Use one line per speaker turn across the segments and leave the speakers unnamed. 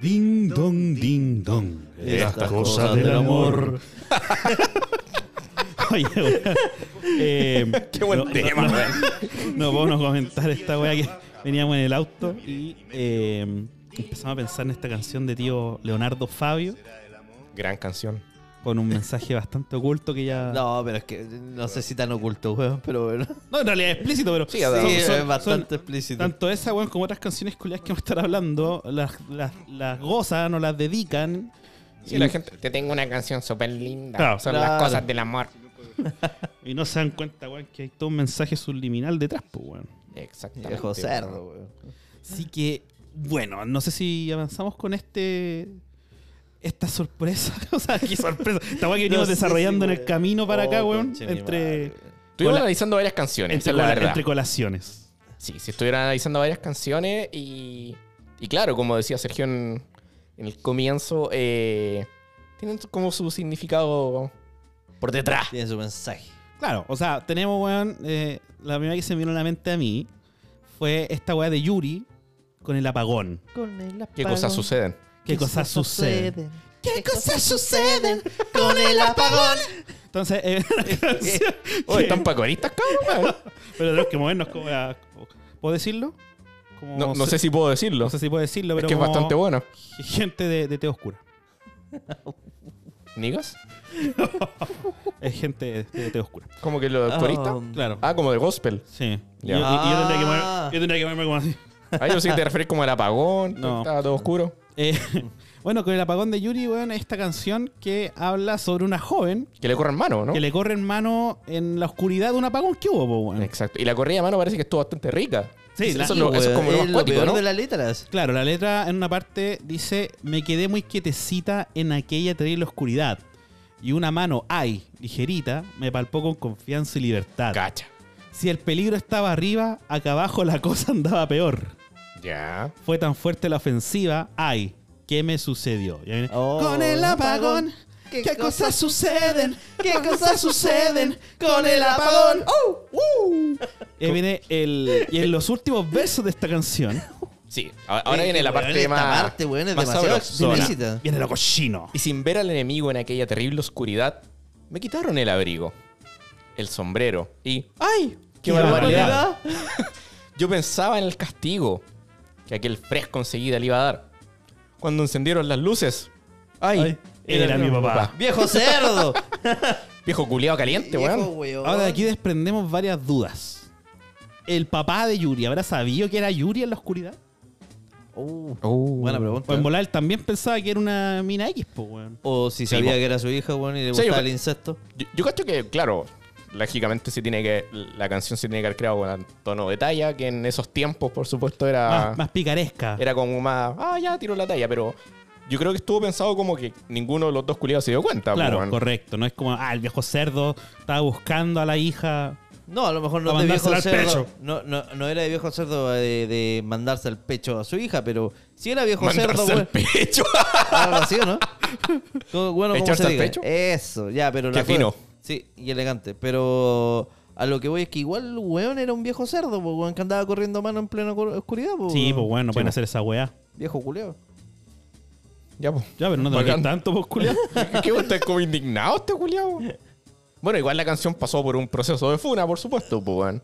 Ding dong, ding dong.
Estas cosas del amor.
Oye, weón. Eh,
Qué buen
no- no-
tema,
no-
weón.
No podemos comentar esta weá que veníamos en el auto y eh, empezamos a pensar en esta canción de tío Leonardo Fabio
Gran canción.
con un mensaje bastante oculto que ya.
No, pero es que no sé si tan oculto, weón, pero bueno.
No, en realidad es explícito, pero.
Sí, a ver.
son-
Sí,
son-
es bastante
son-
explícito.
tanto esa, weón, como otras canciones culiadas que vamos a estar hablando, las, las, las gozan o las dedican.
Sí,
y,
la gente. Te tengo una canción súper linda.
Claro.
Son
Claro.
las cosas del amor.
y no se dan cuenta, weón, que hay todo un mensaje subliminal detrás, pues, weón.
Exactamente.
Viejo cerdo, weón.
Así que, bueno, no sé si avanzamos con este. Esta sorpresa. O sea, qué sorpresa. Esta weá que
No
venimos
sé
desarrollando
si,
en el
weón.
camino para acá,
Oh,
weón.
conche mi
Entre,
madre, weón.
Estuvieron
Hola.
analizando varias canciones,
entre,
esa es la
cola-
verdad.
entre colaciones.
Sí, sí, estuvieron analizando varias canciones y. Y claro, como decía Sergio en, en el comienzo, eh, tienen como su significado por detrás.
Tiene su mensaje.
Claro, o sea, tenemos, weón. eh, la primera que se me vino a la mente a mí fue esta weá de Yuri con el apagón.
Con el
¿Qué cosas suceden?
¿Qué, cosas suceden?
¿Qué cosas suceden con el apagón?
Entonces, eh,
Oh, ¿Están pacoristas, cabrón? man?
pero tenemos que movernos como a- ¿Puedo decirlo? Como-
No, no sé si puedo decirlo.
no sé si puedo decirlo,
es
pero
que es
como
bastante bueno.
gente de, de T oscura.
¿Nigas?
Es gente de, de T oscura.
Como que los coristas.
Oh,
Claro.
Ah, como de gospel.
Sí.
Ya.
Yo, y- y yo tendría que
Ah.
mover- yo tendría que moverme como así.
Ahí yo sí te refieres como al apagón, que
No.
estaba todo oscuro.
Eh, bueno, con el apagón de Yuri, weón, esta canción que habla sobre una joven
Que le corran mano, ¿no?
que le corre en mano en la oscuridad de un apagón que hubo, po, weón.
Exacto. Y la corrida de mano parece que estuvo bastante rica.
Sí, la-
eso, es lo- eso es como lo
es
más
lo
cuático,
peor
¿no?
de las letras.
Claro, la letra en una parte dice: Me quedé muy quietecita en aquella terrible oscuridad. Y una mano, ay, ligerita, me palpó con confianza y libertad.
Cacha.
Si el peligro estaba arriba, acá abajo la cosa andaba peor.
Ya.
Fue tan fuerte la ofensiva. Ay, ¿qué me sucedió? Ya viene,
Oh.
con el apagón. ¿Qué,
¿Qué
cosas
cosas
suceden?
¿Qué cosas suceden con el apagón?
Y ahí ¡Uh! viene el. Y en los últimos versos de esta canción
Sí. Ahora, ahora
Eh,
viene la
weón,
parte
esta
más.
parte, weón, es
más
demasiado
sabrosona.
explícita.
viene lo cochino.
Y sin ver al enemigo en aquella terrible oscuridad, me quitaron el abrigo, el sombrero y. ¡Ay! ¡Qué, barbaridad! Yo pensaba en el castigo que aquel fresco enseguida le iba a dar. Cuando encendieron las luces. ¡Ay!
Ay, era mi papá.
¡Viejo cerdo!
Viejo culiado caliente,
Viejo
weón.
weón.
Ahora de aquí desprendemos varias dudas. El papá de Yuri, ¿habrá sabido que era Yuri en la oscuridad?
Uh,
Uh.
buena pregunta.
O Pues en volar también pensaba que era una mina X, po, weón.
O si
Sí,
sabía
po.
que era su hija, weón, y le
Sí,
gustaba
yo-
el incesto.
Yo, yo cacho que, claro, lógicamente se tiene que. La canción se tiene que haber creado con tono de talla, que en esos tiempos, por supuesto, era.
Más, más picaresca.
Ah. Era como más. Ah, ya tiró la talla, pero. Yo creo que estuvo pensado como que ninguno de los dos culiados se dio cuenta,
claro,
pues, weón.
correcto. No es como, ah, el viejo cerdo estaba buscando a la hija.
No, a lo mejor
A
no es de viejo
mandársela al
cerdo.
pecho.
No, no, no era de viejo cerdo de, de mandarse al pecho a su hija, pero si era viejo cerdo,
Mandarse al
weón.
pecho.
Algo así, ¿o ¿no? Como- Bueno, ¿cómo
¿Echarse
se
al
diga?
pecho?
Eso, ya, pero...
Qué
la cosa-
fino.
Sí, y elegante. Pero a lo que voy es que igual, weón, era un viejo cerdo, po, weón, que andaba corriendo a mano en plena cor- oscuridad, po,
Sí,
weón.
Uh,
pues bueno, no pueden hacer esa weá.
Viejo culeo.
ya, pues.
Ya, pero no te
Bacán.
lo tanto, pues, culiao.
¿Qué vos estás como indignado este culiado? Bueno, igual la canción pasó por un proceso de funa, por supuesto, pues, weón.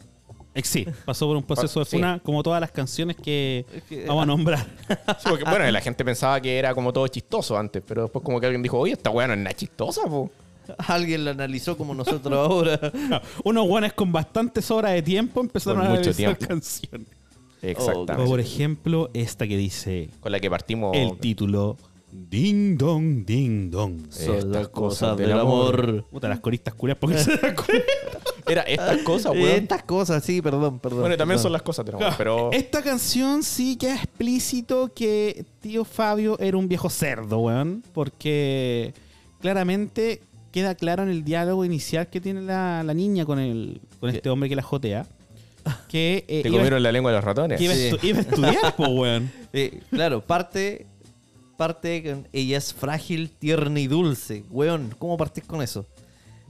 Eh, Sí, pasó por un proceso de
Ah, Sí. ah.
funa como todas las canciones que
Es que-
vamos a nombrar.
Sí, porque, bueno, la gente pensaba que era como todo chistoso antes, pero después como que alguien dijo, oye, esta weá no es nada chistosa, pues".
Oh,
po.
Alguien lo analizó como nosotros ahora.
Unos guanes con bastantes horas de tiempo empezaron
Con
a
mucho
analizar
tiempo.
canciones.
Exactamente.
Como por ejemplo, esta que dice
Con la que partimos.
el título Ding Dong Ding Dong.
Estas cosas del amor.
Puta, las coristas culias porque se dan cuenta.
Era estas cosas, weón.
Estas cosas, sí, perdón, perdón.
Bueno, también
perdón.
son las cosas, tenemos, pero...
Esta canción sí que es explícito que tío Fabio era un viejo cerdo, weón. Porque claramente queda claro en el diálogo inicial que tiene la, la niña con, el, con este hombre que la jotea. Que eh,
Te
iba a-
comieron la lengua de los ratones.
Que iba, a
Sí.
estu- iba a estudiar, po, weón.
Eh, claro, parte. Parte con ella es frágil, tierna y dulce. Weón, ¿cómo partís con eso?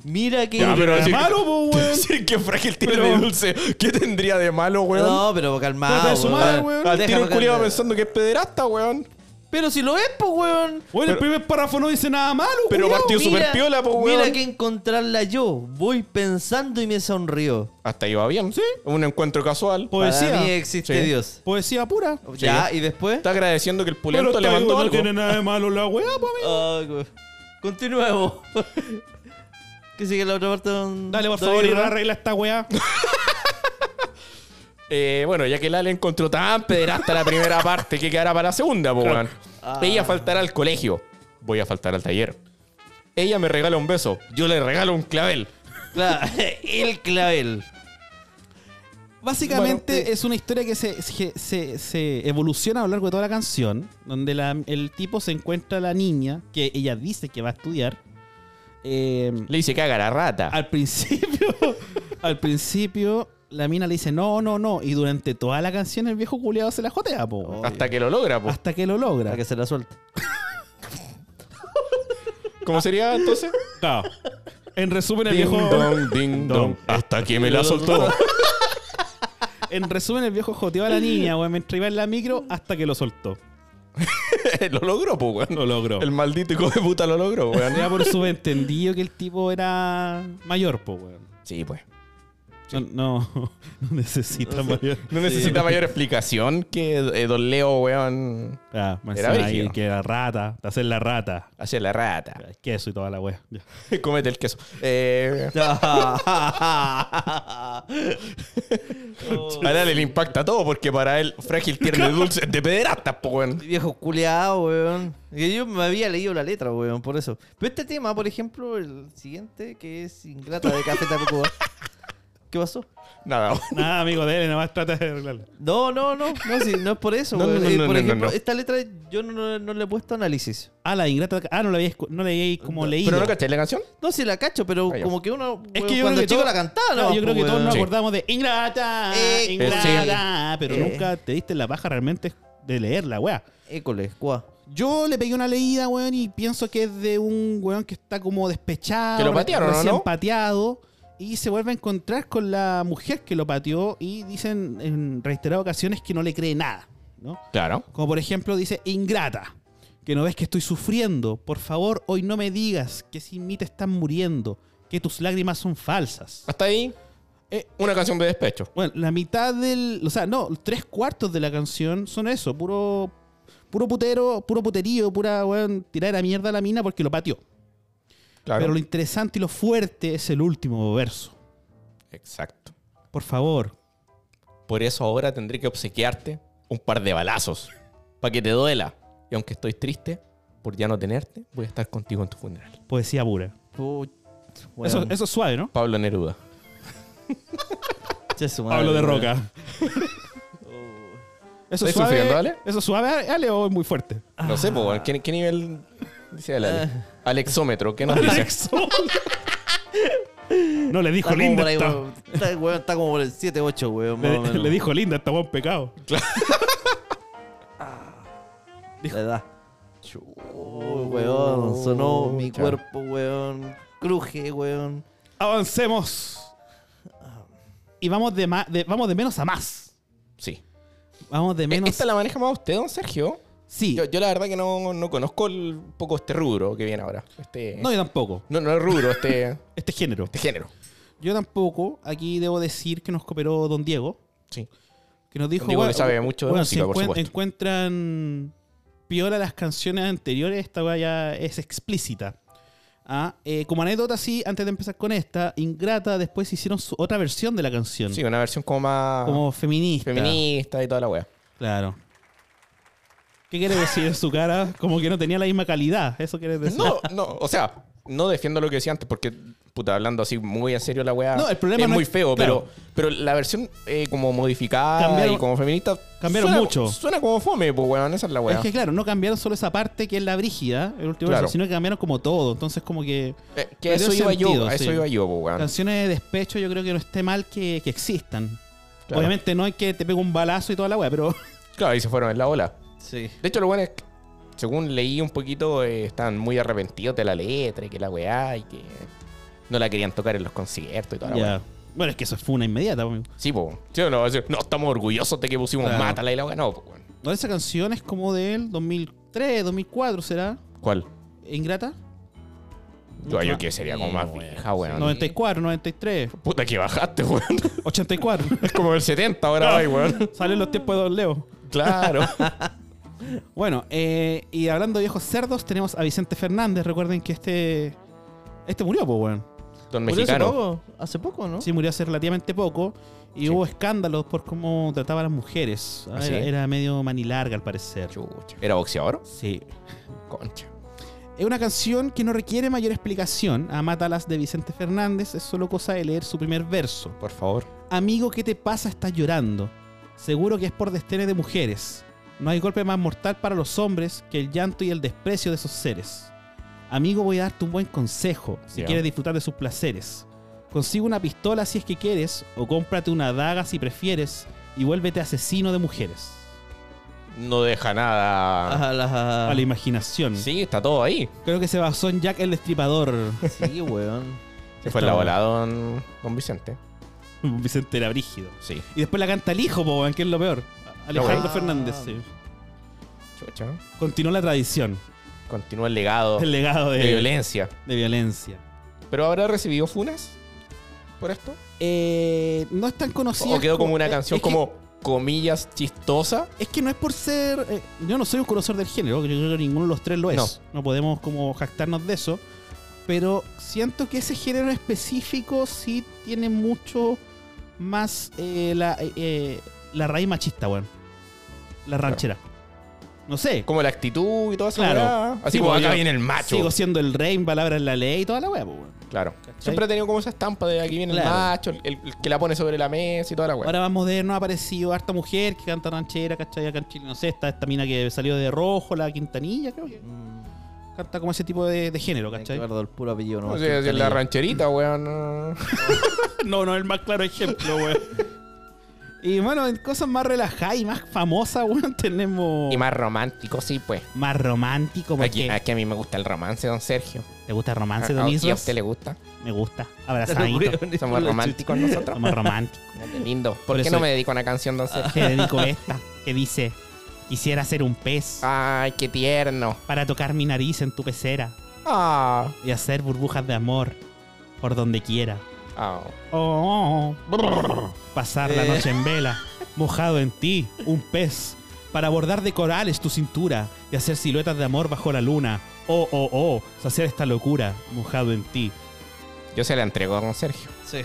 Mira que.
Ya, pero
Era
sí.
malo, po, weón.
Sí, qué frágil tiene
Pero-
de dulce. ¿Qué tendría de malo, weón?
No, pero calmado.
Pero de su madre,
weón.
weón.
Al tiro
Déjame
el culiado
calmar.
pensando que es pederasta, weón.
Pero si lo es, pues, weón.
Bueno, el
Pero-
primer párrafo no dice nada malo,
Pero
culiao.
partió super piola, pues, weón.
Mira que encontrarla yo. Voy pensando y me sonrió.
Hasta iba bien. Pues, Sí. Un encuentro casual.
Poesía.
Para mí existe
Sí.
Dios.
Poesía pura.
Ya, y después.
Está agradeciendo que el pulento le
esta
mandó
no
algo.
tiene nada de malo la weá, po, amigo.
Ay, weón. Continuemos. que sigue la otra parte. don-
Dale, por
don
favor, y
Irra?
arregla esta weá.
Eh, bueno, ya que la le encontró tan pederasta la primera parte, que quedará para la segunda, po, weón?
Ah.
Ella faltará al colegio. Voy a faltar al taller. Ella me regala un beso. Yo le regalo un clavel.
Claro, el clavel.
Básicamente
Bueno, eh.
es una historia que se, se- se- se evoluciona a lo largo de toda la canción, donde la- el tipo se encuentra a la niña, que ella dice que va a estudiar. Eh,
Le dice caga la rata.
al principio, al principio, la mina le dice no, no, no. Y durante toda la canción el viejo culiado se la jotea, po.
Hasta que lo logra, po.
Oh. Hasta que lo logra.
Para que se la suelte.
¿Cómo sería entonces?
Claro. En resumen, el
Ding
viejo.
dong, ding dong. Hasta que me la soltó.
En resumen, el viejo joteó a la niña, weón, mientras iba en la micro hasta que lo soltó.
lo logró, po, weón.
Lo logró.
El maldito hijo de puta lo logró, weón.
Era por subentendido que el tipo era mayor, po, weón.
Sí, pues.
No, no, no necesita mayor.
No necesita mayor explicación que eh, Don Leo, weón.
Ah, me
Era
encima ahí
brígido.
que la rata, te haces la rata.
Hacia la rata.
Queso y toda la wea. Ya.
Comete el queso. Eh,
Oh,
a Dale le impacta todo porque para él frágil, tierno y dulce es de pederasta, po, weón.
viejo culeado, weón. Que yo me había leído la letra, weón, por eso. Pero este tema, por ejemplo, el siguiente, que es Ingrata de Café Tacuba. ¿Qué pasó?
Nada, weón.
Nada, amigo, dele, nada más trata de arreglarlo.
No, no, no, no, sí, no es por eso,
No,
weón.
no, no,
Eh,
no,
por
no,
ejemplo,
no.
esta letra yo no, no- no le he puesto análisis.
Ah, la ingrata. Ah, no la había escu- no la había como leído.
¿Pero no cacháis la canción?
No, si la cacho, pero
Ah, ya.
como que uno.
es
weón,
que yo
cuando
creo que
chico
todos-
la cantaba, Pues,
Claro, yo creo que todos nos
Sí.
acordamos de ingrata,
Eh,
ingrata,
sí.
pero
Eh.
nunca te diste la baja realmente de leer la wea.
École, cuá.
Yo le pegué una leída, weón, y pienso que es de un weón que está como despechado.
Que lo
re-
patearon, ¿o
recién
no?
pateado. Y se vuelve a encontrar con la mujer que lo pateó y dicen en reiteradas ocasiones que no le cree nada, ¿no?
Claro.
Como por ejemplo dice, ingrata, que no ves que estoy sufriendo. Por favor, hoy no me digas que sin mí te están muriendo, que tus lágrimas son falsas.
Hasta ahí, eh, una canción de despecho.
Bueno, la mitad del. O sea, no, tres cuartos de la canción son eso, puro. Puro putero, puro puterío, pura weón, tirar a mierda a la mina porque lo pateó.
Claro.
Pero lo interesante y lo fuerte es el último verso.
Exacto.
Por favor.
Por eso ahora tendré que obsequiarte un par de balazos. Para que te duela. Y aunque estoy triste por ya no tenerte, voy a estar contigo en tu funeral.
Poesía pura.
Puch,
Eso,
weón.
eso es suave, ¿no?
Pablo Neruda.
Che, su madre, weón.
Eso es
¿Estás
suave.
sufriendo, Ale?
Eso es suave, Ale, o es muy fuerte.
No sé,
Ah.
po, ¿qué, qué nivel dice el Ale? Alexómetro, ¿qué nos dice?
no le dijo
Está como
linda.
por ahí,
esta-
weón. Está, weón, está como por el 7-8, weón. más o
le,
menos.
le dijo linda, está buen pecado.
La edad. Oh, Uy, weón, sonó mi
Chuta.
cuerpo, weón. Cruje, weón.
Avancemos. Y vamos de, ma- de- vamos de menos a más.
Sí.
Vamos de menos.
E-, ¿Esta la maneja más usted, don Sergio?
Sí.
Yo, yo la verdad que no, no conozco el- un poco este rubro que viene ahora. Este,
No,
no,
yo tampoco.
no, es rubro, este,
Este género.
este género.
Yo tampoco. Aquí debo decir que nos cooperó Don Diego.
Sí.
Que nos dijo.
Diego que
"Bueno,
sabe mucho de
bueno,
música,
si
por
encuent-
supuesto.
encuentran piola las canciones anteriores, esta weá ya es explícita. Ah, eh, como anécdota, sí, antes de empezar con esta, Ingrata después hicieron su- otra versión de la canción.
Sí, una versión como más
como feminista.
feminista y toda la wea.
Claro. ¿Qué quiere decir en su cara? Como que no tenía la misma calidad. Eso quiere decir.
No, no, o sea, no defiendo lo que decía antes porque, puta, hablando así muy en serio la wea
No, el problema
es
no
muy
es-
feo,
claro.
pero, pero la versión eh, como modificada
Cambiaron-
y como feminista
cambiaron
suena-
mucho.
Suena como fome, pues weón, esa es la wea.
Es que claro, no cambiaron solo esa parte que es la brígida, el último
Claro.
verso, sino que cambiaron como todo. Entonces, como que
Eh, que a
perdió
eso iba yo,
sentido,
a eso
sí.
iba yo, pues weón.
canciones de despecho yo creo que no esté mal que, que existan.
Claro.
Obviamente no hay que te pegue un balazo y toda la weá, pero
Claro, y se fueron en la ola.
Sí.
De hecho, lo bueno es que, según leí un poquito, eh, estaban muy arrepentidos de la letra y que la weá y que no la querían tocar en los conciertos y toda la
ya.
weá.
Bueno, es que eso fue una inmediata. amigo.
Sí, pues. Sí, no, va a decir, no, estamos orgullosos de que pusimos
Claro.
Mátala y la weá. No, pues, weón.
No, esa canción es como del 2000, 2003, 2004 será.
¿Cuál?
¿Ingrata?
Yo,
Mucho
yo
más.
que sería como más vieja, weón.
94, 93,
Puta que bajaste, weón.
84.
Es como el 70 ahora, vai, weón.
Salen los tiempos de Don Leo.
Claro.
Bueno, eh, y hablando de viejos cerdos, tenemos a Vicente Fernández. Recuerden que este. Este murió, pues, weón.
Don
Murió Hace
mexicano.
poco, hace poco, ¿no?
Sí, murió hace relativamente poco. Y
¿Oh? Sí.
hubo escándalos por cómo trataba a las mujeres.
¿Ah, sí?
era, era medio manilarga, al parecer.
Chucha. ¿Era boxeador?
Sí.
Concha.
Es una canción que no requiere mayor explicación. Ah, A Mátalas de Vicente Fernández es solo cosa de leer su primer verso.
Por favor.
Amigo, ¿qué te pasa? Estás llorando. Seguro que es por destenes de mujeres. No hay golpe más mortal para los hombres que el llanto y el desprecio de esos seres. Amigo, voy a darte un buen consejo si
Ya.
quieres disfrutar de sus placeres. Consigue una pistola si es que quieres, o cómprate una daga si prefieres, y vuélvete asesino de mujeres.
No deja nada.
A la-
A la imaginación.
Sí, está todo ahí.
Creo que se basó en Jack el Destripador.
Sí, weón.
Se fue
Está
la
bueno.
volada, don, don Vicente.
Vicente era brígido.
Sí.
Y después la canta el hijo, po, que es lo peor. Alejandro
Ah.
Fernández. sí.
Chucha.
Continuó la tradición.
Continúa el legado
El legado
de violencia.
de violencia.
¿Pero habrá recibido funas por esto?
Eh, no es tan conocida.
¿O quedó como una
es-
canción
es que-
como comillas chistosa?
Es que no es por ser. eh, yo no soy un conocedor del género, yo creo que ninguno de los tres lo es.
No.
No, podemos como jactarnos de eso. Pero siento que ese género específico sí tiene mucho más eh, la, eh, eh, la raíz machista, weón. La ranchera. No sé.
Como la actitud y toda esa
Claro.
weá. Así
Sí,
como
pues,
acá
yo
viene el macho.
Sigo siendo el rey, palabras en la ley y toda la weá, po, weón.
Claro. Siempre ha tenido como esa estampa de aquí viene el
Claro.
macho, el, el que la pone sobre la mesa y toda la weá.
Ahora más moderno ha aparecido harta mujer que canta ranchera, ¿cachai? Acá en Chile, no sé, está esta mina que salió de rojo, la Quintanilla, creo que
Mm,
canta como ese tipo de, de género,
me
¿cachai?
acuerdo el puro apellido, ¿no?
No sé, si es la rancherita, weón.
No, no, el más claro ejemplo, weón. y bueno, en cosas más relajadas y más famosas, weón, tenemos.
Y más romántico, sí, pues.
más romántico, porque
Aquí, aquí a mí me gusta el romance, don Sergio.
¿te gusta el
A,
romance,
a-
Don
y a
Isros?
usted le gusta.
Me gusta.
Te lo
Abrazadito.
juro, ni
Somos
por la
románticos nosotros.
Somos románticos.
Qué Lindo. ¿Por
Por
qué
eso-
no me dedico a una canción, don Sergio?
Te dedico esta que dice: Quisiera ser un pez
Ay, qué tierno.
para tocar mi nariz en tu pecera.
Ah.
y hacer burbujas de amor por donde quiera.
Ah.
Oh, oh, oh. Pasar la
Eh.
noche en vela, mojado en ti, un pez, para bordar de corales tu cintura y hacer siluetas de amor bajo la luna. Oh, oh, oh, saciar esta locura, mojado en ti.
Yo se la entrego a don Sergio.
Sí.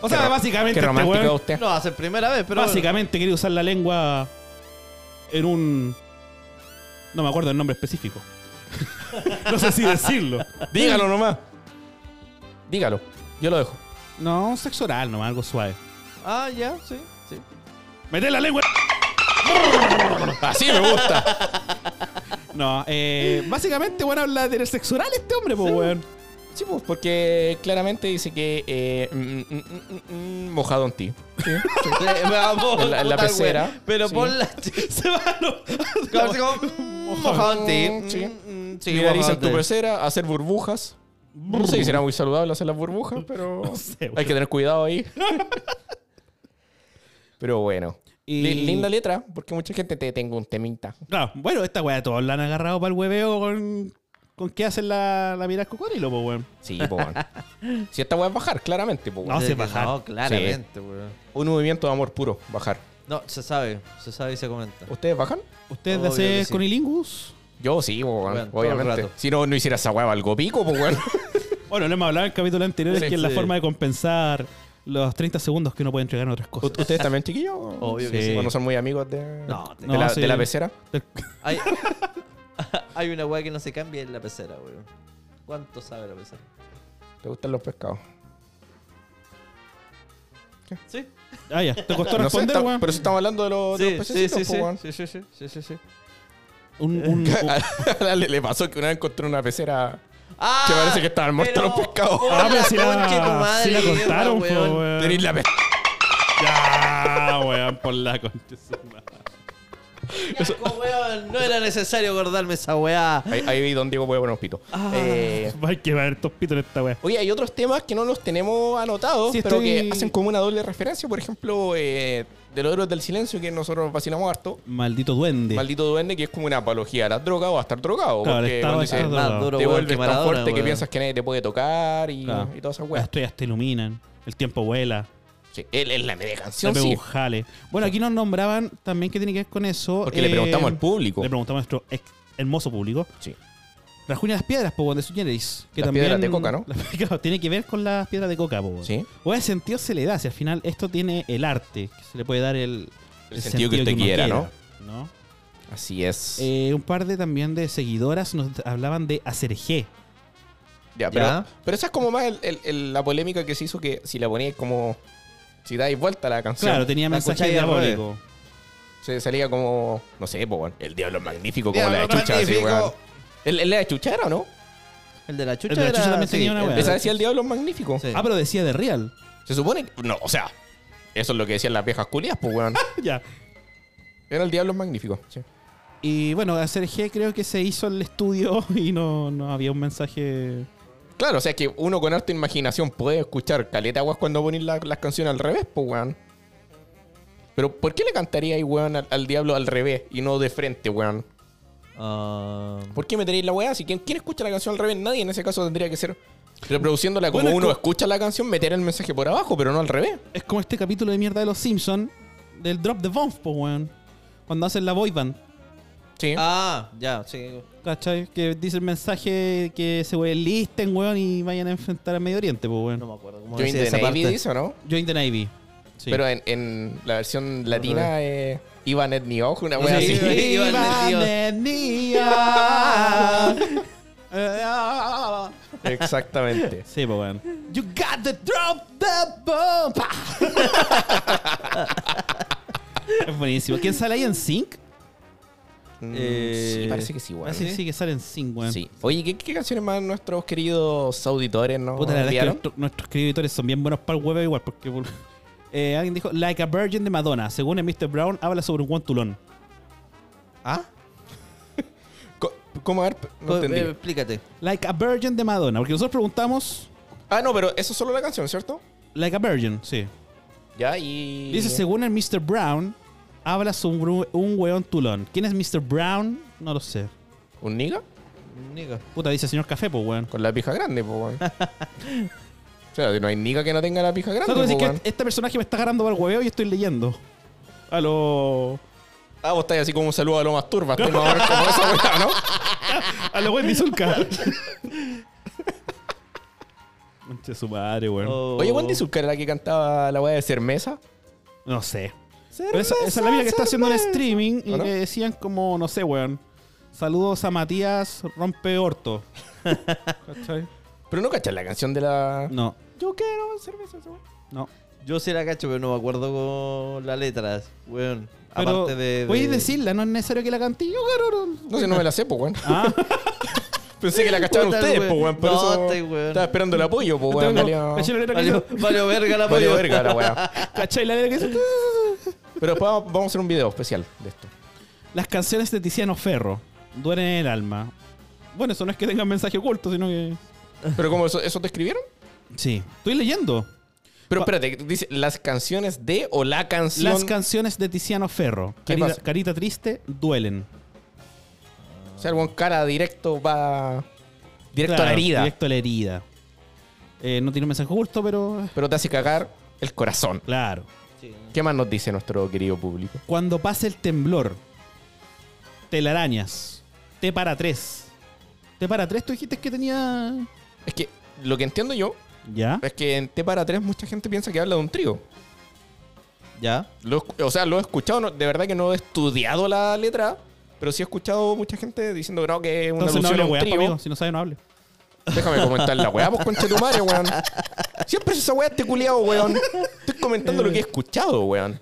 O
Qué
sea,
ro-
básicamente,
Qué
este
romántico
weón-
es usted.
No, hace primera vez, pero.
básicamente quería usar la lengua en un... No me acuerdo el nombre específico. no sé si decirlo.
Dígalo nomás. Dígalo. Yo lo dejo.
No, sexo oral nomás, algo suave.
Ah, ya, sí. sí.
Meter la lengua
Así me gusta.
No, eh, básicamente, bueno, habla de tener sexo oral este hombre, pues, weón.
Sí, pues, porque claramente dice que eh, mm, mm, mm, mm, mm, mojado en ti.
Le- vamos,
En la- en la
puta,
pecera,
güey. Pero
sí.
pon la.
Se va,
Como así como, mm, Mojado en ti.
Sí.
Mm, mm,
Sí,
Sí,
Minariza
mojado
en tu
en ti.
pecera, hacer burbujas. No sé si será muy saludable hacer las burbujas, pero
sé,
hay que tener cuidado ahí. pero bueno.
Y-
Li- Linda letra, porque mucha gente te tengo un temita.
No, bueno, esta weá todos la han agarrado para el hueveo con, con qué hacen la, la mirada cocodrilo, pues, weón.
Sí, po, weón. Si esta weá es bajar, claramente, po, weón.
No, se bajar.
No, claramente, güey.
Un movimiento de amor puro, bajar.
No, se sabe, se sabe y se comenta.
¿Ustedes bajan?
¿Ustedes
Obvio que
hacen
sí.
conilingus?
Yo sí, po, weón,
Weón, todo el
obviamente.
rato.
Si no, no hiciera esa weá algo pico, po, weón.
Bueno, lo hemos hablado en el capítulo anterior,
Sí,
es que es la
sí.
forma de compensar los 30 segundos que uno puede entregar en otras
¿U-
cosas.
¿Ustedes también, chiquillos?
Obvio que
sí.
¿O no son muy amigos de,
No,
de
no,
la,
sí.
de la pecera?
Hay, hay una weá que no se cambia en la pecera, güey. ¿Cuánto sabe la pecera?
¿Te gustan los pescados?
Sí,
Ah, ya, te costó
No sé,
responder,
está-
weón.
pero si estamos hablando de los, de
sí,
los
sí,
pececitos,
sí,
po,
sí,
weón.
sí, sí, sí, sí, sí, sí.
Un, un- un-
le, le pasó que una vez encontré una pecera
Ah,
que parece que estaban muertos
pero-
los pescados.
Ah, pero si
Conche tu
la,
madre,
si la contaron,
weón.
pues, weón.
Tenéis la pe-
Ya, weón, por la concha de su madre.
Asco, weón, no era necesario acordarme esa weá.
Ahí, ahí Don Diego puede poner un pito. Eh,
Hay que ver estos pitos en esta wea.
Oye, hay otros temas que no los tenemos anotados,
Sí,
pero
estoy-
que hacen como una doble referencia. Por ejemplo, eh, de los héroes del silencio, que nosotros vacilamos harto.
Maldito duende.
Maldito duende, que es como una apología a las drogas o a estar drogado.
Claro,
porque
estaba
cuando
estar
dice,
drogado.
más duro,
te
weón,
vuelves
que
tan
Maradona,
fuerte que
weón.
piensas que nadie te puede tocar y,
Claro.
y todas esas
Las
weas.
estrellas te iluminan. El tiempo vuela.
Sí, él es la media
la
canción, sí.
pebujale. Bueno, aquí nos nombraban también que tiene que ver con eso.
Porque le preguntamos al público.
eh, Le preguntamos a nuestro ex- hermoso público.
Sí.
Rajuña las piedras, po, de su generis. Que
Las
también,
piedras de coca, ¿no?
Claro, tiene que ver con las piedras de coca, po.
Sí.
O el sentido se le da, si al final esto tiene el arte, que se le puede dar el,
El sentido que usted
uno
quiera,
¿no?
Así es.
Eh, un par de también de seguidoras nos hablaban de acerejé.
Ya, pero,
Ya.
pero esa es como más el- el- el- la polémica que se hizo que si la poníais como. Si dais vuelta a la canción,
Claro, tenía
la
mensaje
cuchara de
diabólico.
se salía como. No sé, po, weón, el diablo es magnífico, como
Diablo
la de chucha. así,
magnífico.
weón. ¿El, el de la chucha era, no?
El de la chucha,
El de la
era-
chucha también
sí,
tenía una
el
weá.
de
Esa
la
decía el diablo es magnífico.
Sí.
Ah, pero decía de real.
Se supone que. No, o sea, eso es lo que decían las viejas culias, pues, weón.
ya.
Era el diablo es magnífico. Sí.
Y bueno, acerejé creo que se hizo el estudio y no, no había un mensaje.
Claro, o sea que uno con harta imaginación puede escuchar caleta aguas cuando ponen la- las canciones al revés, pues, weón. Pero ¿por qué le cantaría ahí, weón, al, al diablo al revés y no de frente, weón?
Ah,
¿Por qué meteréis la weá? Si quien, ¿quién escucha la canción al revés, nadie en ese caso tendría que ser reproduciéndola como
Bueno, es
uno
co-
escucha la canción, meter el mensaje por abajo, pero no al revés.
Es como este capítulo de mierda de los Simpsons del Drop the Bomb, po, weón. Cuando hacen la boy band,
Sí.
ah, ya, sí.
¿cachai? Que dice el mensaje que se weón listen, weón, y vayan a enfrentar a Medio Oriente, po,
No
weón.
me acuerdo cómo
Join
decía
the
esa
Navy
parte.
dice, ¿o ¿no?
Join the Navy. Sí.
Pero en, en la versión latina, eh, Ivan Etniog, una weá
Sí,
así.
sí. Iban del
Exactamente.
Sí, po, weón. You got the drop the bomb. Pa. es buenísimo. ¿Quién sale ahí en Sync?
Mm,
Eh,
sí, parece que sí, weón.
Así sí que sale en Sync, weón.
Sí. Oye, ¿qué, qué canciones más nuestros queridos auditores nos
Puta, la verdad es que
enviaron?
nuestro- nuestros escritores son bien buenos para el huevo igual, porque por- eh, alguien dijo Like a Virgin de Madonna, según el Mr. Brown, habla sobre un guantulón.
¿Ah? Co- ¿Cómo? A ver, no
Co- eh,
entendí.
Explícate.
Like a Virgin de Madonna, porque nosotros preguntamos
Ah, no, pero eso es solo la canción, ¿cierto?
Like a Virgin, sí.
Ya, y...
Dice, según el Mr. Brown, habla sobre un- un hueón tulón. ¿Quién es Mr. Brown? No lo sé.
¿Un niga?
Nico.
Puta, dice señor Café, pues weón.
Con la pija grande, po, weón. o sea, no hay niga que no tenga la pija grande,
¿Sabes cómo decir
po, pues, weón.
que este personaje me está agarrando para el hueveo y estoy leyendo? A lo.
Ah, vos estáis así como un saludo a lo más turba. Estoy más o menos como esa weá, ¿no?
A lo Wendy Zulka. Conche su madre, weón.
Oh.
Oye, Wendy Zulcar era la que cantaba la weá de Cermesa.
No sé. Pero esa, esa es la mina que está haciendo el streaming y
¿O no?
que decían como, no sé, weón. Saludos a Matías Rompe Horto. ¿Cachai?
Pero no cachas la canción de la...
No,
Yo quiero cerveza, esa weá.
no.
Yo sí la cacho, pero no me acuerdo con las letras, weón.
Pero
Aparte de.
voy a
de-
decirla, no es necesario que la cante yo, cabrón.
No sé, no me la sé, po, weón.
Ah,
Pensé que la cachaban
Puta,
ustedes,
weón.
po, weón. Por
No,
eso
este weón.
Estaba esperando el apoyo, po, weón. Valió,
¿Cachai la letra que
Valió,
hizo?
valió verga la
valió
pollo.
verga la weá.
¿Cachai la letra que hizo?
Pero después vamos, vamos a hacer un video especial de esto.
Las canciones de Tiziano Ferro. Duelen en el alma. Bueno, eso no es que tengan mensaje oculto, sino que...
Pero como eso, eso te escribieron.
Sí. Estoy leyendo.
Pero espérate, dice las canciones de o la canción.
Las canciones de Tiziano Ferro.
¿Qué
Carita,
pasa?
carita triste, duelen.
o sea, el weón cara directo va. Directo a
Claro,
la herida.
Directo a la herida. Eh, no tiene un mensaje justo, pero. eh,
Pero te hace cagar el corazón.
Claro.
Sí.
¿Qué más nos dice nuestro querido público?
Cuando pase el temblor, telarañas, T para tres. T para tres, tú dijiste que tenía.
Es que lo que entiendo yo
¿Ya?
es que en T para 3 mucha gente piensa que habla de un trío.
Ya.
Lo he escu- o sea, lo he escuchado, no- de verdad que no he estudiado la letra, pero sí he escuchado mucha gente diciendo no, que es una
Entonces no
alusión
hable
a un
weá,
trío.
amigo. Si no sabe, no hable.
Déjame comentar la weá, pues concha tu madre, weón. Siempre es esa weá este culiado, weón. Estoy comentando lo que he escuchado, weón.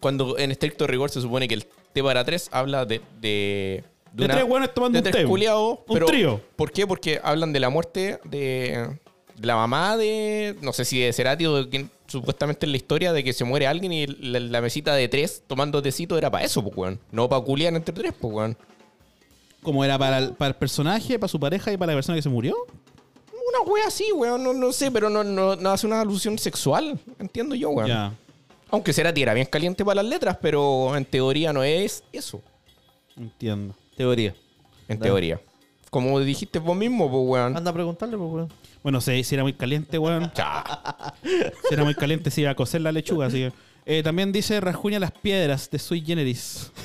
Cuando en estricto rigor se supone que el T para 3 habla de. De,
De tres weones tomando
de
un
tres
té.
culiados,
Un
pero-
trío.
¿Por qué? Porque hablan de la muerte de. de la mamá de. No sé si de Cerati o de quien supuestamente en la historia de que se muere alguien y la, la mesita de tres tomando tecito era para eso, pues, weón. No para culiar entre tres, pues, weón.
Como era para el, para el personaje, para su pareja y para la persona que se murió.
Una wea así, weón. No, no sé, pero no, no, no hace una alusión sexual. Entiendo yo, weón.
Ya.
Aunque será tierra bien caliente para las letras, pero en teoría no es eso.
Entiendo.
Teoría.
En
Dale.
teoría. Como dijiste vos mismo, pues, weón.
Anda a preguntarle, pues, weón.
Bueno, si, si era muy caliente, weón.
Cha.
Si era muy caliente, se iba a cocer la lechuga. Así que. Eh, también dice Rajuña las piedras de Sui Generis.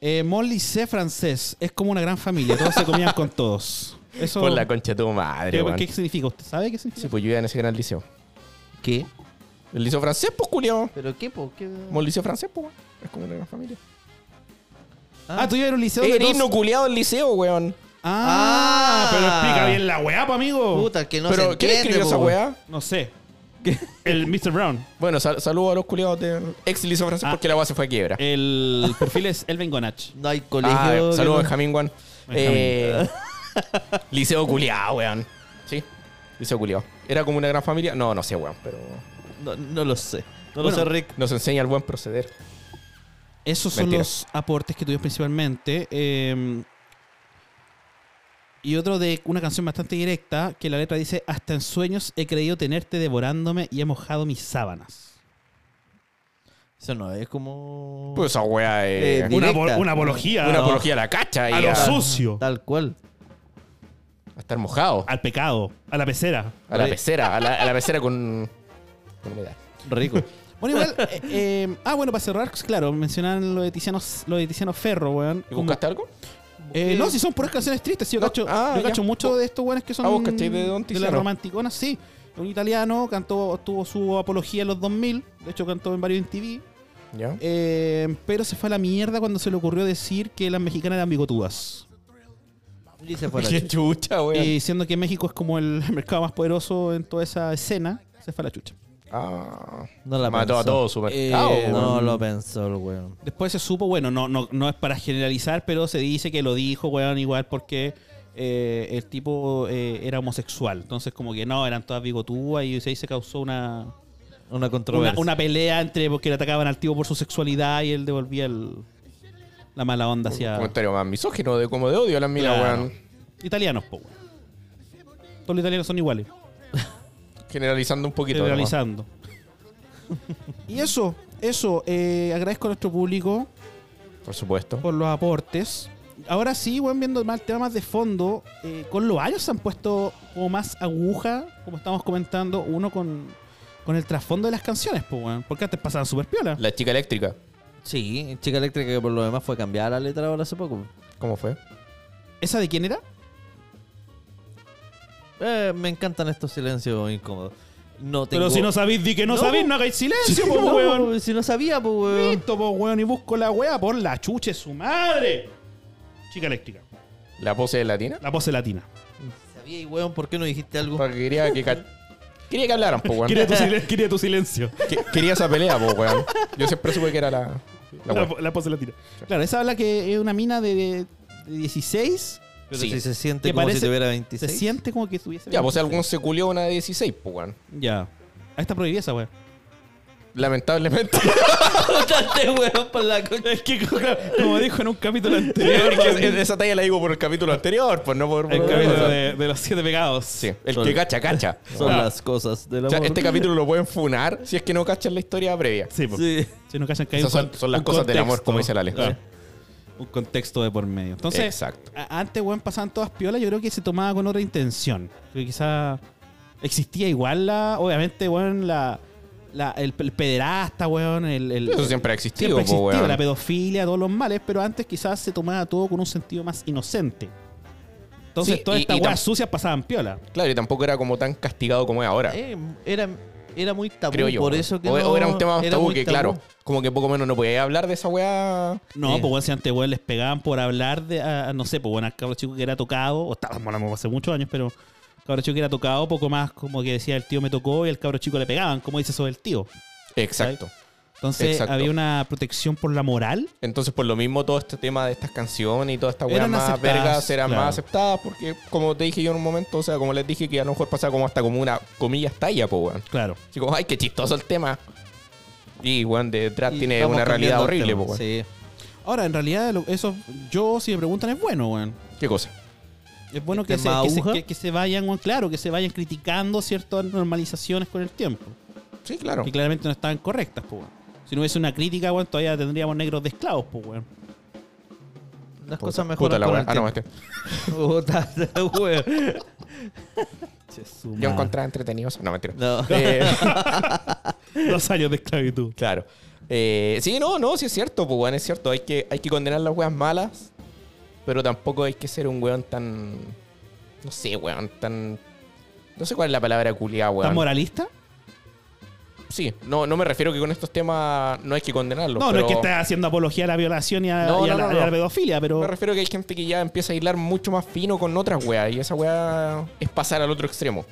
eh, Molly C. francés. Es como una gran familia. Todos se comían con todos. Eso.
Por la concha de tu
¿qué,
madre,
qué
weón.
significa? ¿Usted sabe qué
Sí,
significa?
pues yo iba en ese gran liceo.
¿Qué?
El liceo francés, pues, culiao.
¿Pero qué, po? ¿Qué?
Como el liceo francés, pues, weón. Es como una gran familia.
Ah, tú ya eres un liceo de
Eh, Eres
todos-
culiado el liceo, weón.
Ah,
Ah.
pero explica bien la weá, pa, amigo.
Puta, que no se
Pero, ¿quién
entiende,
escribió
po,
esa
weón.
weá?
No sé. El Mr. Brown.
Bueno, sal- saludo a los culiados del ex liceo francés
Ah.
porque la weá se fue a quiebra.
El perfil es Elvin Gonach.
No hay
Ah,
colegio. que
saludo a
no-
Benjamín, weón.
Benjamín.
Eh, liceo culiado, weón. Sí, liceo culiado. ¿Era como una gran familia? No, no sé, weón, pero
No, no lo sé. No
Bueno.
lo sé, Rick.
nos enseña el buen proceder.
Esos son
Mentira.
los aportes que tuvimos principalmente. eh, y otro de una canción bastante directa, que la letra dice, hasta en sueños he creído tenerte devorándome y he mojado mis sábanas.
Eso no es como.
Pues esa weá es
Eh, Directa.
apo- apología
una
a-
apología a la cacha y a,
sucio,
Tal cual.
a estar mojado.
al pecado, a la pecera.
A la pecera, a la, a la pecera con, con humedad.
Rico.
Bueno, igual, eh, eh, ah, bueno, para cerrar, claro, mencionaban lo de Tiziano, lo de Tiziano Ferro, weón.
¿Y buscaste algo?
Eh, no, si son puras canciones tristes. sí, yo
No,
cacho,
ah,
yo
ya.
cacho mucho de estos buenos que son.
Ah, vos cachai de Don
las
Tiziano.
romanticonas, sí. Un italiano cantó, tuvo su apología en los 2000. De hecho, cantó en varios en TV.
¿Ya?
eh, pero se fue a la mierda cuando se le ocurrió decir que las mexicanas eran bigotudas.
Y se fue la
Qué
chucha.
chucha, weón.
Y diciendo que México es como el mercado más poderoso en toda esa escena, se fue a la chucha.
Ah.
No la
Mató
pensó.
a todos su
Eh,
mercado,
no,
weón.
No lo pensó el weón.
Después se supo, bueno, no, no, no es para generalizar, pero se dice que lo dijo, weón, igual porque eh, el tipo eh, era homosexual. Entonces, como que no, eran todas bigotúas y ahí se causó una,
Una
una,
controversia.
una pelea entre porque le atacaban al tipo por su sexualidad y él devolvía el- la mala onda
Un
hacia
comentario más misógino de como de odio a las minas,
Claro.
weón.
italianos, po, weón. Todos los italianos son iguales,
Generalizando un poquito.
generalizando. y eso, eso, eh, agradezco a nuestro público.
nomás. Por supuesto.
por los aportes. Ahora sí, bueno, viendo más temas más de fondo, eh, con los años se han puesto como más aguja, como estamos comentando, uno con, con el trasfondo de las canciones, pues, weón. porque antes pasaban súper piola.
La chica eléctrica.
Sí, Chica Eléctrica que por lo demás fue cambiada la letra ahora hace poco.
¿Cómo fue?
¿Esa de quién era?
Eh, me encantan estos silencios incómodos. No tengo...
sabéis, di que
no sabéis, no
hagáis
Sí,
silencio,
po, weón. Si no sabía, pues, weón.
Listo, po, weón, y busco la weá por la chuche su madre. Chica eléctrica,
¿La pose de latina?
la pose latina.
Sabía, y weón, ¿por qué no dijiste algo?
Porque quería que... ca- Quería que hablaran, po, weón.
tu, silencio.
Que- Quería esa pelea, po, weón. Yo siempre supe que era la... La, weón.
pose latina. Claro, esa habla que es una mina de, de 16
Pero
Sí.
si se siente
Que
como
parece-
si tuviera
Se
26.
siente como que estuviese.
Ya, pues si
26.
algún se culió una de 16, po, weón.
Ya. Ahí está prohibida esa weá.
Lamentablemente.
Contate, weón, por la concha.
Es que, como dijo en un capítulo
Es que esa talla la digo por el capítulo anterior, pues no por...
el
por-
capítulo de, de los siete pegados.
Sí, el que cacha, cacha.
Son
Ah.
las cosas del
O
amor.
sea, este capítulo lo pueden funar si es que no cachan la historia previa.
Sí, po.
Sí.
Si no cachan que hay
Esas
un
son,
con-
son las
un
cosas del amor,
contexto.
como dice la Alex.
Claro. Un contexto de por medio. Entonces,
Exacto.
a- antes, weón, pasaban todas piolas. Yo creo que se tomaba con otra intención. Creo que quizá existía igual la. Obviamente, weón, la. la- el, el pederasta, weón, el, el-
Eso siempre ha existido,
siempre
po,
existió
pues, weón.
la pedofilia, todos los males, pero antes quizás se tomaba todo con un sentido más inocente. Entonces
Sí,
todas
y-
estas
y tam-
weas sucias pasaban piola.
Claro, y tampoco era como tan castigado como es ahora.
Eh, era, era muy tabú,
creo yo.
por
weón.
eso que
o, e-
no-
o era un tema más
era
tabú
muy
que, claro, como que poco menos no podía hablar de esa weá.
No,
Sí.
pues bueno, si antes weón, les pegaban por hablar de, a- a- no sé, pues bueno, al cabro chico que era tocado, o estábamos hablando hace muchos años, pero el cabro chico que era tocado, poco más como que decía el tío me tocó y el cabro chico le pegaban, como dice eso del tío.
Exacto.
Entonces
Exacto.
había una protección por la moral.
Entonces, por lo mismo, todo este tema de estas canciones y toda esta weá
Eran
más
aceptadas,
vergas eran
claro.
más aceptadas porque, como te dije yo en un momento, o sea, como les dije, que a lo mejor pasaba como hasta como una comillas talla, po, weón.
Claro.
Así como, ay, qué chistoso el tema. Y, weón, detrás
Y
tiene
estamos
una realidad
cambiando el
horrible,
tema.
po, weón.
Sí.
Ahora, en realidad, lo- eso, yo, si me preguntan, es bueno, weón.
¿Qué cosa?
Es bueno
¿El
Este
que se,
tema
que, se,
aguja?
que- que se vayan, weón, claro, que se vayan criticando ciertas normalizaciones con el tiempo.
Sí, claro.
Que claramente no estaban correctas, pues, weón. Si no hubiese una crítica, weón, todavía tendríamos negros de esclavos, pues, weón.
Las
Puta-
cosas mejoran
puta la
con
weá.
el
Ah, no,
tiempo.
este.
Puta la weá.
Yo encontraba entretenidos. No, mentira.
No.
Eh,
Dos años de esclavitud.
Claro. Eh, sí, no, no, sí es cierto, pues, weón, es cierto. Hay que, hay que condenar las weas malas, pero tampoco hay que ser un weón tan. No sé, weón, tan. No sé cuál es la palabra culiada, weón.
¿Estás moralista?
Sí, no, no me refiero que con estos temas no hay que condenarlos.
No, no
pero
es que estés haciendo apología a la violación y a,
No,
y a
no,
la,
no,
y a la
no.
pedofilia, pero.
Me refiero que hay gente que ya empieza a hilar mucho más fino con otras weas, y esa wea es pasar al otro extremo.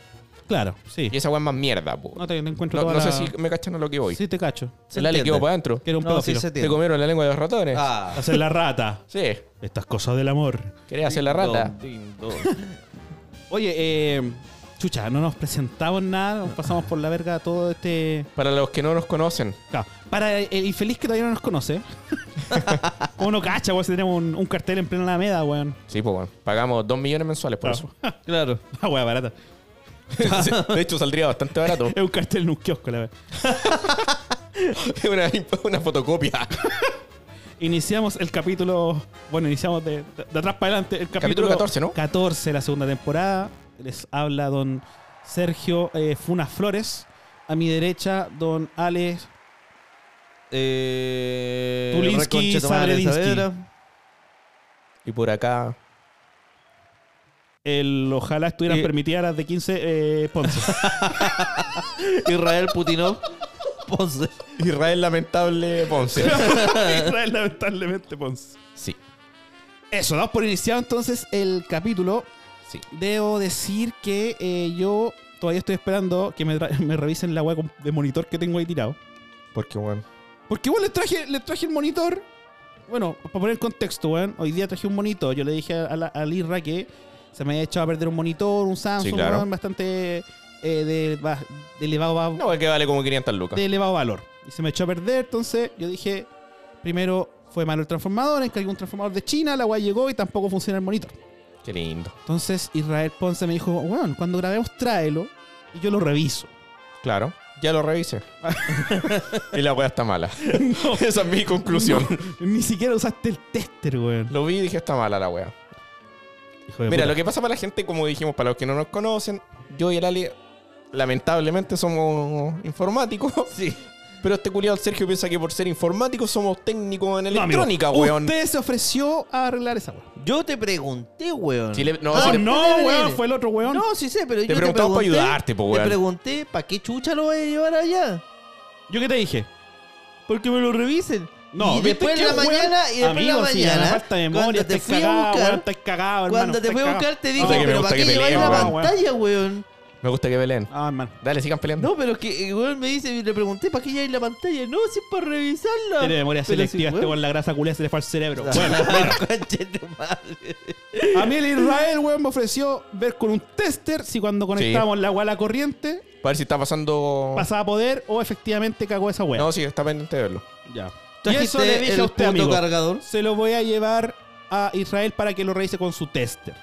Claro, sí.
Y esa wea es más mierda, po.
No te, te encuentro
No,
toda
no sé
la-
si me cachan a lo que voy.
Sí, te cacho.
Se
Se la le
entiende.
quedó para adentro.
Que era un
No, sí
pedófilo.
se entiende.
Te comieron la lengua de los ratones.
Ah.
Hacer la rata.
Sí,
Estas cosas del amor.
quería hacer la rata.
Ding dong, ding dong.
Oye, eh, chucha, no nos presentamos nada, nos pasamos por la verga todo este...
Para los que no nos conocen,
Claro, para el infeliz que todavía no nos conoce. Uno cacha, weón, si tenemos un, un cartel en plena Alameda, weón.
sí, pues bueno, pagamos 2 millones mensuales por
Claro.
Claro.
Ah, weón, barata.
eso. Sí, De hecho, saldría bastante barato.
Es un cartel en un kiosco, la verdad.
una, una fotocopia.
Iniciamos el capítulo... Bueno, iniciamos de, de- de atrás para adelante. El capítulo,
Capítulo 14, ¿no?
14, la segunda temporada. Les habla don Sergio eh, Funas Flores. A mi derecha, don Alex
Eh,
Tulinsky,
reconche tu madre,
Sabredinsky.
Saavedra.
Y por acá.
El, ojalá estuvieran
Eh.
Y-
permitidas las de 15 eh, Ponce.
Israel Putinov. Ponce.
Israel lamentable Ponce.
Israel, lamentablemente, Ponce.
Sí,
Eso, damos por iniciado entonces el capítulo.
sí.
Debo decir que eh, yo todavía estoy esperando que me, tra- me revisen la web de monitor que tengo ahí tirado.
Porque bueno.
Porque, bueno, les traje, les traje el monitor. Bueno, para poner en contexto, weón, hoy día traje un monitor. Yo le dije a la- al Irra que se me había echado a perder un monitor, un Samsung,
claro.
weón, bastante eh, de, va- de elevado va-
No, es que vale como 500 lucas.
de elevado valor. Y se me echó a perder, entonces yo dije, primero fue malo el transformador, encargué un transformador de China, la guay llegó y tampoco funciona el monitor.
Qué lindo.
Entonces Israel Ponce me dijo, bueno, cuando grabemos tráelo y yo lo reviso.
Claro. Ya lo revisé. y la weá está mala. Esa es mi conclusión.
Ni siquiera usaste el tester, weón.
Lo vi y dije, está mala la weá. Mira, lo que pasa para la gente, como dijimos, para los que no nos conocen, yo y el Ali, lamentablemente somos informáticos.
Sí.
Pero este culiado Sergio piensa que por ser informático somos técnicos en
No, amigo,
electrónica, weón.
Usted se ofreció a arreglar esa weón.
Yo te pregunté, weón.
Sí, le- no,
Ah,
sí le-
no,
dale,
weón,
dale.
fue el otro weón.
No, sí sé, pero yo te
preguntamos
pregunté.
pa' ayudarte, po,
Te
weón.
pregunté, ¿para qué chucha lo voy a llevar allá?
¿Yo qué te dije?
Porque me lo revisen.
No,
y después
¿viste
en la
qué, weón?
mañana, y después en la
Amigo, si a
mañana.
la falta de memoria,
cuando te
estás
fui a
cagado,
buscar,
weón, estás cagado, hermano.
cuando te
estás
fui a
cagado.
buscar, te dije,
No sé qué me
pero
gusta
¿para qué
que
lleváis
peleen,
la
weón.
pantalla, weón?
Me gusta que peleen.
Ah, hermano.
Dale, sigan peleando.
No, pero es que el weón me dice, le pregunté, ¿para qué lleváis la pantalla? No, si es para revisarla.
Tiene memoria
Pero si,
selectiva, este
weón.
con la grasa culea se le fue al cerebro.
Ah,
Bueno,
conche tu madre.
A mí el Israel, weón, me ofreció ver con un tester si cuando conectábamos la weá a la corriente
Para ver si está pasando.
pasaba a poder o efectivamente cagó esa weá.
No, sí, está pendiente de verlo.
Ya. Y eso
¿Trajiste
le dije
el
a usted,
puto
amigo.
cargador?
Se lo voy a llevar a Israel para que lo revise con su tester.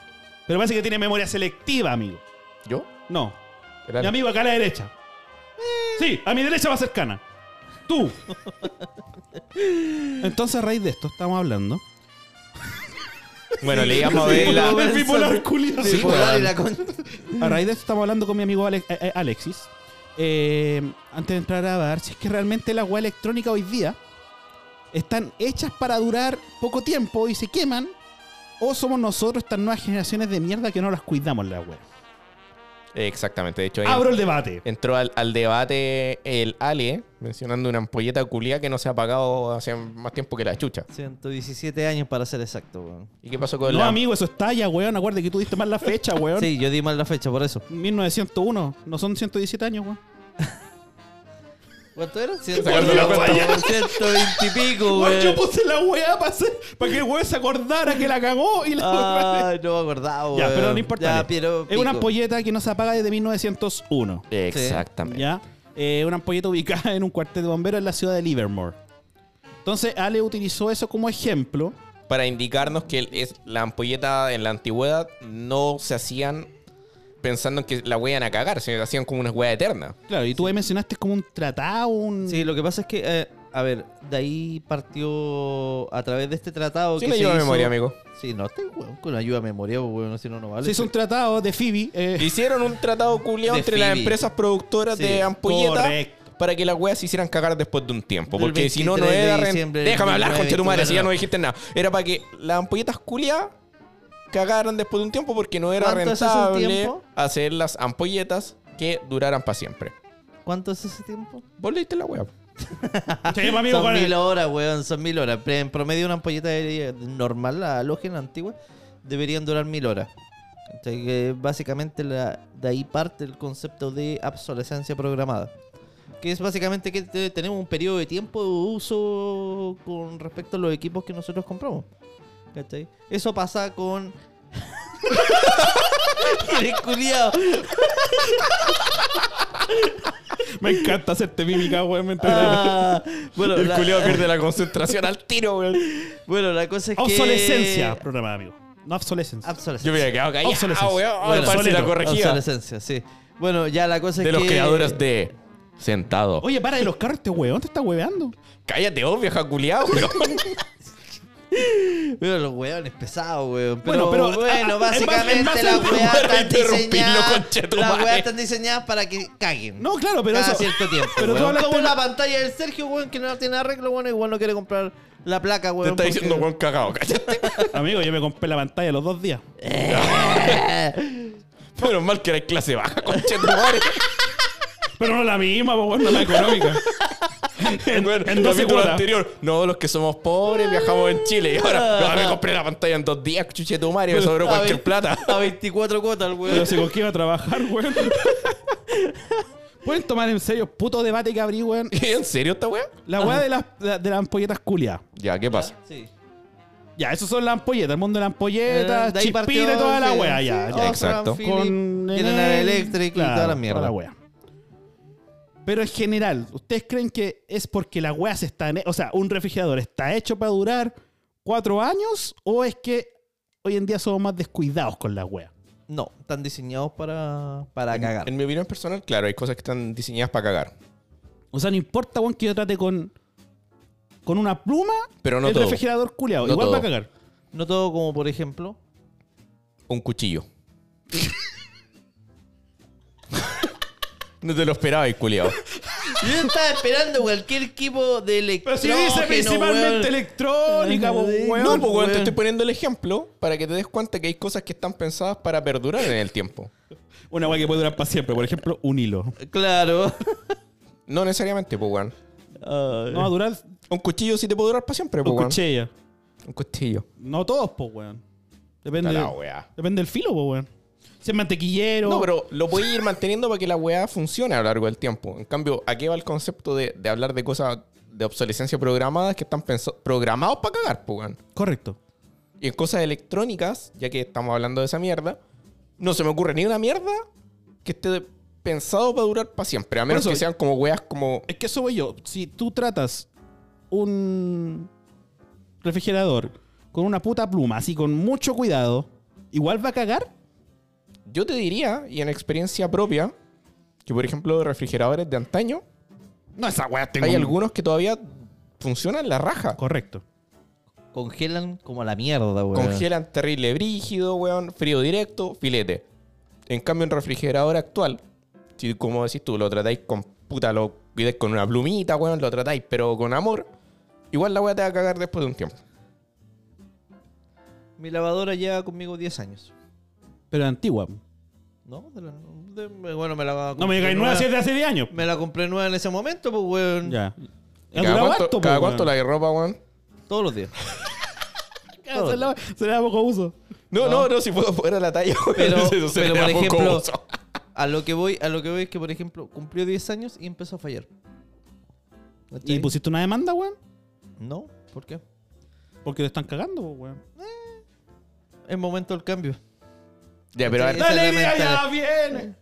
Pero parece que tiene memoria selectiva, amigo.
¿Yo?
No.
Era-
Mi amigo acá a la derecha. Sí, a mi derecha más cercana. Tú. Entonces, a raíz de esto, estamos hablando.
Bueno, le íbamos a ver
Sí,
la.
el bipolar culiao.
Sí,
Sí,
bipolar y
weón.
la con-
A raíz de esto estamos hablando con mi amigo Ale- eh, eh, Alexis. Eh, antes de entrar a grabar, si es que realmente las weas electrónicas hoy día están hechas para durar poco tiempo y se queman, o somos nosotros estas nuevas generaciones de mierda que no las cuidamos las weas.
Exactamente, de hecho, ahí
Abro el debate.
entró al, al debate el Ale, mencionando una ampolleta culia que no se ha apagado hace más tiempo que la chucha.
117 años para ser exacto, weón.
¿Y qué pasó con
No,
la.?
amigo, eso es talla, weón. Acuérdate que tú diste mal la fecha, weón.
Sí, yo di mal la fecha por eso.
1901, no son 117 años, weón.
¿Cuánto era?
Sacando la cuenta.
120 y pico,
Weón,
güey.
yo puse la weá para que el weón se acordara que la cagó y la
Ah, Ay, no me acordaba, güey.
Ya, pero no importa.
Ya, pero
es una
pico.
ampolleta que no se apaga desde 1901.
Exactamente.
¿Ya? Eh, una ampolleta ubicada en un cuartel de bomberos en la ciudad de Livermore. Entonces, Ale utilizó eso como ejemplo.
Para indicarnos que es la ampolleta en la antigüedad no se hacían pensando en que la huean a cagar, se hacían como una hueá eterna.
Claro, y tú ahí mencionaste como un tratado, un.
Sí, lo que pasa es que, eh, a ver, de ahí partió a través de este tratado.
Sí,
que
me
se
lleva a
hizo-
memoria, amigo.
Sí, no, estoy weón, con ayuda a memoria, pues, weón, si no, no vale.
Se hizo un tratado de Phoebe. eh,
Hicieron un tratado culiado
De
entre las
Phoebe.
empresas productoras
Sí,
de ampolletas
correcto.
para que las weas se hicieran cagar después de un tiempo.
Del
Porque si no, no
23 de
era. ren-
diciembre del
Déjame hablar,
19,
concha tu madre, si ya no
19.
dijiste nada. Era para que las ampolletas culiadas cagaran después de un tiempo porque no era
¿Cuánto es ese
rentable
tiempo?
hacer las ampolletas que duraran para siempre.
¿Cuánto es ese tiempo?
Vos leíste la wea.
Sí, pues, amigo,
son
con el-
mil horas, weón, son mil horas. Pre- En promedio una ampolleta de- normal, la lógica antigua, deberían durar mil horas. Entonces, que básicamente la- de ahí parte el concepto de obsolescencia programada. Que es básicamente que te- tenemos un periodo de tiempo de uso con respecto a los equipos que nosotros compramos. ¿Cachai? Eso pasa con... Eres culiao.
Me encanta hacerte mímica, weón. me entretiene.
Ah, bueno,
El
la,
culiado pierde la concentración al tiro, weón.
bueno, la cosa es que...
Obsolescencia, programa, amigo. No obsolescencia.
Obsolescencia.
Yo me había quedado
Obsolescencia.
callado, weón.
Bueno,
Parece la
obsoleto,
corregida.
Obsolescencia, sí. Bueno, ya la cosa es
De
que...
los creadores de Sentado.
Oye, para de los carros, este weón te está hueveando.
Cállate, obvio, jaculeado, weón.
Bueno, los weones pesados, weón.
Bueno,
Pero,
pero, ah,
bueno,
ah,
básicamente
en base- en base
las
al-
weas
para
están
interrumpirlo,
diseñadas...
conchetumare.
Las weas están diseñadas para que caguen.
No, claro, pero
cada
eso-
Ah, cierto tiempo,
pero tú
weón.
hablaste
Como
de-
la pantalla del Sergio, weón, que no tiene arreglo, weón. Igual no quiere comprar la placa,
Te
weón.
está diciendo
porque-
weón cagado, cállate.
Amigo, yo me compré la pantalla los dos días.
Menos mal que era clase baja, concha de tu madre.
Pero no la misma, pues, weón, no la económica. en,
Bueno,
en
el
12
capítulo
cuotas.
anterior, no, los que somos pobres viajamos en Chile y ahora no, me compré la pantalla en dos días, chuche tu madre, me sobró
Ah. a
cualquier
ve-
plata.
A 24 cuotas, el
Pero
weón.
si con qué iba a trabajar, weón. ¿Pueden tomar en serio el puto debate que abrí, weón?
¿En serio esta weá?
La weá de las, de las ampolletas culiadas.
Ya, ¿qué pasa?
Sí.
Ya, eso son las ampolletas, el mundo de las
Eh,
ampolletas,
de ahí partió,
chispita y toda la
sí,
weá,
sí, Oh,
ya.
ya,
Osram,
exacto.
Philips,
Con
General Electric y toda la mierda.
wea. Pero en general, ¿ustedes creen que es porque la wea se está... en- e, O sea, un refrigerador está hecho para durar cuatro años o es que hoy en día somos más descuidados con la wea?
No, están diseñados para, para
En-
cagar.
En mi opinión personal, claro, hay cosas que están diseñadas para cagar.
O sea, no importa, weón, que yo trate con... Con una pluma,
Pero no
el
todo.
refrigerador culeado.
No
Igual va a
todo.
cagar.
No todo como, por ejemplo...
Un cuchillo. no te lo esperaba, el culiao.
Yo estaba esperando cualquier equipo de
Pero si
electrógeno,
dice principalmente
weón.
electrónica, po,
No,
weón.
No, pues weón,
weón.
te estoy poniendo el ejemplo para que te des cuenta que hay cosas que están pensadas para perdurar en el tiempo.
Una wea que puede durar para siempre. Por ejemplo, un hilo.
Claro.
No necesariamente, pues weón.
Ah, No va a durar
Un cuchillo sí te puede durar para siempre, pues
con
weón.
cuchilla.
Un cuchillo.
No todos, po, weón. Depende,
Está la weá.
depende del filo, po, weón. Si es mantequillero.
No, pero lo voy a ir manteniendo para que la weá funcione a lo largo del tiempo. En cambio, ¿a qué va el concepto de, de hablar de cosas de obsolescencia programadas que están pensa- programados para cagar, pues weón?
Correcto.
Y en cosas electrónicas, ya que estamos hablando de esa mierda, no se me ocurre ni una mierda que esté pensado para durar para siempre. A menos
eso-
que sean como weas como.
Es que eso voy yo. Si tú tratas un refrigerador con una puta pluma, así con mucho cuidado, igual va a cagar.
Yo te diría, y en experiencia propia, que por ejemplo, de refrigeradores de antaño,
No, esa weá tengo.
hay
un-
algunos que todavía funcionan la raja.
Correcto.
Congelan como la mierda, weón.
Congelan terrible brígido, weón, frío directo, filete. En cambio, en refrigerador actual, si como decís tú, lo tratáis con puta, lo cuidáis con una plumita, weón, lo tratáis, pero con amor, igual la weá te va a cagar después de un tiempo.
Mi lavadora lleva conmigo 10 años.
Pero antigua.
¿No? De la- de- bueno, me la
No me digáis nueva si es de hace 10 años.
Me la compré nueva en ese momento, pues, weón.
Ya.
¿Y Mm. ¿Cada cuánto, cada cuánto
la...
la ropa, weón?
Todos los días.
Se le da- se le da poco uso.
No,
No.
no, no, si puedo fuera la talla, weón.
Pero,
eso se
pero por
le da poco
ejemplo,
uso.
a lo que voy, a lo que voy es que, por ejemplo, cumplió 10 años y empezó a fallar.
¿Y
¿cachai?
pusiste una demanda, weón?
No, ¿por qué?
Porque te están cagando, weón.
Es momento del cambio.
Ya, pero a ver,
Esa es la mentalidad.
viene!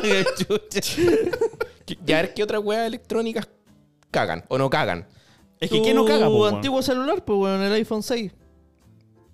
Qué chucha.
¿qué- ya a ver qué otras weas electrónicas cagan o no cagan.
Es que ¿qué no caga, po,
Tu
weón?
antiguo celular, pues, weón, el iPhone 6.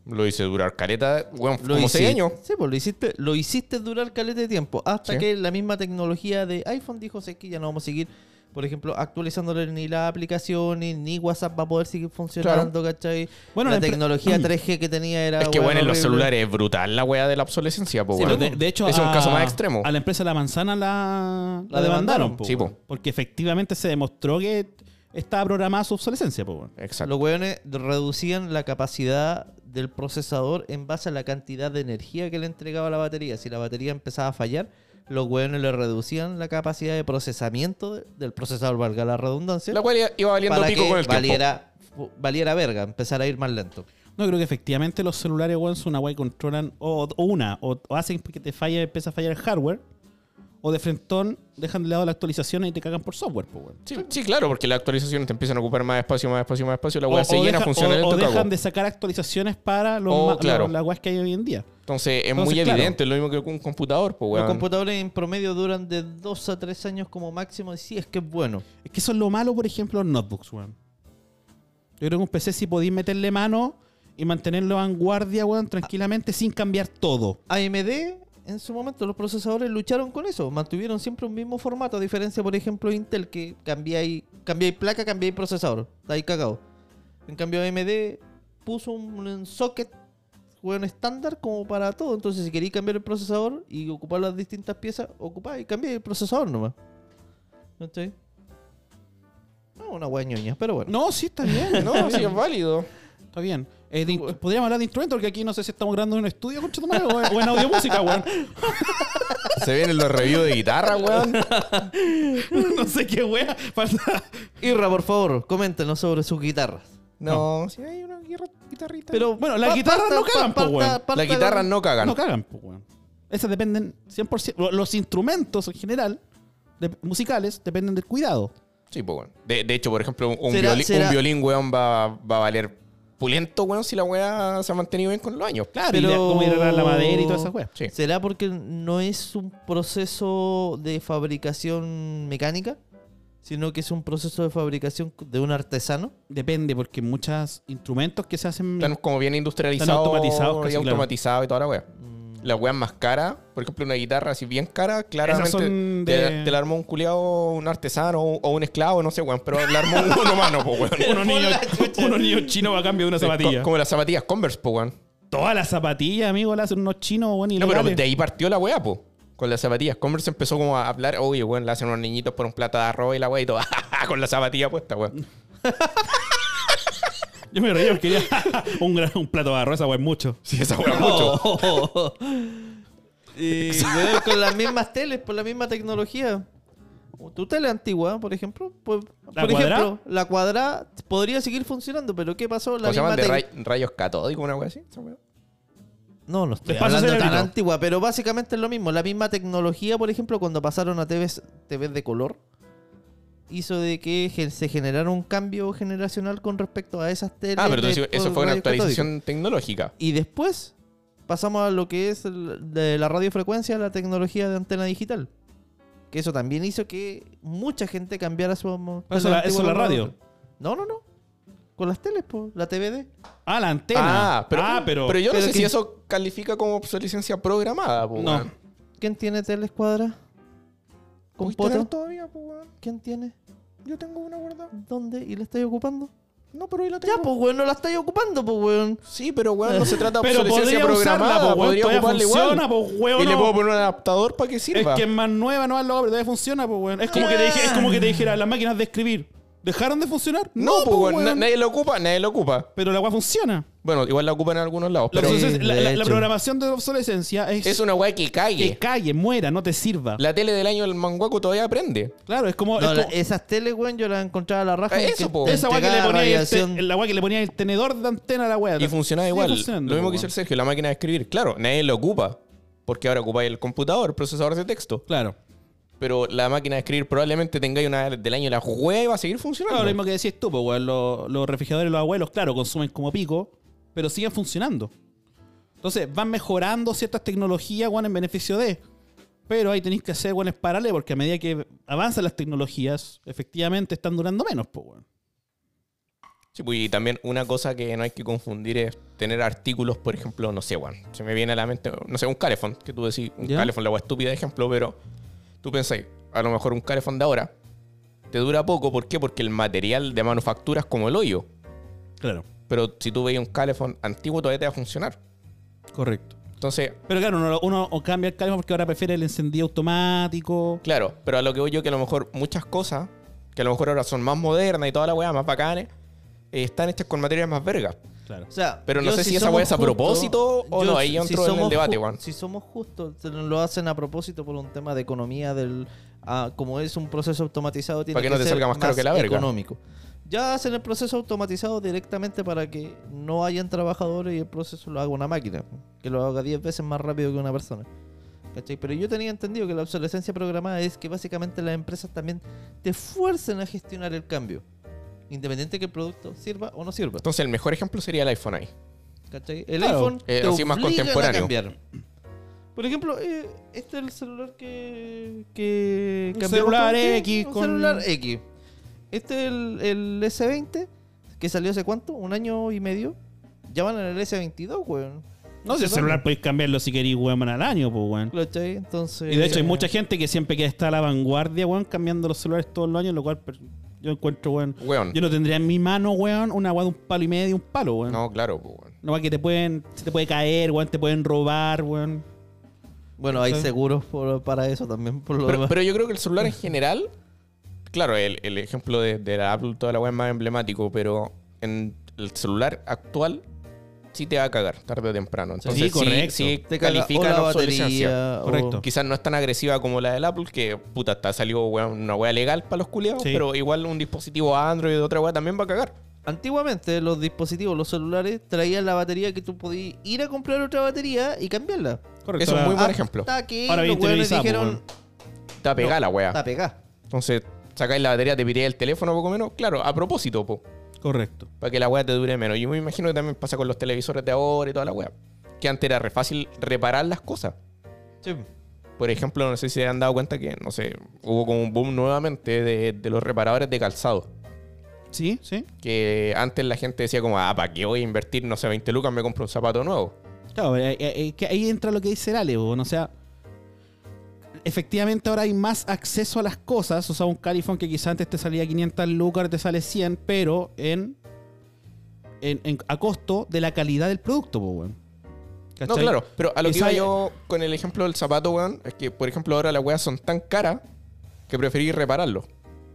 Lo hice durar caleta, weón,
Lo
como
hiciste-
6 años.
Sí, pues lo hiciste, lo hiciste durar caleta de tiempo. Hasta
Sí.
que la misma tecnología de iPhone dijo, sé que ya no vamos a seguir, por ejemplo, actualizándole ni las aplicaciones, ni WhatsApp va a poder seguir funcionando, ¿cachai?
Bueno,
la,
la empre-
tecnología 3G que tenía era.
Es que,
weón,
bueno, en los
horrible.
celulares es brutal la wea de la obsolescencia, pues,
Sí,
weón.
Pero de, de hecho,
Ese es un
a-
caso más extremo.
A la empresa La Manzana la, la
La
demandaron,
demandaron,
po,
sí, po.
weón. porque efectivamente se demostró que estaba programada su obsolescencia, po, weón.
Exacto.
Los weones reducían la capacidad del procesador en base a la cantidad de energía que le entregaba la batería. Si la batería empezaba a fallar, los weones le reducían la capacidad de procesamiento de- del procesador, valga la redundancia.
La cual iba valiendo
para
pico
que
con el tiempo.
valiera, fu- valiera verga, empezar a ir más lento.
No, creo que efectivamente los celulares, weón, son una weá que controlan o, o una, o, o hacen que te falle, empieza a fallar el hardware, o de frentón dejan de lado las actualizaciones y te cagan por software, po, weón.
Sí, sí, claro, porque las actualizaciones te empiezan a ocupar más espacio, más espacio, más espacio. La
O,
wea
o
se llena,
deja-
funciona
o-
en
o
el
dejan de sacar actualizaciones para los
Oh,
ma-
claro.
los- las weas que hay hoy en día.
Entonces es
Entonces,
muy
claro.
evidente, es lo mismo que un computador, pues,
Los
weón.
computadores en promedio duran de 2 a 3 años como máximo, y sí es que es bueno.
Es que eso es lo malo, por ejemplo, los notebooks, weón. Yo creo que un PC si podéis meterle mano y mantenerlo vanguardia, weón, tranquilamente, sin cambiar todo.
AMD en su momento los procesadores lucharon con eso, mantuvieron siempre un mismo formato, a diferencia por ejemplo de Intel que cambiáis cambiáis placa, cambiáis procesador, está ahí cagado. En cambio AMD puso un, un socket bueno, estándar como para todo, entonces si queréis cambiar el procesador y ocupar las distintas piezas, ocupáis y cambiáis el procesador nomás. ¿Cachai? No, Ah, una guay ñoña, pero bueno.
No, sí, está bien, no,
No, sí, es válido.
está bien. Eh, de in- podríamos hablar de instrumentos, porque aquí no sé si estamos grabando en un estudio, concha tu madre, o, o en audio música, weón.
Se vienen los reviews de guitarra, weón.
No sé qué weón.
Irra, por favor, coméntenos sobre sus guitarras.
No, si hay una guirra- guitarrita.
Pero
Bueno, las
pa-
guitarras
parta-
no cagan,
parta-
po, weón.
parta
las
con-
guitarras no cagan.
No cagan, pues, weón. Esas dependen 100%. lo- Los instrumentos en general, de- musicales, dependen del cuidado.
Sí, pues, weón. De, de hecho, por ejemplo, un,
¿Será-
violi-
será-
un violín, weón, va, va a valer pulento, weón, si la weá se ha mantenido bien con los años.
Claro,
Pero-
y de- cómo ir a la madera y todas esas weas.
Sí.
¿Será porque no es un proceso de fabricación mecánica? Sino que es un proceso de fabricación de un artesano.
Depende, porque muchos instrumentos que se hacen.
Están como bien industrializados.
Mm. Están automatizados,
Y
casi, claro. Mm.
automatizados y toda la weá. Las weas más caras, por ejemplo, una guitarra así bien cara, claramente
son
te-
de-
te, la armó un culiado, un artesano o un esclavo, no sé, weón, pero la armó un humano, pues, weón.
unos niños, unos niños chinos a cambio de una
Co-
zapatilla.
Como las zapatillas Converse, pues, weón.
Todas las zapatillas, amigo, las hacen unos chinos, weón,
No, pero
ilegales.
de ahí partió la weá, po. Con las zapatillas. Converse empezó como a hablar, oye, weón, le hacen unos niñitos por un plato de arroz y la weá y todo. con la zapatilla puesta, weón.
Yo me reía porque quería un, gran- un plato de arroz, esa weón, mucho.
Sí, esa weá mucho.
y weón, con las mismas teles, por la misma tecnología. Tu tele antigua, por ejemplo, pues,
¿La
por
cuadrada?
ejemplo, la cuadrada podría seguir funcionando, pero ¿qué pasó? La
¿Cómo se llaman? De
tele-
ray- rayos catódicos, una weá así. esa weá.
No, no estoy
Despacio
hablando tan
cerebrito.
antigua, pero básicamente es lo mismo. La misma tecnología, por ejemplo, cuando pasaron a TVs, TVs de color, hizo de que gen- se generara un cambio generacional con respecto a esas teles.
Ah, pero tú
de-
decís, eso
por
fue una
rayos catódicos.
actualización tecnológica.
Y después pasamos a lo que es el- de la radiofrecuencia a la tecnología de antena digital. Que eso también hizo que mucha gente cambiara su... mo-
Ah,
Eso
tele
la- eso
antigua
la
por
radio.
otra. No, no, no. Con las teles, po, la TVD.
Ah, la antena.
Ah, pero, pero, yo
pero
no sé
que-
si eso califica como obsolescencia programada, po,
No.
weón.
¿Quién tiene teles cuadras? ¿Con
¿Pudiste tener
poto?
todavía, po, weón?
¿Quién tiene?
Yo tengo una guardada.
¿Dónde? ¿Y la estáis ocupando?
No, pero ahí la tengo.
Ya, pues, weón, no la estáis ocupando, pues, weón.
Sí, pero weón, no se trata de
Pero
obsolescencia
podría usarla,
programada.
po, weón.
podría
Todavía
ocuparla
funciona,
igual.
po, weón.
y le
no.
puedo poner un adaptador para que
Es
sirva.
que es más nueva, no es la obra, todavía funciona, pues, weón. Es como, que te dije- es como que te dijera, las máquinas de escribir, ¿dejaron de funcionar?
No, pues, weón, na-
weón.
nadie lo ocupa, nadie lo ocupa.
Pero la weá funciona.
Bueno, igual la ocupan en algunos lados,
La
pero
obsolescencia-
obsolescencia- la,
de
la- la
hecho.
programación de obsolescencia es,
es una weá que
que
cague.
calle, muera, no te sirva.
La tele del año del manguaco todavía aprende.
claro, es como...
No,
es
la-
como-
esas teles, weón, yo las encontraba a la raja.
Ah, eso, po.
te
esa weá que le
entregaba
ponía este, el,
radiación.
te- la weá que le ponía el tenedor de antena a la weá.
Y funcionaba
Sigue
igual.
funcionando, pues,
Lo mismo
po,
que hizo el
weón.
Sergio, la máquina de escribir. Claro, nadie lo ocupa. Porque ahora ocupáis el computador, el procesador de texto.
Claro.
pero la máquina de escribir probablemente tengáis una del año de la hueá y va a seguir funcionando.
Claro, lo mismo que decís tú, pues, weón, los, los refrigeradores, los abuelos, claro, consumen como pico, pero siguen funcionando. Entonces, van mejorando ciertas tecnologías, weón, en beneficio de. Pero ahí tenéis que hacer, weón, es paralelo, porque a medida que avanzan las tecnologías, efectivamente están durando menos, pues, weón.
Sí, pues, y también una cosa que no hay que confundir es tener artículos, por ejemplo, no sé, weón. Se me viene a la mente, no sé, un calefón, que tú decís, un
Ya.
calefón, la weá estúpida de ejemplo, pero tú pensáis, a lo mejor un calefón de ahora te dura poco, ¿por qué? Porque el material de manufactura es como el hoyo.
Claro,
Pero si tú veis un calefón antiguo, todavía te va a funcionar.
correcto.
Entonces,
Pero claro, uno, uno o cambia el calefón porque ahora prefiere el encendido automático.
Claro, pero a lo que voy yo que a lo mejor muchas cosas, que a lo mejor ahora son más modernas y toda la weá, más bacanes, eh, están hechas con materias más vergas.
Claro.
O sea,
Pero no
yo
sé si esa weá es a
somos
propósito o no, ahí entro en el
somos
debate,
ju-
weón.
Si somos justos, se lo hacen a propósito por un tema de economía del... ah, como es un proceso automatizado, tiene
Para que no te
ser
salga más caro que la verga.
económico. Ya hacen el proceso automatizado directamente para que no hayan trabajadores y el proceso lo haga una máquina. Que lo haga 10 veces más rápido que una persona. ¿Cachai? Pero yo tenía entendido que la obsolescencia programada es que básicamente las empresas también te fuercen a gestionar el cambio. Independiente que el producto sirva o no sirva.
Entonces el mejor ejemplo sería el iPhone ahí.
¿Cachai? El
Claro.
iPhone
Eh,
te
así más
obligan
contemporáneo.
a cambiar. Por ejemplo, eh, este es el celular que, que
Un
cambiamos
celular
todos, ¿sí?
X
Un
con-
celular X. Este es el, el S20 que salió hace cuánto, un año y medio. Ya van en el S22, weón.
No, si el celular podéis cambiarlo si queréis, weón, al año, pues, weón.
¿Cachai? Entonces,
Y de hecho hay
eh,
mucha gente que siempre que está a la vanguardia, weón, cambiando los celulares todos los años, lo cual per- yo encuentro, weón.
Weón.
Yo no tendría en mi mano, weón, una weón de un palo y medio, un palo, weón. No.
No, claro, pues, weón.
que te pueden, se te puede caer, weón, te pueden robar, weón.
Bueno, hay
¿cachai?
seguros por- para eso también. Por lo
Pero,
demás.
pero yo creo que el celular en general, claro, el, el ejemplo de, de la Apple, toda la weá es más emblemático, pero en el celular actual sí te va a cagar tarde o temprano. Entonces, sí,
correcto.
sí
te caga o
califica
la
la obsolescencia.
batería. o-
Correcto.
Quizás no es tan agresiva como la del Apple, que puta, está salió weón, una wea legal para los culiados,
Sí.
pero igual un dispositivo Android de otra wea también va a cagar.
Antiguamente los dispositivos, los celulares, traían la batería que tú podías ir a comprar otra batería y cambiarla.
Correcto. Ah,
Eso es muy
ahora-
buen ejemplo.
Hasta que
Ahora
los
bien
weones
televisado,
dijeron,
Está pegada la wea.
está pegada.
Entonces, sacáis la batería, te piráis el teléfono poco menos. Claro, a propósito, po,
Correcto.
para que la wea te dure menos. Yo me imagino que también pasa con los televisores de ahora y toda la wea. Que antes era re fácil reparar las cosas.
Sí.
Por ejemplo, no sé si se han dado cuenta que, no sé, hubo como un boom nuevamente de, de los reparadores de calzado.
Sí, sí.
Que antes la gente decía como, ah, ¿para qué voy a invertir, no sé, 20 lucas, me compro un zapato nuevo?
Claro, eh, eh, eh, que ahí entra lo que dice el Ale, weón. O sea, efectivamente ahora hay más acceso a las cosas. O sea, un califón que quizás antes te salía 500 lucas, ahora te sale 100, pero en, en, en- a costo de la calidad del producto, pues, weón.
No,
¿Cachai?
claro, pero a lo que iba
Quizá-
yo con el ejemplo del zapato, weón, es que, por ejemplo, ahora las weas son tan caras que preferí repararlo.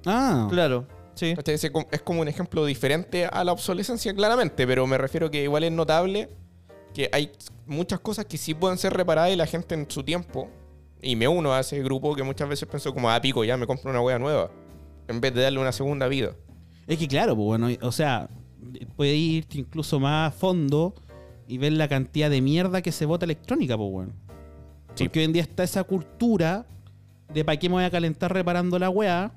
Ah,
Claro, sí.
¿Cachai? Ese com- Es como un ejemplo diferente a la obsolescencia, claramente, pero me refiero que igual es notable que hay muchas cosas que sí pueden ser reparadas y la gente en su tiempo, y me uno a ese grupo que muchas veces pensó como, ah, pico, ya me compro una wea nueva, en vez de darle una segunda vida.
Es que claro, pues bueno, o sea, puede irte incluso más a fondo y ver la cantidad de mierda que se bota electrónica, pues bueno.
Sí.
Porque hoy en día está esa cultura de para qué me voy a calentar reparando la weá,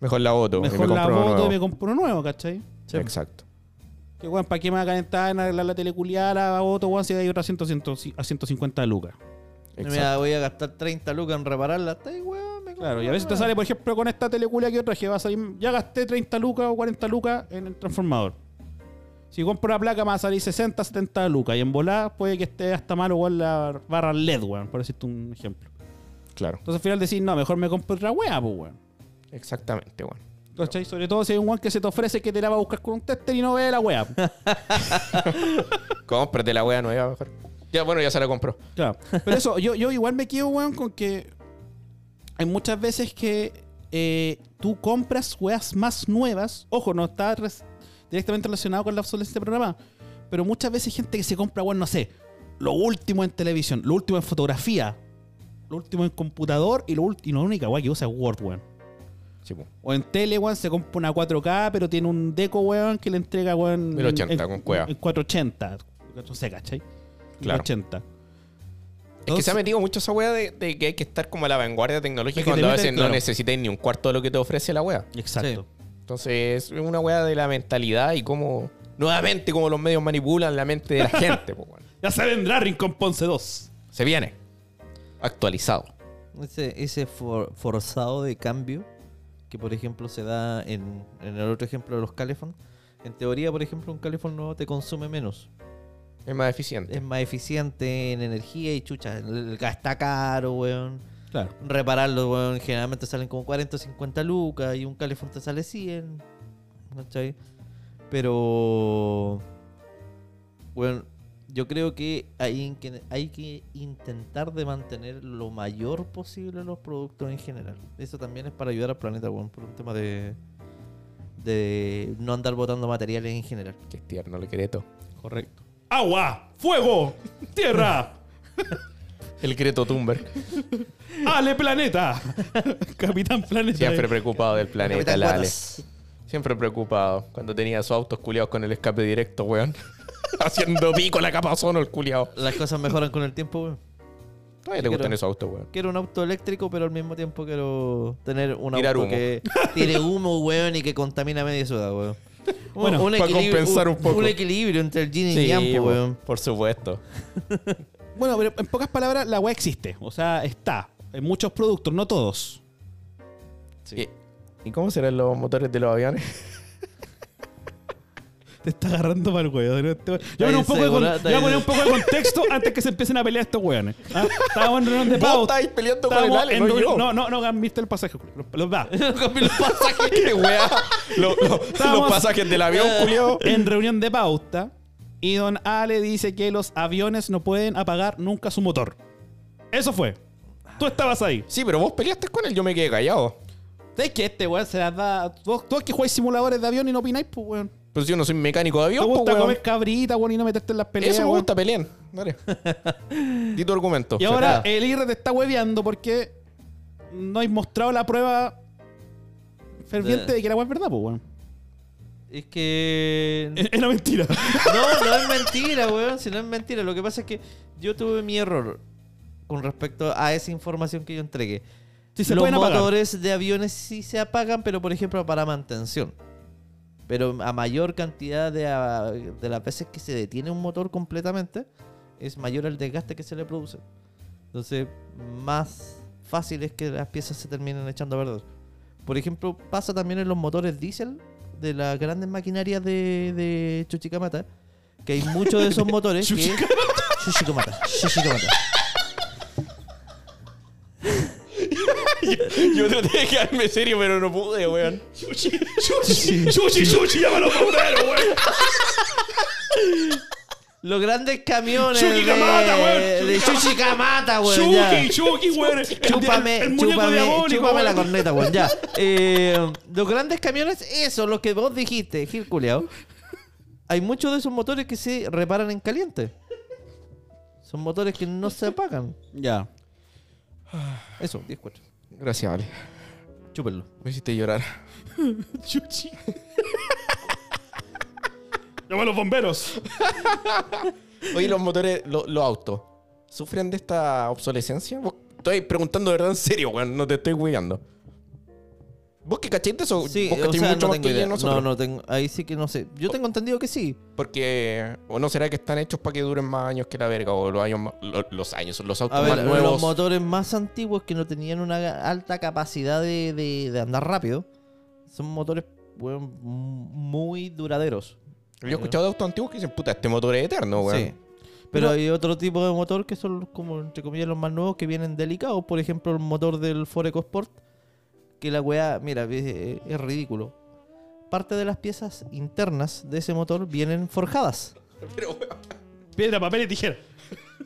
Mejor la voto, y
mejor
me
la
compro uno
boto y me
nuevo.
compro uno nuevo, ¿cachai?
Exacto.
Que weón, ¿para qué me voy a calentar en arreglar la teleculiada, la boto, weón, si hay otra 100, 100, a 150 lucas?
exacto.
Mira, voy a gastar 30 lucas en repararla. Está ahí, weón, me
Claro,
compro
y a veces te
una
sale, por ejemplo, con esta teleculia que yo traje, va a salir, ya gasté 30 lucas o 40 lucas en el transformador. Si compro la placa, me va a salir 60, 70 lucas. Y en volada puede que esté hasta malo con la barra LED, weón, por decirte un ejemplo.
Claro,
Entonces al final decís, no, mejor me compro otra wea, pues, weón.
exactamente, weón.
¿Cachai? Sobre todo si hay un weón que se te ofrece que te la va a buscar con un tester y no ve la wea.
Cómprate la wea nueva mejor. Ya, bueno, ya se la compró.
Claro. Pero eso, yo, yo igual me quedo, weón, con que hay muchas veces que eh, tú compras weas más nuevas. Ojo, no está res- directamente relacionado con la obsolescencia programada. Pero muchas veces gente que se compra, weón, no sé, lo último en televisión, lo último en fotografía, lo último en computador y lo ulti- y la única wea que usa es Word, weón.
Sí, po.
O en tele, weón, se compra una 4K, pero tiene un deco, weón, que le entrega, weón.
1080
en-
con cueva.
En 480. No sé, ¿cachai?
Claro.
480.
Es que se ha
Entonces-
metido mucho esa wea de, de que hay que estar como a la vanguardia tecnológica
Es que te
cuando a
meten,
veces no
claro.
necesitáis ni un cuarto de lo que te ofrece la wea.
Exacto.
Entonces, es una wea de la mentalidad y cómo, nuevamente, cómo los medios manipulan la mente de la gente. po, weón.
Ya se vendrá Rincón Ponce 2.
Se viene. Actualizado.
Ese, ese for- forzado de cambio que, por ejemplo, se da en, en el otro ejemplo de los calefón. En teoría, por ejemplo, un calefón nuevo te consume menos.
Es más eficiente.
Es más eficiente en energía y chucha. El el gas está caro, weón.
Claro.
Repararlo, weón, generalmente salen como 40 o 50 lucas y un calefón te sale 100. ¿Cachai? Pero... Bueno, yo creo que hay, en que hay que intentar de mantener lo mayor posible los productos en general. Eso también es para ayudar al planeta, weón, por un tema de... De no andar botando materiales en general.
Que es tierno el Creto.
Correcto. Agua, fuego, tierra,
El Creto Thunberg.
Ale Planeta. Capitán Planeta.
Siempre preocupado del planeta,
Capitán
la Ale.
Guatas.
Siempre preocupado. Cuando tenía sus autos culiados con el escape directo, weón. Haciendo pico la capa ozono el culiado.
Las cosas mejoran con el tiempo, weón.
Todavía le gustan
Quiero-
esos autos, weón.
Quiero un auto eléctrico, pero al mismo tiempo quiero tener un
Tirar
auto
humo.
que tire humo, weón, y que contamina media ciudad, weón. Un-
Bueno,
pa'
equilibrio-
compensar un poco.
Un equilibrio entre el yin y yang, po,
po,
weón.
Por supuesto.
Bueno, pero en pocas palabras, la web existe. O sea, está. En muchos productos, no todos.
¿Y, ¿Y cómo serán los motores de los aviones?
Te está agarrando para el huevo. ¿no? Te- Yo voy a poner un
Ahí
poco de con-
segura-
yo voy a poner un poco de contexto antes que se empiecen a pelear estos hueones. ¿ah? Estábamos en reunión de
Vos
pavos.
estáis peleando con el
Estábamos
Ale,
en
no
reunión-
yo.
no, no, no, han visto el pasaje. Los, los da.
¡Qué weá! Lo- lo- los
Estábamos-
pasajes del avión, culiao.
en reunión de pauta y don Ale dice que los aviones no pueden apagar nunca su motor. Eso fue. Tú estabas ahí.
Sí, pero vos peleaste con él, yo me quedé callado.
¿Sabes que este weón se las da? Vos, vos que jugáis simuladores de avión y no opináis, pues weón.
Pero si yo no soy mecánico de
Te
avión,
gusta
pues, weón.
comer cabrita, weón, y no meterte en las peleas.
Eso me
weón.
gusta, peleen. Dale. Di tu argumento.
Y ahora
Claro.
el IR te está hueveando porque no has mostrado la prueba ferviente
Eh.
de que la weón es verdad, pues weón.
Es que.
Es es una mentira.
No, no es mentira, weón. Si no es mentira. Lo que pasa es que yo tuve mi error con respecto a esa información que yo entregué.
Si se
Los
pueden apagar.
motores de aviones sí se apagan, pero por ejemplo para mantención. Pero a mayor cantidad de, a- de las veces que se detiene un motor completamente, es mayor el desgaste que se le produce. Entonces, más fácil es que las piezas se terminen echando a perder. Por ejemplo, pasa también en los motores diésel de las grandes maquinarias de, de Chuchicamata, que hay muchos de esos motores que... Chuchicamata, Chuchicamata.
Yo traté de quedarme serio, pero no pude, weón.
Sushi, sushi, llámalo bombero, weón.
Los grandes camiones
Chuquicamata,
de,
weón.
de
Chuquicamata.
Chuchicamata, weón.
Chucky,
ya.
Chucky, weón. El-
Chúpame,
el muñeco
chúpame,
diabólico,
chúpame la
weón.
corneta, weón. Ya. Eh, los grandes camiones, eso, lo que vos dijiste, Gil culiao. Hay muchos de esos motores que se reparan en caliente. Son motores que no se apagan.
Ya.
Eso, 10-4.
Gracias, Ale.
Chúpenlo.
Me hiciste llorar.
Chuchi. Llama a los bomberos.
Oye, los motores, lo- los autos, ¿sufren de esta obsolescencia? Vos- Estoy preguntando de verdad en serio, weón. No te estoy cuidando. ¿Vos que cachete eso?
Sí,
¿Vos
o
cachai
sea,
mucho
no
más
tengo
que
idea.
nosotros?
No, no tengo. Ahí sí que no sé. Yo tengo entendido que sí.
Porque, o no será que están hechos para que duren más años que la verga, o los años, más- lo- los años, los autos
A ver,
más nuevos.
los motores más antiguos que no tenían una ga- alta capacidad de, de- de andar rápido son motores weón, m- muy duraderos.
Yo he escuchado de autos antiguos que dicen, puta, este motor es eterno, weón.
Sí. Pero hay otro tipo de motor que son los- como, entre comillas, los más nuevos que vienen delicados. Por ejemplo, el motor del Ford EcoSport. Que la weá, mira, es, es ridículo. Parte de las piezas internas de ese motor vienen forjadas.
Pero, weón,
Piedra, papel y tijera.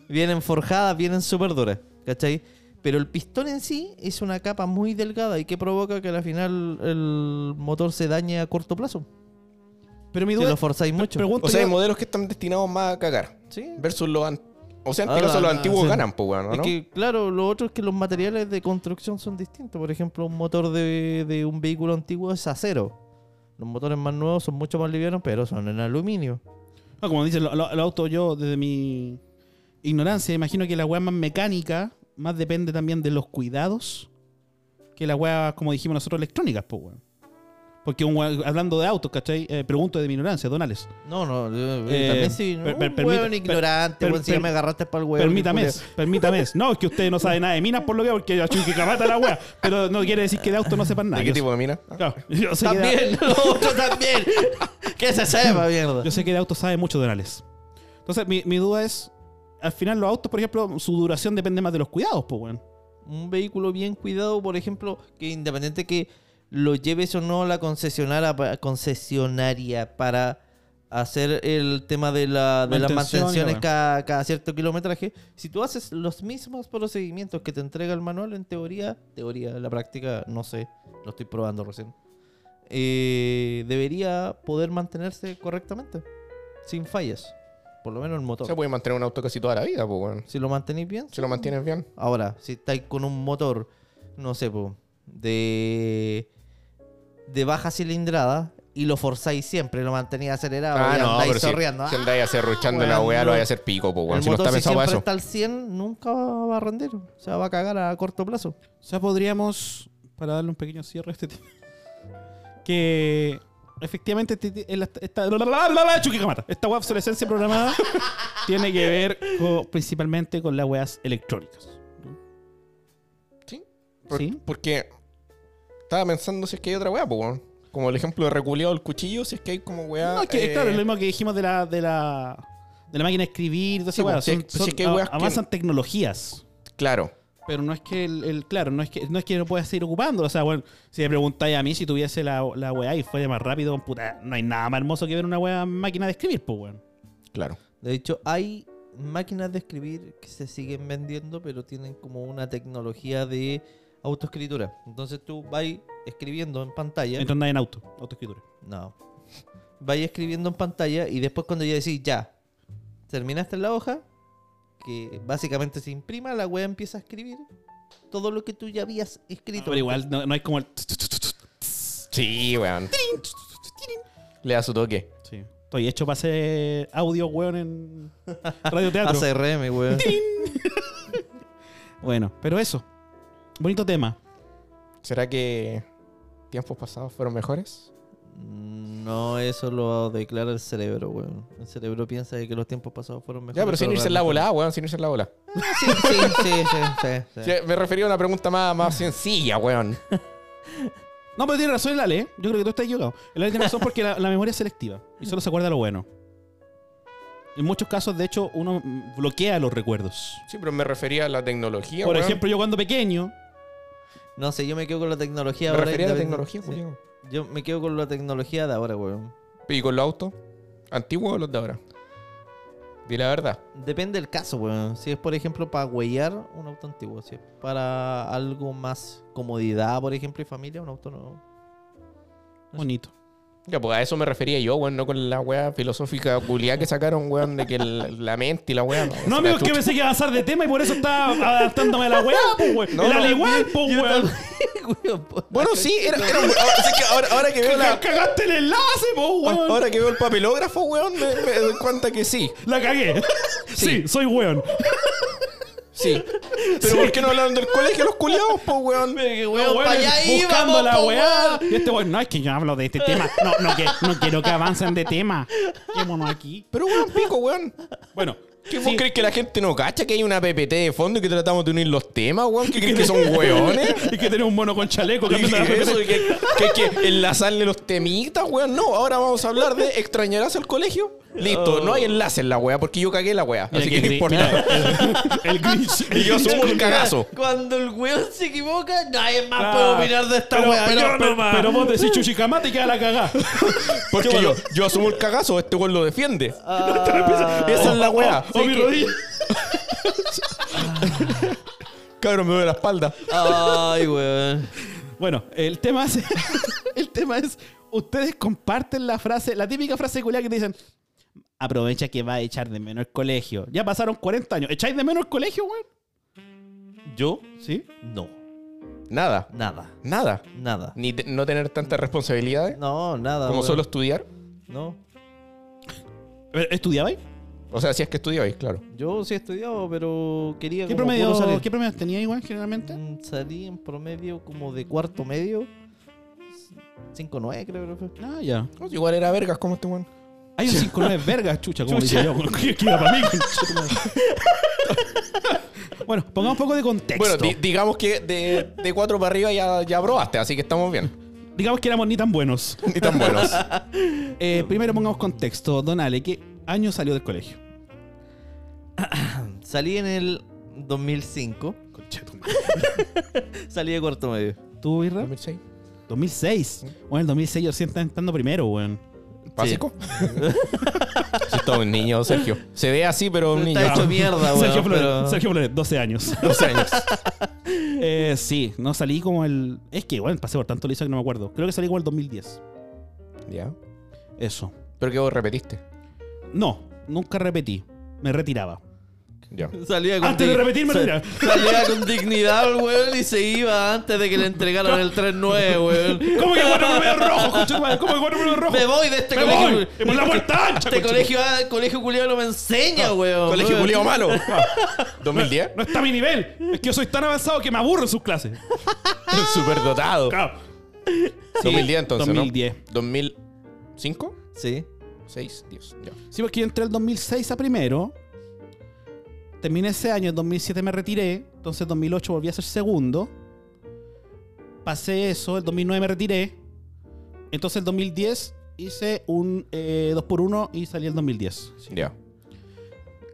Vienen forjadas, vienen súper duras, ¿cachai? Pero el pistón en sí es una capa muy delgada y que provoca que al final el motor se dañe a corto plazo.
Pero mi
Si
duda.
lo forzáis mucho.
pregunto
o sea,
yo-
hay modelos que están destinados más a cagar.
Sí.
Versus los an- O sea, en
Ah,
este caso, los
ah,
antiguos
sí.
ganan, pues, weón,
Es
¿no?
que, claro, lo otro es que los materiales de construcción son distintos. Por ejemplo, un motor de, de un vehículo antiguo es acero. Los motores más nuevos son mucho más livianos, pero son en aluminio.
Ah, como dicen lo- lo- los autos, yo desde mi ignorancia. Imagino que la weá más mecánica más depende también de los cuidados que la weá, como dijimos nosotros, electrónicas, pues, weón. Porque un weá- hablando de autos, ¿cachai? Eh, pregunto de mi ignorancia, donales.
No, no, eh,
Eh,
también sí. ¿no?
per- per-
un
permita-
hueón
per-
ignorante,
per-
weón, si
per-
ya me agarraste para el hueón.
Permítame,
culiao.
permítame. No, es que ustedes no saben nada de minas, por lo que, porque yo que camata la weá. Pero no quiere decir que de auto no sepan nada.
¿De qué
Yo-
tipo de mina?
claro, yo sé que de-
También, lo otro también. que se sepa, mierda.
Yo sé que de autos sabe mucho Donales. Entonces, mi, mi duda es: al final, los autos, por ejemplo, su duración depende más de los cuidados, pues, weón.
Un vehículo bien cuidado, por ejemplo, que independiente que lo lleves o no a la concesionaria, pa- concesionaria para hacer el tema de, la, de
Mantención y
las
la
mantenciones
weá.
cada, cada cierto kilometraje, si tú haces los mismos procedimientos que te entrega el manual, en teoría, teoría, la práctica, no sé, lo estoy probando recién, eh, debería poder mantenerse correctamente, sin fallas, por lo menos el motor.
Se puede mantener un auto casi toda la vida, pues, weón.
Si lo mantenéis bien,
Si lo mantienes bien.
Ahora, si estáis con un motor, no sé, po, de, de baja cilindrada y lo forzáis siempre, lo mantenéis acelerado
Ah,
y andáis
si,
chorreando,
si
¡ah!
andáis acerruchando la
weón,
weá, lo
no.
vais a hacer pico, pues, weón.
el
Si no
motor,
está
si
pensado
siempre
para eso.
está al 100, nunca va a rendir. O sea, va a cagar a corto plazo.
O sea, podríamos, para darle un pequeño cierre a este tema, que efectivamente este- este- el- esta, la, la, la, la, la, chuquicamata, esta web obsolescencia programada tiene que ver co- principalmente con las weas electrónicas.
Sí. Por-
Sí.
Porque estaba pensando si es que hay otra weá, pues, weón. Como el ejemplo de reculeado el cuchillo, si es que hay como weá.
no, es que,
eh,
claro, es lo mismo que dijimos de la, de la, de la máquina de escribir, de
Sí, pues, si- si es que hay weas que-
avanzan tecnologías.
Claro.
Pero no es que el, el- claro, no es que no es que no pueda seguir ocupándolo. O sea, bueno, si me preguntáis a mí si tuviese la, la weá y fuera más rápido, puta, no hay nada más hermoso que ver una weá máquina de escribir, pues weón.
Claro.
De hecho, hay máquinas de escribir que se siguen vendiendo, pero tienen como una tecnología de autoescritura. Entonces tú vas escribiendo en pantalla.
Entonces nadie en auto, autoescritura.
No. Vaya escribiendo en pantalla y después cuando ya decís ya, terminaste la hoja, que básicamente se imprima, la web empieza a escribir todo lo que tú ya habías escrito.
Pero igual no, no es como el.
Sí, weón. Le da su toque.
Sí. Estoy hecho para hacer audio, weón, en radioteatro.
ACRM, weón.
bueno, pero eso. Bonito tema.
¿Será que tiempos pasados fueron mejores?
No, eso lo declara el cerebro, weón. El cerebro piensa de que los tiempos pasados fueron mejores.
Ya, pero sin irse en la
realmente-
volada, weón, sin irse en la volada.
Sí, sí, sí, sí, sí, sí.
Sí, Me refería a una pregunta más, más sencilla, weón.
No, pero tiene razón el Ale, ¿eh? Yo creo que tú estás equivocado. El Ale tiene razón porque la, la memoria es selectiva y solo se acuerda lo bueno. En muchos casos, de hecho, uno mm, bloquea los recuerdos.
Sí, pero me refería a la tecnología,
Por
weón.
ejemplo, yo cuando pequeño,
No sé, yo me quedo con la tecnología
me
ahora.
refería a la
independ-
tecnología, pues,
sí.
culiao.
Yo me quedo con la tecnología de ahora, weón.
¿Y con los autos? ¿Antiguos o los de ahora? Di la verdad.
Depende del caso, weón. Si es, por ejemplo, para huellar un auto antiguo. Si es para algo más comodidad, por ejemplo, y familia, un auto nuevo.
bonito.
Ya, pues a eso me refería yo, weón, no con la weá filosófica culiá que sacaron, weón, de que el- la mente y la weá.
No, amigos, que
chucha.
pensé que iba a avanzar de tema y por eso estaba adaptándome a la weá, pues, weón.
No,
el Ale
no,
igual, pues, weón.
Weón, pues, po-
Bueno, sí, era, era un- ahora, sí que ahora- ahora que veo
La
la-
cagaste el enlace, pues, weón.
Ahora que veo el papelógrafo, weón, me, me doy cuenta que sí.
La cagué. Sí, soy weón.
Sí. Pero ¿por qué no hablaron del colegio los culiados, po, weón?
No,
pa' allá
buscando
íbamos,
la
po,
weá. Y este weón, no, es que yo hablo de este tema. No, no, que, no quiero que avancen de tema. Quémonos aquí.
Pero weón, pico, weón.
Bueno,
¿Qué vos
sí,
crees que la gente no cacha que hay una PPT de fondo y que tratamos de unir los temas, weón? ¿Qué crees que son weones?
y que tenés un mono con chaleco
Y
cambiando la
que eso,
PPT.
y que, que hay que enlazarle los temitas, weón. No, ahora vamos a hablar de extrañarás al colegio. Listo, no hay enlace en la weá porque yo cagué la weá.
Mira
Así
que
que no
gri-
importa.
mira, el, el Grinch.
Y yo asumo el cagazo.
Cuando el weón se equivoca, nadie más
Ah,
puede opinar de esta
pero,
weá.
pero,
yo
pero-
nomás.
pero vos decís chuchicamate y queda la cagá.
Porque yo, yo asumo el cagazo, este weón lo defiende.
Ah,
Esa es la weá.
O mi rodilla.
Cabrón, me duele la espalda.
Ay, weón.
Bueno, el tema es. el tema es. Ustedes comparten la frase, la típica frase culiá que te dicen. Aprovecha que va a echar de menos el colegio. Ya pasaron 40 años. ¿Echáis de menos el colegio, weón?
¿Yo?
Sí.
No.
Nada,
Nada.
nada.
Nada.
Ni te- no tener tantas responsabilidades
No, nada.
como
weón.
solo estudiar.
No.
¿Estudiabais?
O sea, si es que estudiabais, claro.
Yo sí he estudiado, pero quería
¿Qué
como puro
promedio,
salir.
¿Qué promedio tenía igual generalmente?
Mm, Salí en promedio como de cuarto medio. 5-9 creo que fue.
Ah, ya.
No, igual era vergas como este weón.
Hay un 5-9 vergas, chucha, como dije yo. ¿Qué- qué iba para mí, conchetumare? bueno, pongamos un poco de contexto.
Bueno, di- digamos que de, de cuatro para arriba ya, ya probaste, así que estamos bien.
digamos que éramos ni tan buenos.
Ni tan buenos.
Eh, primero pongamos contexto. Don Ale, ¿qué año salió del colegio?
Salí en el 2005. Salí de cuarto medio.
¿Tú, Irra?
2006.
2006. Bueno, el 2006 yo recién estaba entrando primero, weón.
Básico. Sí, está un niño, Sergio. Se ve así, pero un niño.
Está hecho mierda, weón.
Sergio Flores,
pero-
Sergio Flores, 12 años.
12 años.
Eh, sí, no salí como el... Es que, bueno, pasé por tanto liso que no me acuerdo. Creo que salí como el 2010.
Ya.
Eso.
Pero que vos repetiste.
No, nunca repetí. Me retiraba.
Ya.
Salía con
Antes de
dig-
repetirme,
sa-
mira.
Salía con dignidad, el weón, y se iba antes de que le entregaran el 3-9, weón.
¿Cómo que cuatro primeros rojos, conchetumare? ¿Cómo que cuatro primeros rojos?
Me voy de este
¡Me
colegio.
voy! ¡Y por la puerta ancha,
Este
conchetumare!
colegio, ah, el colegio culiado no me
Ah,
enseña, weón.
Colegio
weón.
Julio Malo. 2010.
No está a mi nivel. Es que yo soy tan avanzado que me aburro en sus clases. Ah.
Súper
Oh.
dotado.
Claro.
2010 entonces,
2010.
¿no? 2005,
Sí.
6, 10. Ya.
Sí, porque yo entré el 2006 a primero. Terminé ese año, en 2007 me retiré. Entonces, en 2008 volví a ser segundo. Pasé eso, el 2009 me retiré. Entonces, el 2010 hice un eh, 2x1 y salí el 2010.
Ya.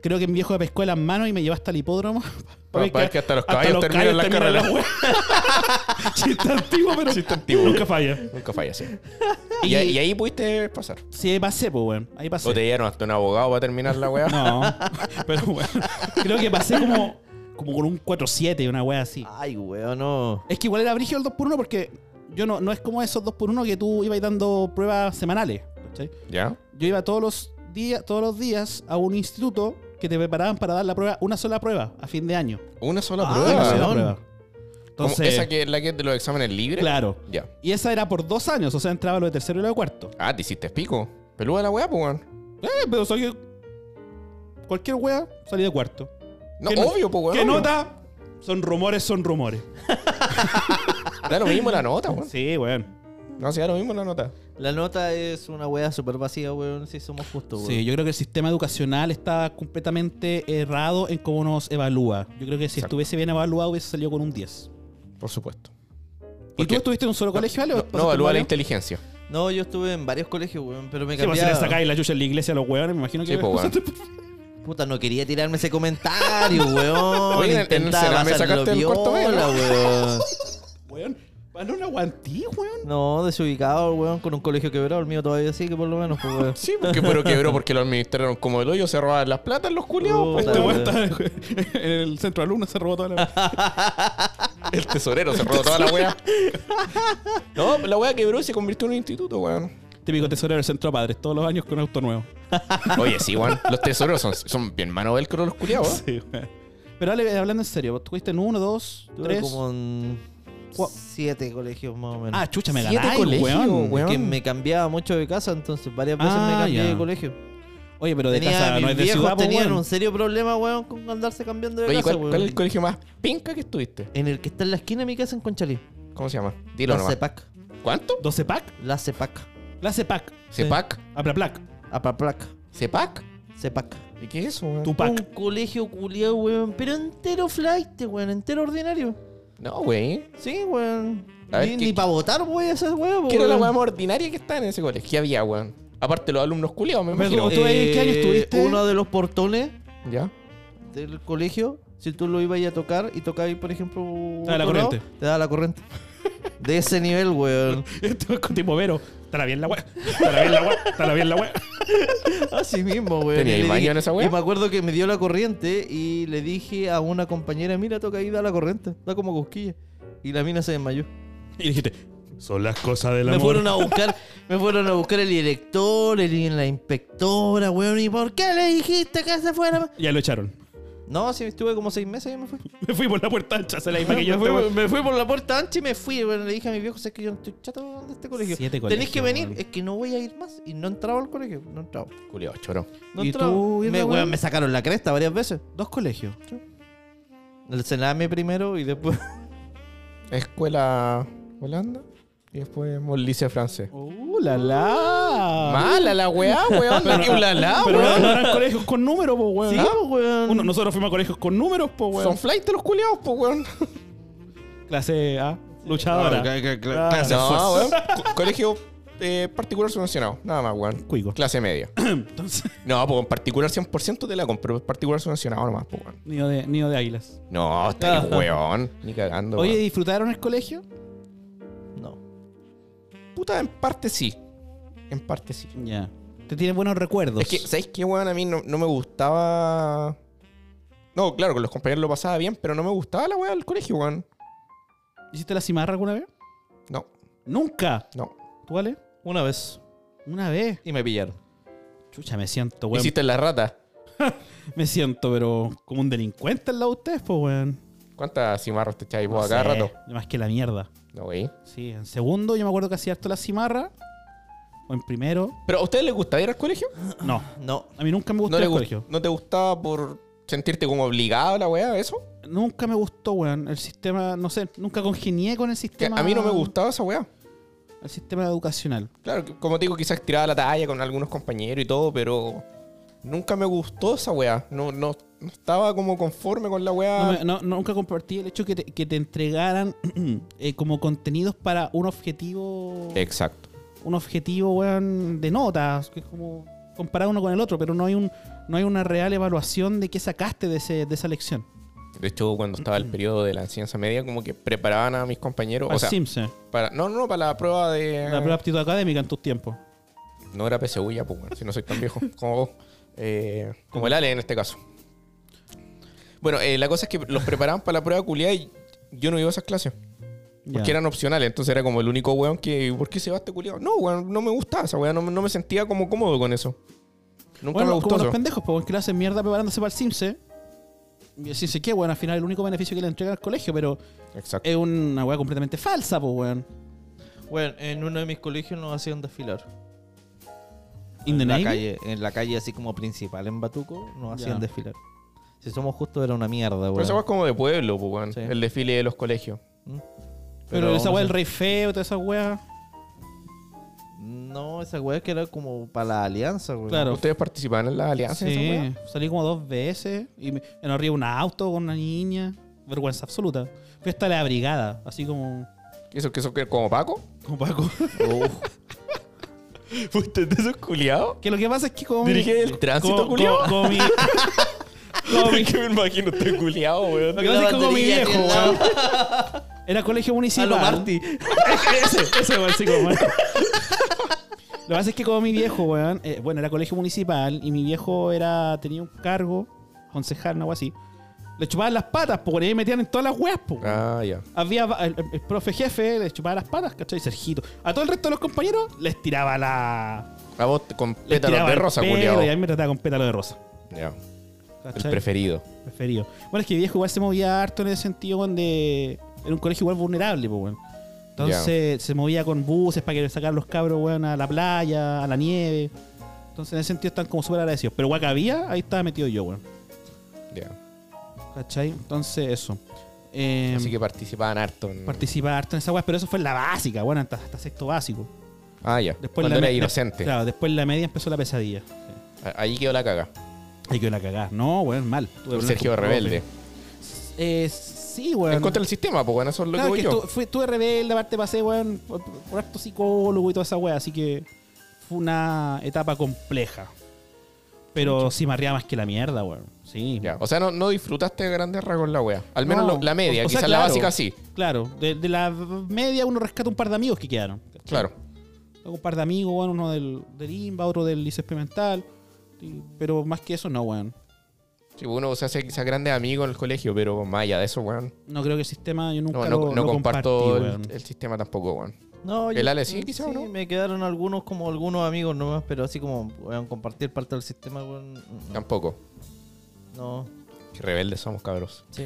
Creo que mi viejo me pescó de las manos y me llevó hasta el hipódromo.
Para ver que hasta los caballos terminan las
terminan
carreras.
las weas. Chiste antiguo, pero nunca falla.
Nunca falla, sí. Y, ahí- y ahí pudiste pasar.
Sí, ahí pasé, pues, weón. Ahí pasé.
O te dieron hasta un abogado para terminar la weá.
No, pero bueno. Creo que pasé como, como con un 4-7, una wea así.
Ay, weón, no.
Es que igual era brígido el 2x1 porque yo no, no es como esos 2x1 que tú ibas dando pruebas semanales. ¿cachai?
¿Ya?
Yo iba todos los, días, todos los días a un instituto que te preparaban para dar la prueba, una sola prueba, a fin de año.
Una sola
Ah,
prueba.
Una sola
weón.
prueba.
Como
Entonces,
¿Esa que es la que es de los exámenes libres?
claro.
Ya.
Y esa era por dos años, o sea, entraba lo de tercero y lo de cuarto.
Ah, te hiciste pico. Peluda la weá, pues, weón.
Eh, pero soy cualquier wea, salí de cuarto.
No,
¿Qué no-
obvio, pues, weón.
¿Qué
obvio.
nota? Son rumores, son rumores.
Da lo mismo la nota, weón.
Sí, weón.
No, si da lo mismo la nota.
La nota es una weá súper vacía, weón, si somos justos, weón.
Sí, yo creo que el sistema educacional está completamente errado en cómo nos evalúa. Yo creo que si
Exacto.
estuviese bien evaluado hubiese salido con un 10.
Por supuesto.
¿Y tú
qué?
estuviste en un solo colegio, Ale? o
No,
pasaste eh?
no evalúa la
varios?
inteligencia.
No, yo estuve en varios colegios, weón, pero me
Sí, pues, si les
cambiaba.
sacáis la chucha en la iglesia a los hueones, me imagino que...
Sí, pues,
Puta, no quería tirarme ese comentario, weón.
Oye, en el- en el
Intentaba
Sename
pasarlo
sacaste el cuarto medio,
viola,
¿no?
weón.
Weón, van una guantí, weón.
No, desubicado, weón, con un colegio quebrado. El mío todavía sí, que por lo menos, pues, weón.
Sí, porque pero quebró porque lo administraron como el hoyo, se robaban las platas los culiados. pues,
Puta,
Este
weón.
weón está en el centro de alumnos, se robó toda la...
El tesorero se robó toda la weá. No, la weá quebró y se convirtió en un instituto, weón.
Típico tesorero del centro de padres, todos los años con auto nuevo.
Oye, sí, weón. Los tesoreros son, son bien mano velcro los culiados,
Sí, weón. Pero Ale, hablando en serio, ¿vos estuviste en uno, dos,
Estuve
tres?
como en
Cua-
siete colegios más o menos.
Ah, chucha, me
Siete
ganáis,
colegios,
weón.
weón.
que me cambiaba mucho de casa, entonces varias veces
Ah,
me cambié
ya.
de colegio.
Oye, pero de
Tenía-
casa no
mis
es de
viejos
ciudad, pues,
tenían
weón.
un serio problema, weón, con andarse cambiando de
Oye,
casa,
¿cuál,
weón.
cuál es el colegio más pinca que estuviste?
En el que está en la esquina de mi casa en Conchalí.
¿Cómo se llama? Dilo
La
nomás.
CEPAC.
¿Cuánto?
¿12 pack?
La CEPAC.
La CEPAC.
¿Cepac?
Aplaplac.
Apaplac.
¿Cepac?
CEPAC.
¿Y qué es eso, weón?
Tupac.
Un colegio culiado, weón, pero entero flight, weón, entero ordinario.
No, wey.
Sí, weón.
A ver,
ni
¿qué-
para votar, weón, esas weón.
¿Qué era la
weón.
weá más ordinaria que está en ese colegio? ¿Qué había, weón? Aparte los alumnos culiados, me
Pero
imagino.
tú- ¿tú ahí en qué año estuviste?
Eh, Uno de los portones
¿Ya?
del colegio, si tú lo ibas a tocar y tocabas, por ejemplo,
Te da la
otro lado,
corriente.
Te da Ah, la corriente. De ese nivel, weón.
Esto es con tipo Vero. Estará bien la weá. Estará bien la weá. Estará bien la weá.
Así mismo, weón.
¿Tenía
Y le
baño
dije-
en esa weá?
Y me acuerdo que me dio la corriente y le dije a una compañera, mira, toca ahí, da la corriente. Da como cosquilla. Y la mina se desmayó.
Y dijiste, son las cosas del
Me
amor.
fueron a buscar, me fueron a buscar el director, el, la inspectora, weón. ¿Y por qué le dijiste que se fuera?
Ya lo echaron.
No, sí, estuve como seis meses y me fui.
Me fui por la puerta ancha, se la imagen que
me,
yo
fui,
estaba-
me fui por la puerta ancha y me fui. Bueno, le dije a mi viejo, sé que yo estoy chato de este colegio.
Siete
Tenéis que
colegios,
venir,
weón.
es que no voy a ir más. Y no entraba al colegio, no entraba.
Culeado, choro.
No
¿Y
entraba.
tú, Irra,
me, weón,
weón?
me sacaron la cresta varias veces.
Dos colegios.
El Sename primero y después.
Escuela Holanda y después Molicia Francés.
¡Uh, la la!
Mala la weá, weón. La que ulala,
Ah. Pero no,
weón.
no eran colegios con números, po, weón.
Sí,
Ah,
pues, weón.
uno- nosotros fuimos a colegios con números, po, weón.
Son flight los culeados, pues, weón.
clase A, luchadora.
Ahora.
Claro.
No, weón. Co- Colegio eh, particular subvencionado. Nada más, weón.
Cuico.
Clase media.
Entonces,
No, pues en particular 100% te la compro. pero Particular subvencionado nomás, pues, weón.
nido de, nido de águilas.
No, está ahí, weón. Ni cagando,
Oye,
weón.
¿disfrutaron el colegio?
No.
Puta, en parte sí. En parte sí.
Ya. Te tienes buenos recuerdos.
Es que, ¿sabéis qué, weón? A mí no, no me gustaba. No, claro, con los compañeros lo pasaba bien, pero no me gustaba la weá del colegio, weón.
¿Hiciste la cimarra alguna vez?
No,
Nunca.
no.
¿Tú, Ale?
Una vez.
Una vez.
Y me pillaron.
Chucha, me siento, weón.
Hiciste la rata.
Me siento, pero como un delincuente al lado de ustedes, po, weón.
¿Cuántas cimarras te echáis
No
vos a cada
sé,
rato?
Más que la mierda.
No, wey.
Sí, en segundo yo me acuerdo que hacía harto la cimarra. O en primero.
¿Pero a ustedes les gustaba ir al colegio?
No.
No.
A mí nunca me gustó
¿No, les
el
gust-
colegio.
¿No te gustaba por sentirte como obligado a la weá, eso?
Nunca me gustó, weón. El sistema, no sé, nunca congenié con el
Que
sistema.
a mí no me gustaba esa weá.
El sistema educacional.
Claro, que- como te digo, quizás tiraba la talla con algunos compañeros y todo, pero nunca me gustó esa weá. No, no, no estaba como conforme con la
No
weá.
me- no- nunca compartí el hecho que te, que te entregaran eh, como contenidos para un objetivo.
Exacto.
Un objetivo, weón, de notas. Que es como comparar uno con el otro, pero no hay un no hay una real evaluación de qué sacaste de, ese, de esa lección.
De hecho, cuando estaba
Mm.
el periodo de la enseñanza media, como que preparaban a mis compañeros.
Al
o sea, eh,
Simpson.
para, no, no, no, para la prueba de.
Ah, La prueba de aptitud académica en tus tiempos.
No era PSU ya, pues, bueno, si no soy tan viejo como vos. Eh, como el Ale en este caso. Bueno, eh, la cosa es que los preparaban para la prueba culiada y yo no iba a esas clases.
Ya.
Porque eran opcionales, entonces era como el único weón que. ¿Por qué se va este culiado? No, weón, no me gustaba esa weón, no, me- no me sentía como cómodo con eso. Nunca
bueno,
me gustó
como los
eso.
pendejos, porque le hacen mierda preparándose para el Simse. Y el Simse, qué bueno, al final el único beneficio que le entrega al colegio, pero
Exacto.
es una weá completamente falsa, pues weón.
Bueno, en uno de mis colegios nos hacían desfilar.
In the
en
Navy.
la calle, en la calle así como principal en Batuco, nos hacían
Ya.
desfilar. Si somos justos era una mierda, weón.
Pero esa weá es como de pueblo, pues, weón.
Sí.
El desfile de los colegios.
pero, esa
aún
weá del
así-
rey feo, toda esa weá.
No, esa weá que era como para la alianza, weón.
Claro.
¿Ustedes participaban en la alianza? en esa weá?
Sí, salí como dos veces y me, me nos ríe un auto con una niña. Vergüenza absoluta. Fui hasta la brigada, así como.
¿Eso, que eso que como Paco?
Como Paco.
Uf.
¿Usted de esos culiados?
que lo que pasa es que como.
¿Dirige el tránsito, culiao?
Como, como mi. como mi-
que me imagino este culiado, weón.
Lo que pasa es que como mi
Batería
viejo,
aquí al lado.
weón. Era colegio municipal.
A lo Marty.
ese, ese weón, sí, como- Lo que pasa es que como mi viejo, weón, eh, bueno, era colegio municipal y mi viejo era tenía un cargo, concejal, algo así. Le chupaban las patas, porque ahí metían en todas las weas, po.
Ah, ya.
Había va- el, el profe jefe, le chupaba las patas, ¿cachai? Sergito. A todo el resto de los compañeros les tiraba la.
A vos te- con
Les
pétalos
tiraba
de
el
rosa,
pelo
culiado.
Y a mí me trataba con pétalo de rosa.
Ya. El
¿cachai?
preferido.
preferido. Bueno, es que viejo igual se movía harto en ese sentido donde era un colegio igual vulnerable, pues, weón. Entonces se movía con buses para que le sacaran los cabros, weón, a la playa, a la nieve. Entonces en ese sentido están como súper agradecidos. Pero guaca había, ahí estaba metido yo, weón.
Ya.
¿Cachai? Entonces eso. Eh,
Así que participaban harto. En...
Participaba harto en esa weá, pero eso fue la básica, weón, hasta, hasta sexto básico.
ah, ya.
Después
Cuando
la
era
me-
inocente.
Claro, después en la media empezó la pesadilla.
A- Ahí quedó la caga.
Hay que la cagar. No, weón, mal. Tuve problemas
Sergio
con profe.
Rebelde.
Eh, sí, weón.
En contra del sistema, pues bueno, eso es lo
Claro,
que voy
es que
yo.
estu- fui, estuve rebelde, aparte pasé, weón, por, por harto psicólogo y toda esa weá, así que fue una etapa compleja. Pero sí marreaba más que la mierda, weón. Sí.
Ya. O sea, no, no disfrutaste de grandes rasgos la wea. Al menos
No.
lo- la media,
O- o sea,
quizás la
claro.
básica sí.
Claro, de, de la media uno rescata un par de amigos que quedaron.
Claro.
Tengo un par de amigos, weón, uno del, del IMBA, otro del Liceo Experimental. y- pero más que eso, no, weón.
Sí, uno se hace quizás grandes amigos en el colegio, pero más allá de eso, weón.
No creo que el sistema yo nunca
No,
lo,
no, no
lo
comparto
compartí,
el-
weón.
el, sistema tampoco, weón.
No,
El Ale sí, quizá, ¿o no?
me quedaron algunos como algunos amigos nomás, pero así como weón, compartir parte del sistema, weón. mm,
Tampoco.
No.
Qué rebeldes somos, cabros.
Sí.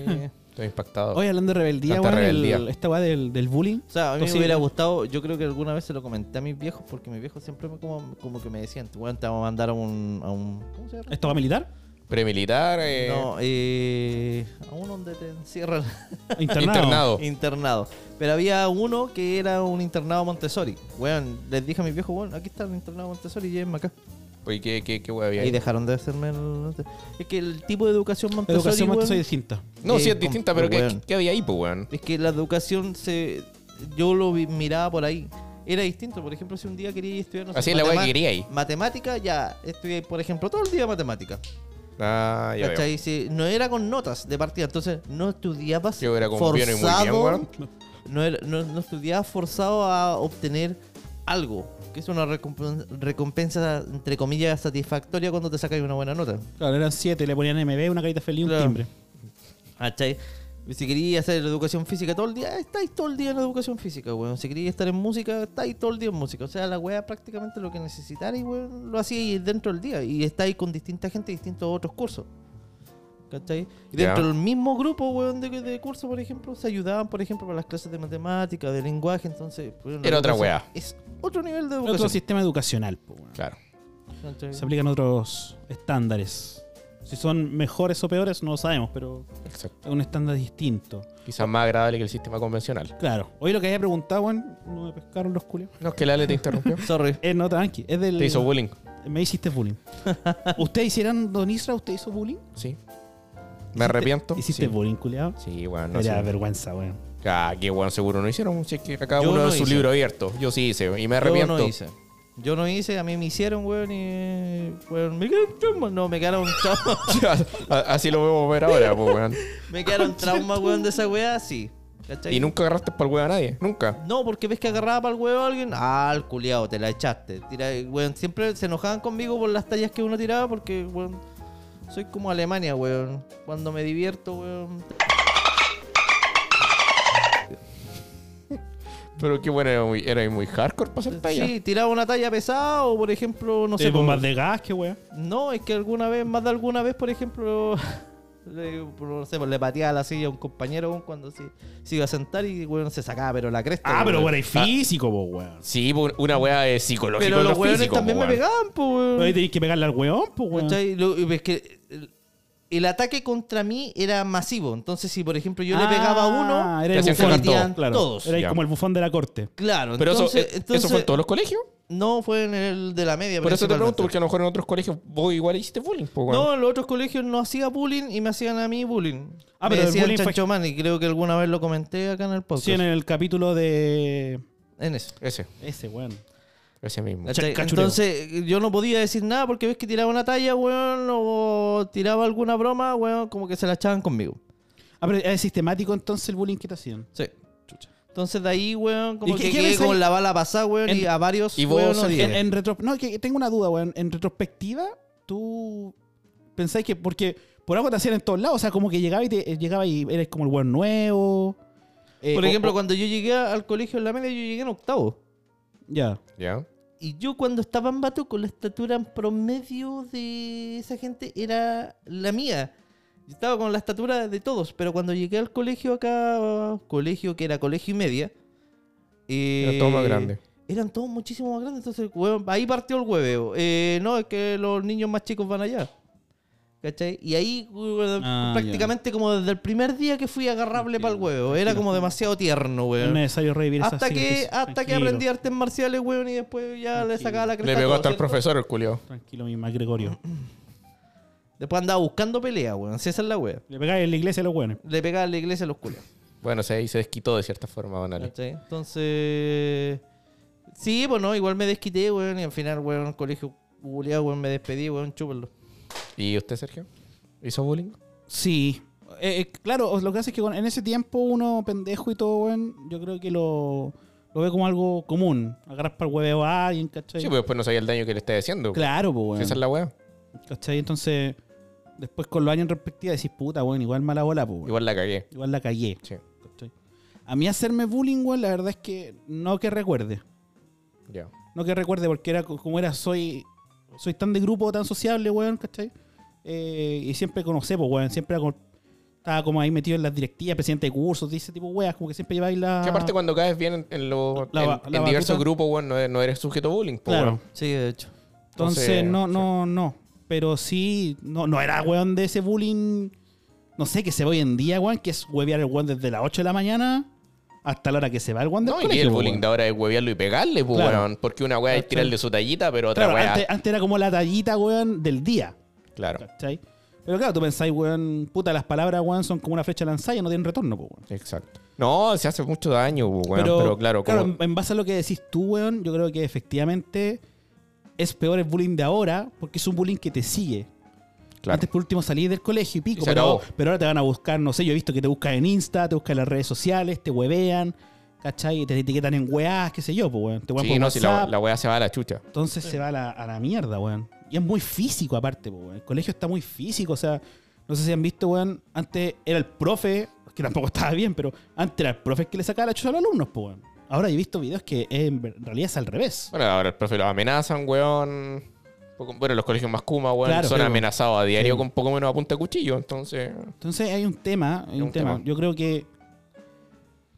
Estoy impactado.
Hoy hablando de rebeldía,
Tanta
weón, el-
rebeldía.
esta weá del, del bullying.
O sea, a mí
Entonces-
me hubiera gustado, yo creo que alguna vez se lo comenté a mis viejos, porque mis viejos siempre me como, como que me decían, bueno, te vamos a mandar a un... A un ¿Cómo se llama?
¿Esto va a militar?
Premilitar,
Este-
eh,
No, eh, a uno donde te encierran
Internado.
Internado.
internado. Pero había uno que era un internado Montessori. Weón, les dije a mis viejos, bueno, aquí está el internado Montessori, llévenme acá.
Oye, ¿qué, qué, qué hueá había ahí?
Y dejaron de hacerme el... Es que el tipo de educación Montessori,
Educación
weón,
Montessori distinta.
No, sí
Eh,
es distinta,
comp-
pero ¿qué,
weón.
qué había ahí, pues, weón?
Es que la educación se... Yo lo vi- miraba por ahí. Era distinto. Por ejemplo, si un día quería estudiar... no sé,
Así es la weá
matema-
que quería ahí.
Matemática, ya estudié, por ejemplo, todo el día matemática.
Ah, ya veo.
¿Cachai? Si no era con notas de partida, entonces no estudiabas
Yo era como piano y muy bien,
forzado.
weón.
No, era- no, no estudiabas forzado a obtener algo, que es una recompen- recompensa, entre comillas, satisfactoria cuando te sacas una buena nota.
Claro, eran siete, le ponían MB, una carita feliz y un
Claro.
timbre.
¿Cachai? Si querías hacer educación física todo el día, estáis todo el día en educación física, weón. Si querías estar en música, estáis todo el día en música. O sea, la weá prácticamente lo que necesitarais, weón, lo hacíais dentro del día. Y estáis con distinta gente, distintos otros cursos. ¿Cachai? Y
Ya.
dentro del mismo grupo, weón, de, de curso, por ejemplo, se ayudaban, por ejemplo, para las clases de matemática, de lenguaje, entonces... weón, la
Era otra
educación
weá.
Es otro nivel de
Otro
educación.
sistema educacional. po, weón.
Claro.
¿cachai?
Se aplican otros estándares. Si son mejores o peores, no lo sabemos, pero
Exacto.
es un estándar distinto.
Quizás más agradable que el sistema convencional.
Claro. Hoy lo que había preguntado, weón, no me pescaron los culios.
No, es que la Ale te interrumpió.
Sorry.
Es no, tranqui. Es del.
te hizo bullying.
Me hiciste bullying. ¿Ustedes hicieron, Don Isra, usted hizo bullying?
Sí. Me arrepiento.
¿Hiciste
sí.
bullying, culiado?
Sí, weón. No,
Era
sí.
vergüenza, weón.
Ah, qué weón, seguro no hicieron. Si es que cada
Yo
uno
no
de su
hice.
libro abierto. Yo sí hice. Y me arrepiento.
Yo no hice. Yo no hice, a mí me hicieron, weón, y. Weón, me quedaron traumas. No, me quedaron traumas.
A- Así lo vemos ver ahora, pues, weón.
me quedaron traumas, weón, de esa weá, sí. ¿Cachai?
Y nunca agarraste para el weón a nadie. Nunca.
No, porque ves que agarraba para el huevo a alguien. Ah, el culiado, te la echaste. Tira, weón, siempre se enojaban conmigo por las tallas que uno tiraba, porque, weón, soy como Alemania, weón. Cuando me divierto, weón.
Pero qué bueno, era muy, era muy hardcore para hacer talla.
Sí, tiraba una talla pesada, o por ejemplo, no
No
sé.
sé, bombas de gas, qué weón.
No, es que alguna vez, más de alguna vez, por ejemplo, le, no sé, pues, le pateaba la silla a un compañero weón, cuando se, se iba a sentar y bueno, se sacaba, pero la cresta.
Ah,
weón.
pero bueno, es físico, po, weón.
Sí, po, una weá de psicológico.
Pero
y
los
lo
weones
físico,
también
po,
me
weón.
pegaban, pues,
Pero ahí
weón.
tenéis que pegarle al weón, po, weón.
¿Cachai? Lo- y Es que el, el ataque contra mí era masivo. Entonces, si por ejemplo yo
Ah,
le pegaba a uno,
Ah, era
te
el
hacían
bufón,
cagar todo,
metían
claro.
todos. Era
Ya.
como el bufón de la corte.
claro.
Pero eso-
entonces,
eh, eso,
entonces-
fue en todos los colegios.
No, fue en el de la media.
Por eso te pregunto,
principalmente.
porque a lo mejor en otros colegios vos igual hiciste bullying, po, weón.
No, en los otros colegios no hacía bullying y me hacían a mí bullying.
Ah,
me
pero el
decían
bullying fue-
chancho man, y creo que alguna vez lo comenté acá en el podcast.
Sí, en el capítulo de.
en eso.
Ese,
Ese, weón.
ese mismo.
¿Cachai?
cachureo.
Entonces yo no podía decir nada porque ves que tiraba una talla, weón, o tiraba alguna broma, weón, como que se la echaban conmigo.
Ah, pero es sistemático entonces el bullying que te hacían.
Sí. Entonces de ahí, weón,
¿Y
como
qué-
que
qué
quedé
pensáis?
con la bala pasada, weón, y
En-
a varios,
y vos
weón,
sos-
odié.
En, en retro... No, que que tengo una duda, weón. En retrospectiva, tú pensáis que. Porque por algo te hacían en todos lados. O sea, como que llegaba y, te, llegaba y eres como el weón nuevo. Eh,
Por
o-
ejemplo,
o-
cuando yo llegué al colegio en la media, yo llegué en octavo.
Ya.
¿Ya?
Y yo cuando estaba en Bato, con la estatura en promedio de esa gente era la mía. Yo estaba con la estatura de todos, pero cuando llegué al colegio acá, colegio que era colegio y media, eh,
Era todo más grande.
Eran todos muchísimo más grandes, entonces weón, ahí partió el hueveo. Eh, no, es que los niños más chicos van allá. ¿Cachai? Y ahí weón,
Ah,
prácticamente como desde el primer día que fui agarrable para el
Entiendo.
huevo. Era como demasiado tierno,
Es
weón.
necesario revivir esas
Hasta que,
cicatrices.
hasta que
Tranquilo,
aprendí artes marciales, weón, y después ya le
Tranquilo.
sacaba la cresta.
Le
a
pegó
todo,
hasta el
¿cierto?
profesor, el culio.
Tranquilo, mi Mac Gregorio.
Después andaba buscando pelea, weón. Si esa es la weón.
Le pegáis en la iglesia a los weones.
Le pegaba a la iglesia a los culos.
Bueno, se, ahí se desquitó de cierta forma, Don Ale.
¿Cachai? Entonces. Sí, pues no, igual me desquité, weón, y al final, weón, el colegio culiao, weón, me despedí, weón, chúpenlo.
¿Y usted, Sergio? ¿Hizo bullying?
Sí. Eh, eh, claro, o- lo que hace es que con- en ese tiempo uno pendejo y todo, weón, yo creo que lo, lo ve como algo común. Agarras para el hueveo a alguien, ¿cachai?
Sí, pues después no sabía el daño que le está haciendo.
Claro, pues,
Si
weón.
Esa es la weá.
¿Cachai? Entonces, después con los años en perspectiva decís, puta, weón, igual mala bola, pues, weón.
Igual la cagué.
Igual la callé.
Sí,
¿cachai? A mí hacerme bullying, weón, la verdad es que no que recuerde.
ya.
No que recuerde, porque era co- como era, soy soy tan de grupo, tan sociable, weón, ¿cachai? eh, y siempre conocé, pues, weón, siempre era como- estaba como ahí metido en las directivas, presidente de cursos, dice tipo, weas, como que siempre lleváis la...
Que
Ah.
aparte cuando caes bien en, en los-
La
en-
ba-
en
la
diversos
batuta.
grupos, weón, no, no eres sujeto a bullying. po,
Claro.
pues, weón.
Sí, de hecho.
Entonces,
Entonces,
no, no, no. Pero sí, no, no era weón de ese bullying. No sé, que se ve hoy en día, weón, que es huevear el weón desde las 8 de la mañana hasta la hora que se va el weón del
No, y
colegio,
el
po,
bullying
weón.
de ahora es huevearlo y pegarle, po,
Claro.
weón. Porque una weá es
¿Cachai?
tirarle su tallita, pero otra
Claro,
weá.
antes, antes era como la tallita, weón, del día.
Claro,
¿Cachai? Pero claro, tú pensáis, weón, puta, las palabras, weón, son como una flecha lanzada y no tienen retorno, po, weón.
exacto. No, se hace mucho daño, po, weón. Pero, claro, como-
en base a lo que decís tú, weón, yo creo que efectivamente es peor el bullying de ahora porque es un bullying que te sigue.
claro.
Antes por último salí del colegio y pico,
Y se
pero,
acabó.
pero ahora te van a buscar, no sé, yo he visto que te buscan en Insta, te buscan en las redes sociales, te huevean, ¿cachai? Te etiquetan en weás, qué sé yo, pues, weón. Te huean
Sí,
por
no, si
WhatsApp,
la, la weá se va a la chucha.
entonces se va a la, a la mierda, weón. Y es muy físico aparte, po, weón. El colegio está muy físico, o sea, no sé si han visto, weón, antes era el profe, que tampoco estaba bien, pero antes era el profe el que le sacaba la chucha a los alumnos, pues, weón. Ahora he visto videos que en ver- en realidad es al revés.
Bueno, ahora el profe los amenazan, weón. Poco- Bueno, los colegios más kuma, weón,
Claro,
son
sí, weón.
amenazados a diario
Sí.
con poco menos a punta de cuchillo, entonces.
Entonces hay un tema, hay
Es
un,
un
tema.
tema.
Yo creo que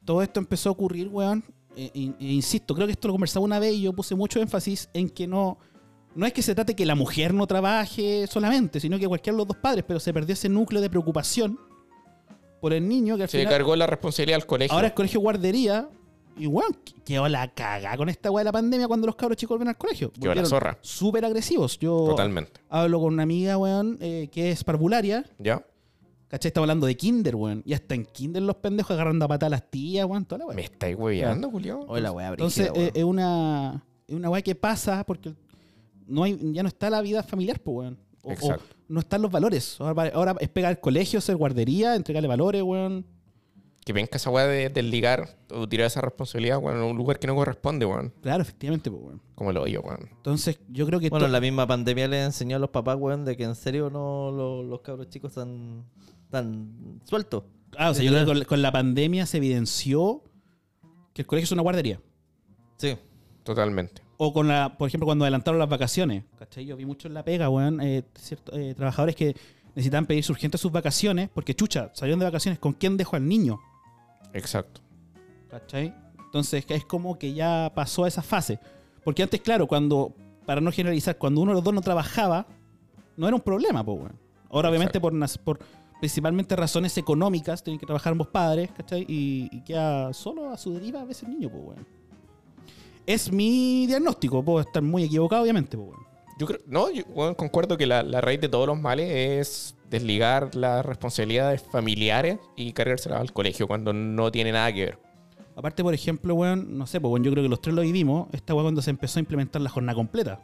todo esto empezó a ocurrir, weón. E, e- e insisto, creo que esto lo conversaba una vez y yo puse mucho énfasis en que no, no es que se trate que la mujer no trabaje solamente, sino que cualquiera de los dos padres, pero se perdió ese núcleo de preocupación por el niño que al
Se le
final-
cargó la responsabilidad al colegio.
ahora es colegio guardería. Y weón, quedó la caga con esta weá de la pandemia cuando los cabros chicos vuelven al colegio.
Quedó la
Volvieron
zorra.
Súper agresivos. Yo
Totalmente.
hablo con una amiga, weón, eh, que es parvularia.
¿Ya?
¿Cachai? Estamos hablando de Kinder, weón. Y hasta en Kinder los pendejos agarrando a patas a las tías, weón. Toda la weón.
Me estáis hueveando, Julián.
Hola, weá,
Entonces,
brígida, weón.
eh, es una es una weá que pasa porque no hay, ya no está la vida familiar, pues, weón. O- o
Exacto.
no están los valores. Ahora, va- ahora es pegar al colegio, ser guardería, entregarle valores, weón.
Que venga esa weá de desligar o tirar esa responsabilidad, weón, a un lugar que no corresponde, weón.
Claro, efectivamente, pues, weón.
Como lo oyo, weón.
Entonces, yo creo que.
Bueno,
to-
la misma pandemia le enseñó a los papás, weón, de que en serio no lo- los cabros chicos están tan sueltos.
Ah, o sea, yo creo que con, con la pandemia se evidenció que el colegio es una guardería.
Sí.
Totalmente.
O con la, por ejemplo, cuando adelantaron las vacaciones. ¿Cachai? Yo vi mucho en la pega, weón. eh, cierto- eh, trabajadores que necesitaban pedir urgentes sus vacaciones porque, chucha, salieron de vacaciones. ¿Con quién dejo al niño?
Exacto.
¿Cachai? Entonces es como que ya pasó a esa fase. Porque antes, claro, cuando, para no generalizar, cuando uno de los dos no trabajaba, no era un problema, pues, weón. Ahora, obviamente,
Exacto.
por, nas- por principalmente razones económicas, tienen que trabajar ambos padres, ¿cachai? Y, y queda solo a su deriva a veces el niño, pues, weón. Es mi diagnóstico, puedo estar muy equivocado, obviamente, pues, weón.
Yo creo, no, yo, weón, concuerdo que la, la raíz de todos los males es desligar las responsabilidades familiares y cargárselas al colegio cuando no tiene nada que ver.
Aparte, por ejemplo, weón, no sé, pues, weón, yo creo que los tres lo vivimos, esta weón cuando se empezó a implementar la jornada completa.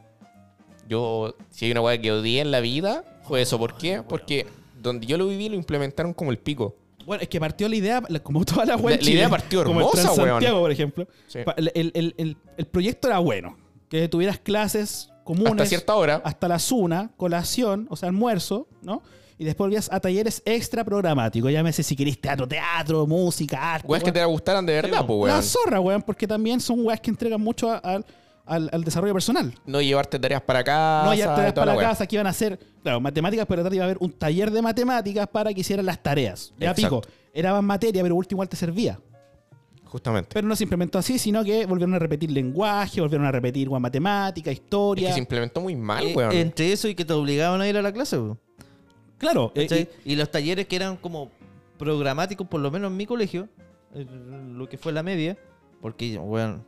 Yo, si hay una weá que odié en la vida, fue eso. ¿Por qué? Porque donde yo lo viví lo implementaron como el pico.
Bueno, es que partió la idea, la- como toda la weá en
La- la
Chile,
idea partió
como el
hermosa, weón.
Transantiago, por ejemplo.
Sí.
Pa- El, el- el- el- el proyecto era bueno. Que tuvieras clases comunes.
Hasta cierta hora.
hasta las una, colación, o sea, almuerzo, ¿no? Y después volvías a talleres extra programáticos. Llámese si querés teatro, teatro, música, arte.
Weas que
weón.
te gustaran de verdad, pues,
La
weón.
zorra, weón, porque también son weas que entregan mucho a- al- al- al desarrollo personal
No llevarte tareas para casa.
no ya tareas
toda la
para
weá.
casa que iban a hacer, claro, matemáticas, pero tarde iba a haber un taller de matemáticas para que hicieran las tareas. Ya
Exacto.
pico. Era más materia, pero último igual te servía.
Justamente.
Pero no se implementó así, sino que volvieron a repetir lenguaje, volvieron a repetir weón, matemática,
Es
historia.
que se implementó muy mal,
Eh,
weón.
entre eso y que te obligaban a ir a la clase, weón.
claro, eh,
¿Cachai? Y los talleres que eran como programáticos, por lo menos en mi colegio, eh, lo que fue la media, porque, bueno,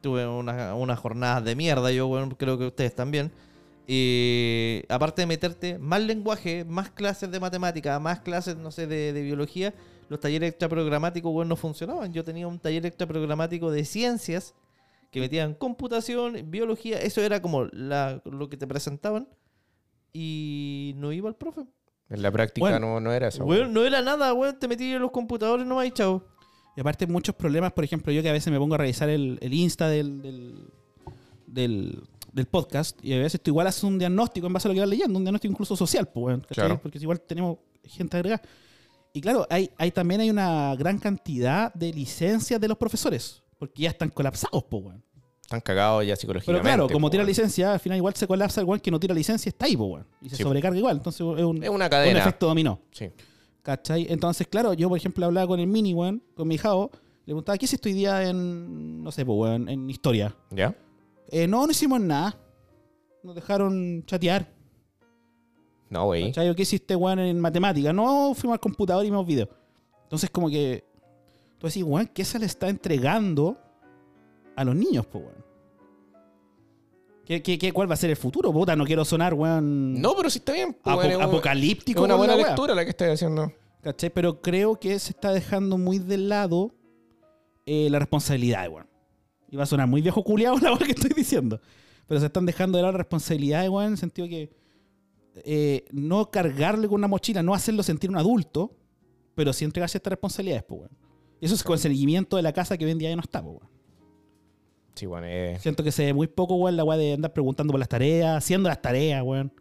tuve unas unas jornadas de mierda, yo, bueno, creo que ustedes también. Y aparte de meterte más lenguaje, más clases de matemática, más clases, no sé, de, de biología, los talleres extra programáticos, bueno, no funcionaban. Yo tenía un taller extra programático de ciencias que metían computación, biología, eso era como la- lo que te presentaban y no iba al profe.
En la práctica
Bueno,
no, no era eso.
Weón,
weón.
no era nada, weón. Te metí en los computadores nomás y chao.
Y aparte muchos problemas, por ejemplo, yo que a veces me pongo a revisar el, el Insta del, del, del- del podcast y a veces tú igual haces un diagnóstico en base a lo que vas leyendo, un diagnóstico incluso social, pues, weón, ¿cachai?
Claro.
porque igual tenemos gente agregada. Y claro, hay, hay también hay una gran cantidad de licencias de los profesores, porque ya están colapsados, pues, weón.
están cagados ya
Pero
psicológicamente.
claro, como
po,
tira
pues, weón.
licencia, al final igual se colapsa el weón que no tira licencia, está ahí, po, weón. Y se
Sí. pues.
sobrecarga igual. Entonces es un,
Es una cadena.
un efecto dominó.
Sí.
¿Cachai? Entonces, claro, yo por ejemplo hablaba con el mini, weón, con mi hijao, le preguntaba, ¿qué hiciste hoy día en, no sé, po, weón, en historia?
¿Ya?
Eh, no, no hicimos nada. Nos dejaron chatear.
No, güey.
¿Cachai? ¿O ¿Qué hiciste, weón, en matemática? No, fuimos al computador y vimos videos. Entonces, como que. Tú decís, weón, ¿qué se le está entregando a los niños, po, weón? ¿Qué, qué, qué, ¿Cuál va a ser el futuro, puta? No quiero sonar, weón.
No, pero sí está bien. po,
apo-
weón, es un- es
apocalíptico.
una
con
buena
la weá,
lectura la que estoy haciendo.
¿Cachai? Pero creo que se está dejando muy de lado eh, la responsabilidad, weón. Y va a sonar muy viejo culiado la weá que estoy diciendo. Pero se están dejando de lado la responsabilidad, weón, en el sentido que eh, no cargarle con una mochila, no hacerlo sentir un adulto, pero sí entregarse estas responsabilidades, pues, weón. Y eso es con el seguimiento de la casa que hoy en día ya no está, pues, weón.
Sí, bueno, eh,
Siento que se ve muy poco, weón, la weá de andar preguntando por las tareas, haciendo las tareas, weón.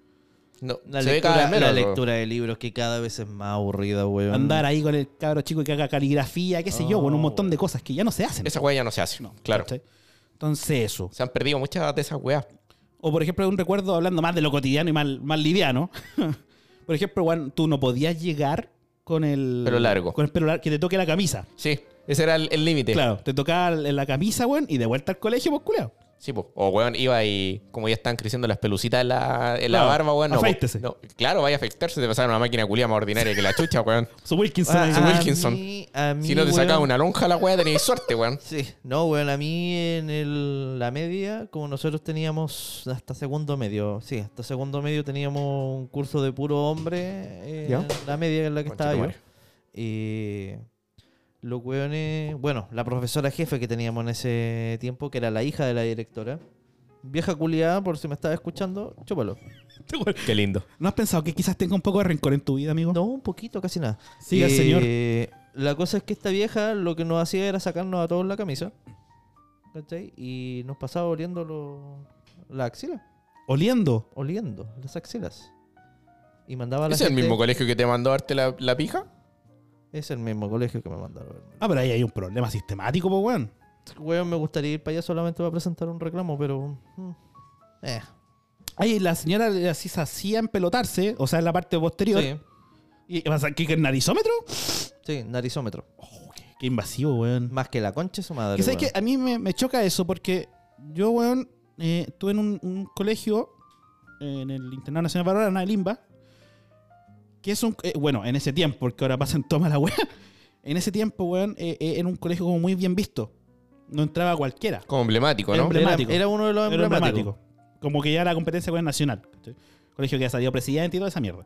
no,
La,
se ve
lectura,
cada vez menos,
la
po.
lectura de libros que cada vez es más aburrida, weón.
Andar ahí con el cabro chico que haga caligrafía, qué sé yo,
Oh,
con un montón
weón.
de cosas que ya no se hacen.
Esa weá ya no se hace.
No,
claro.
¿cachai? Entonces eso.
Se han perdido muchas de esas weas.
O por ejemplo, un recuerdo hablando más de lo cotidiano y más, más liviano. por ejemplo, Juan, tú no podías llegar con el...
Pelo largo.
Con el pelo largo, que te toque la camisa.
Sí, ese era el el límite.
Claro, te tocaba el- la camisa, weón, y de vuelta al colegio, pues, culiao.
Sí, po. O, weón, iba y como ya están creciendo las pelucitas en la, en la
Claro,
barba, weón. No, po.
afeítese.
No, claro, vaya a afectarse, te pasaron una máquina culia más ordinaria que la chucha, weón.
Su Wilkinson.
Ah,
ahí.
Su
a
Wilkinson.
mí- a mí,
Si no te
weón,
sacaba una lonja la weá, tenías suerte, weón.
Sí, no, weón, a mí en el- la media, como nosotros teníamos hasta segundo medio, sí, hasta segundo medio teníamos un curso de puro hombre, eh,
Ya.
la media en la que
Concha
estaba
tu
yo.
madre.
Y los weones, bueno, la profesora jefe que teníamos en ese tiempo, que era la hija de la directora, vieja culiada, por si me estaba escuchando, chúpalo.
Este
Qué lindo.
¿No has pensado que quizás tenga un poco de rencor en tu vida, amigo?
No, un poquito, casi nada.
Siga,
Eh,
señor.
La cosa es que esta vieja lo que nos hacía era sacarnos a todos la camisa. ¿Cachai? Y nos pasaba oliendo lo- la axila.
Oliendo.
Oliendo las axilas. Y mandaba a la
¿Es el
gente-
mismo colegio que te mandó a darte la, la pija?
Es el mismo colegio que me mandaron.
Ah, pero ahí hay un problema sistemático, pues, weón.
Weón, me gustaría ir para allá solamente para presentar un reclamo, pero... mm, Eh,
Ahí la señora eh, así se hacía empelotarse, o sea, en la parte posterior.
sí,
¿Y vas a qué qué, narizómetro?
sí, narizómetro.
Oh, qué, qué invasivo, weón.
Más que la concha de su madre.
Que sabes
weón.
que a mí me, me choca eso porque yo, weón, eh, estuve en un, un colegio eh, en el Internado Nacional Valorana, el IMBA, que es un. eh, bueno, en ese tiempo, porque ahora pasan toma la weá. En ese tiempo, weón, eh, eh, era un colegio como muy bien visto. No entraba cualquiera.
Como emblemático, ¿no?
Emble- emblemático.
Era, era uno de los
Era
emblemáticos.
emblemático. Como que ya era competencia weón, nacional. ¿cachai? Colegio que ha salido presidente y toda esa mierda.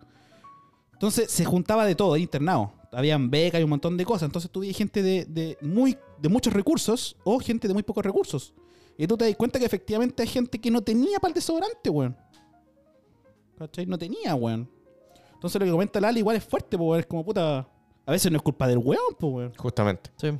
Entonces se juntaba de todo, era internado. Habían becas y un montón de cosas. Entonces tuve gente de, de muy, de muchos recursos o gente de muy pocos recursos. Y tú te das cuenta que efectivamente hay gente que no tenía para el desodorante, weón. ¿Cachai? No tenía, weón. Entonces lo que comenta Lali igual es fuerte, po, weón. Es como puta. A veces no es culpa del weón, po, weón.
Justamente.
Sí.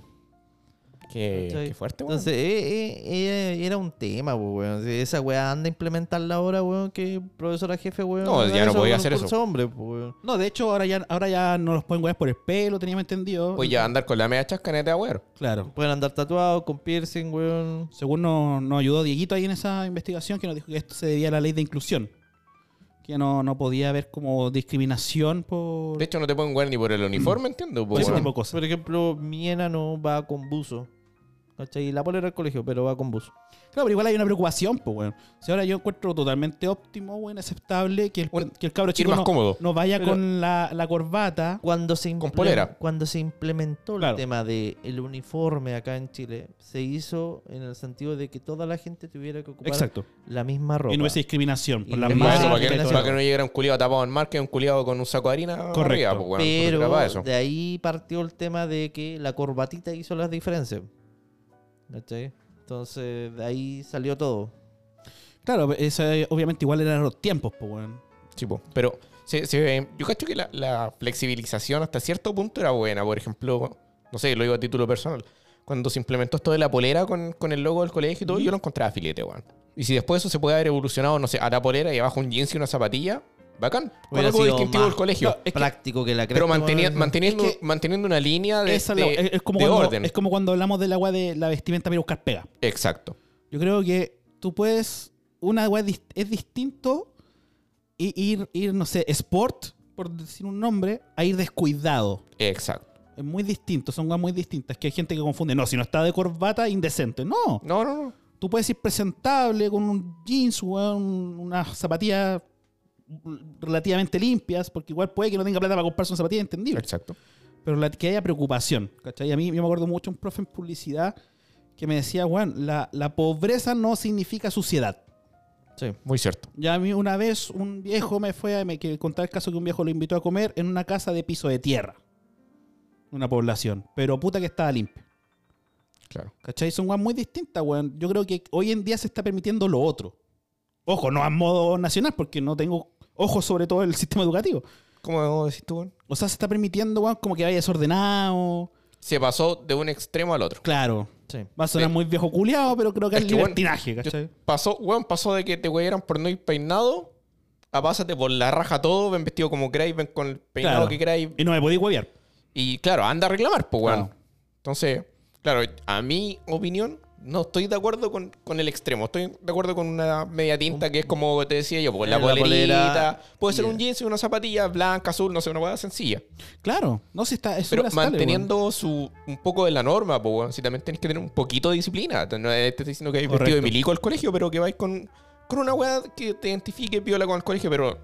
Qué,
¿Cachai?
qué fuerte, weón.
Entonces, eh, eh, eh, era un tema, po, weón. Si Esa weá anda a implementarla ahora, weón, que profesora jefe, weón.
No,
haga
ya no podía
con
hacer
curso
eso.
hombre, po, weón.
No, de hecho, ahora ya, ahora ya no los pueden weas por el pelo, teníamos entendido.
Pues ya andar con la media chascaneta, weón.
Claro.
Pueden andar tatuados con piercing, weón.
Según nos, nos ayudó Dieguito ahí en esa investigación, que nos dijo que esto se debía a la ley de inclusión. Que no, no podía haber como discriminación por
De hecho, no te pueden wear ni por el uniforme, entiendo. po,
por ese
weón.
tipo de cosas.
Por ejemplo, mi enano va con buzo. ¿Cachai? La polera del colegio, pero va con buzo.
Claro, pero igual hay una preocupación, pues, weón. Si ahora yo encuentro totalmente óptimo, weón, aceptable que el,
Bueno,
que el cabro chico
más
no,
cómodo.
no vaya
Pero-
con la, la corbata.
Cuando se
Con
imple-
polera.
Cuando se implementó
Claro.
el tema del el uniforme acá en Chile, se hizo en el sentido de que toda la gente tuviera que ocupar
Exacto.
la misma ropa.
Y no hubiese discriminación por
Y
la
no
Para
Ah,
eso,
marca
para
y
que,
todo.
claro.
para que no llegara un culiado tapado en mar, que un culiado con un saco de harina
Correcto.
arriba, po, weón.
Pero
Puta, capaz eso.
de ahí partió el tema de que la corbatita hizo las diferencias. ¿Cachai? Entonces, de ahí salió todo.
Claro, eso, eh, obviamente igual eran los tiempos, pues, weón.
Sí, po. pero se- se- yo cacho que la, la flexibilización hasta cierto punto era buena. Por ejemplo, no sé, lo digo a título personal. Cuando se implementó esto de la polera con, con el logo del colegio y todo, yo lo encontraba filete, weón. Y si después eso se puede haber evolucionado, no sé, a la polera y abajo un jeans y una zapatilla, bacán. Con
Hubiera
algo
sido
distintivo
más
del colegio.
es que-
Práctico que, la
pero
cresta,
mantenía-
weón.
manteniendo,
Es que-
manteniendo una línea de,
Esa es la-
de-
es, es como
de
cuando,
orden.
es como cuando hablamos del agua de la vestimenta para ir a buscar pega.
Exacto.
Yo Yo creo que tú puedes. Una weá dis- es distinto y ir, ir, no sé, sport, por decir un nombre, a ir descuidado.
Exacto.
Es muy distinto, son weas muy distintas. Que hay gente que confunde. No, si no está de corbata, indecente. No.
No, no, no.
Tú puedes ir presentable con un jeans, weón, unas zapatillas relativamente limpias, porque igual puede que no tenga plata para comprarse una zapatilla, entendible
Exacto.
pero la, que haya preocupación. ¿cachai? A mí yo me acuerdo mucho un profe en publicidad que me decía, bueno, la, la pobreza no significa suciedad.
Sí.
Muy cierto.
Ya a mí una vez un viejo me fue a me que contar el caso que un viejo lo invitó a comer en una casa de piso de tierra. Una población. Pero puta que estaba limpia.
Claro.
¿Cachai? Son weas muy distintas, weón. Yo creo que hoy en día se está permitiendo lo otro. Ojo, no a modo nacional, porque no tengo ojo sobre todo el sistema educativo.
¿Cómo decís tú, weón?
O sea, se está permitiendo, weón, como que vaya desordenado.
Se pasó de un extremo al otro.
Claro.
Sí.
Va a sonar
Sí.
muy viejo culiado, pero creo que es,
Es que, bueno,
libertinaje, ¿cachai?
Pasó, weón, pasó de que te weyeran por no ir peinado a pásate por la raja todo, ven vestido como queráis, ven con el peinado
Claro.
que queráis.
Y no me podía huevear.
Y claro, anda a reclamar, pues, weón.
Claro.
Entonces, claro, a mi opinión, no estoy de acuerdo con, con el extremo. Estoy de acuerdo con una media tinta que es como te decía yo, pues la,
La polera,
polerita. Puede ser un
yeah.
jeans y una zapatilla blanca, azul, no sé, una hueá sencilla.
Claro, no si está. Es
Pero
sobresale,
manteniendo su un poco de la norma, pues, weón. Si también tenés que tener un poquito de disciplina. No eh, te estoy diciendo que hay vestido de
Correcto.
milico al colegio, pero que vais con, con una weá que te identifique viola con el colegio, pero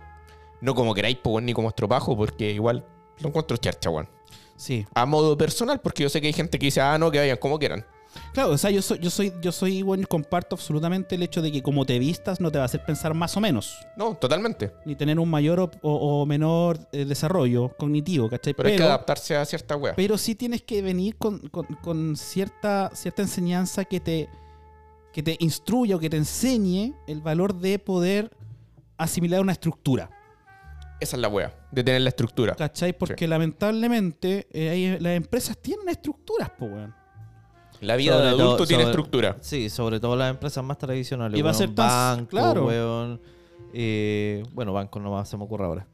no como queráis, pues, weón, ni como estropajo, porque igual lo encuentro charcha, weón.
weón. Sí.
A modo personal, porque yo sé que hay gente que dice, ah, no, que vayan como quieran.
Claro, o sea, yo soy, yo soy, yo soy, bueno, comparto absolutamente el hecho de que como te vistas no te va a hacer pensar más o menos.
No, totalmente.
Ni tener un mayor o, o- o menor eh, desarrollo cognitivo, ¿cachai?
Pero, hay que adaptarse a cierta weá.
pero sí tienes que venir con, con- con cierta, cierta enseñanza que te, que te instruya o que te enseñe el valor de poder asimilar una estructura.
Esa es la weá, de tener la estructura.
¿Cachai? Porque lamentablemente eh, hay- las empresas tienen estructuras, po, weón.
La vida
Sobre
del adulto
todo-
tiene
sobre-
estructura.
Sí, sobre todo las empresas más tradicionales.
Y va a
weón,
ser tan-
banco,
claro.
weón, eh, bueno, banco nomás se me ocurre ahora.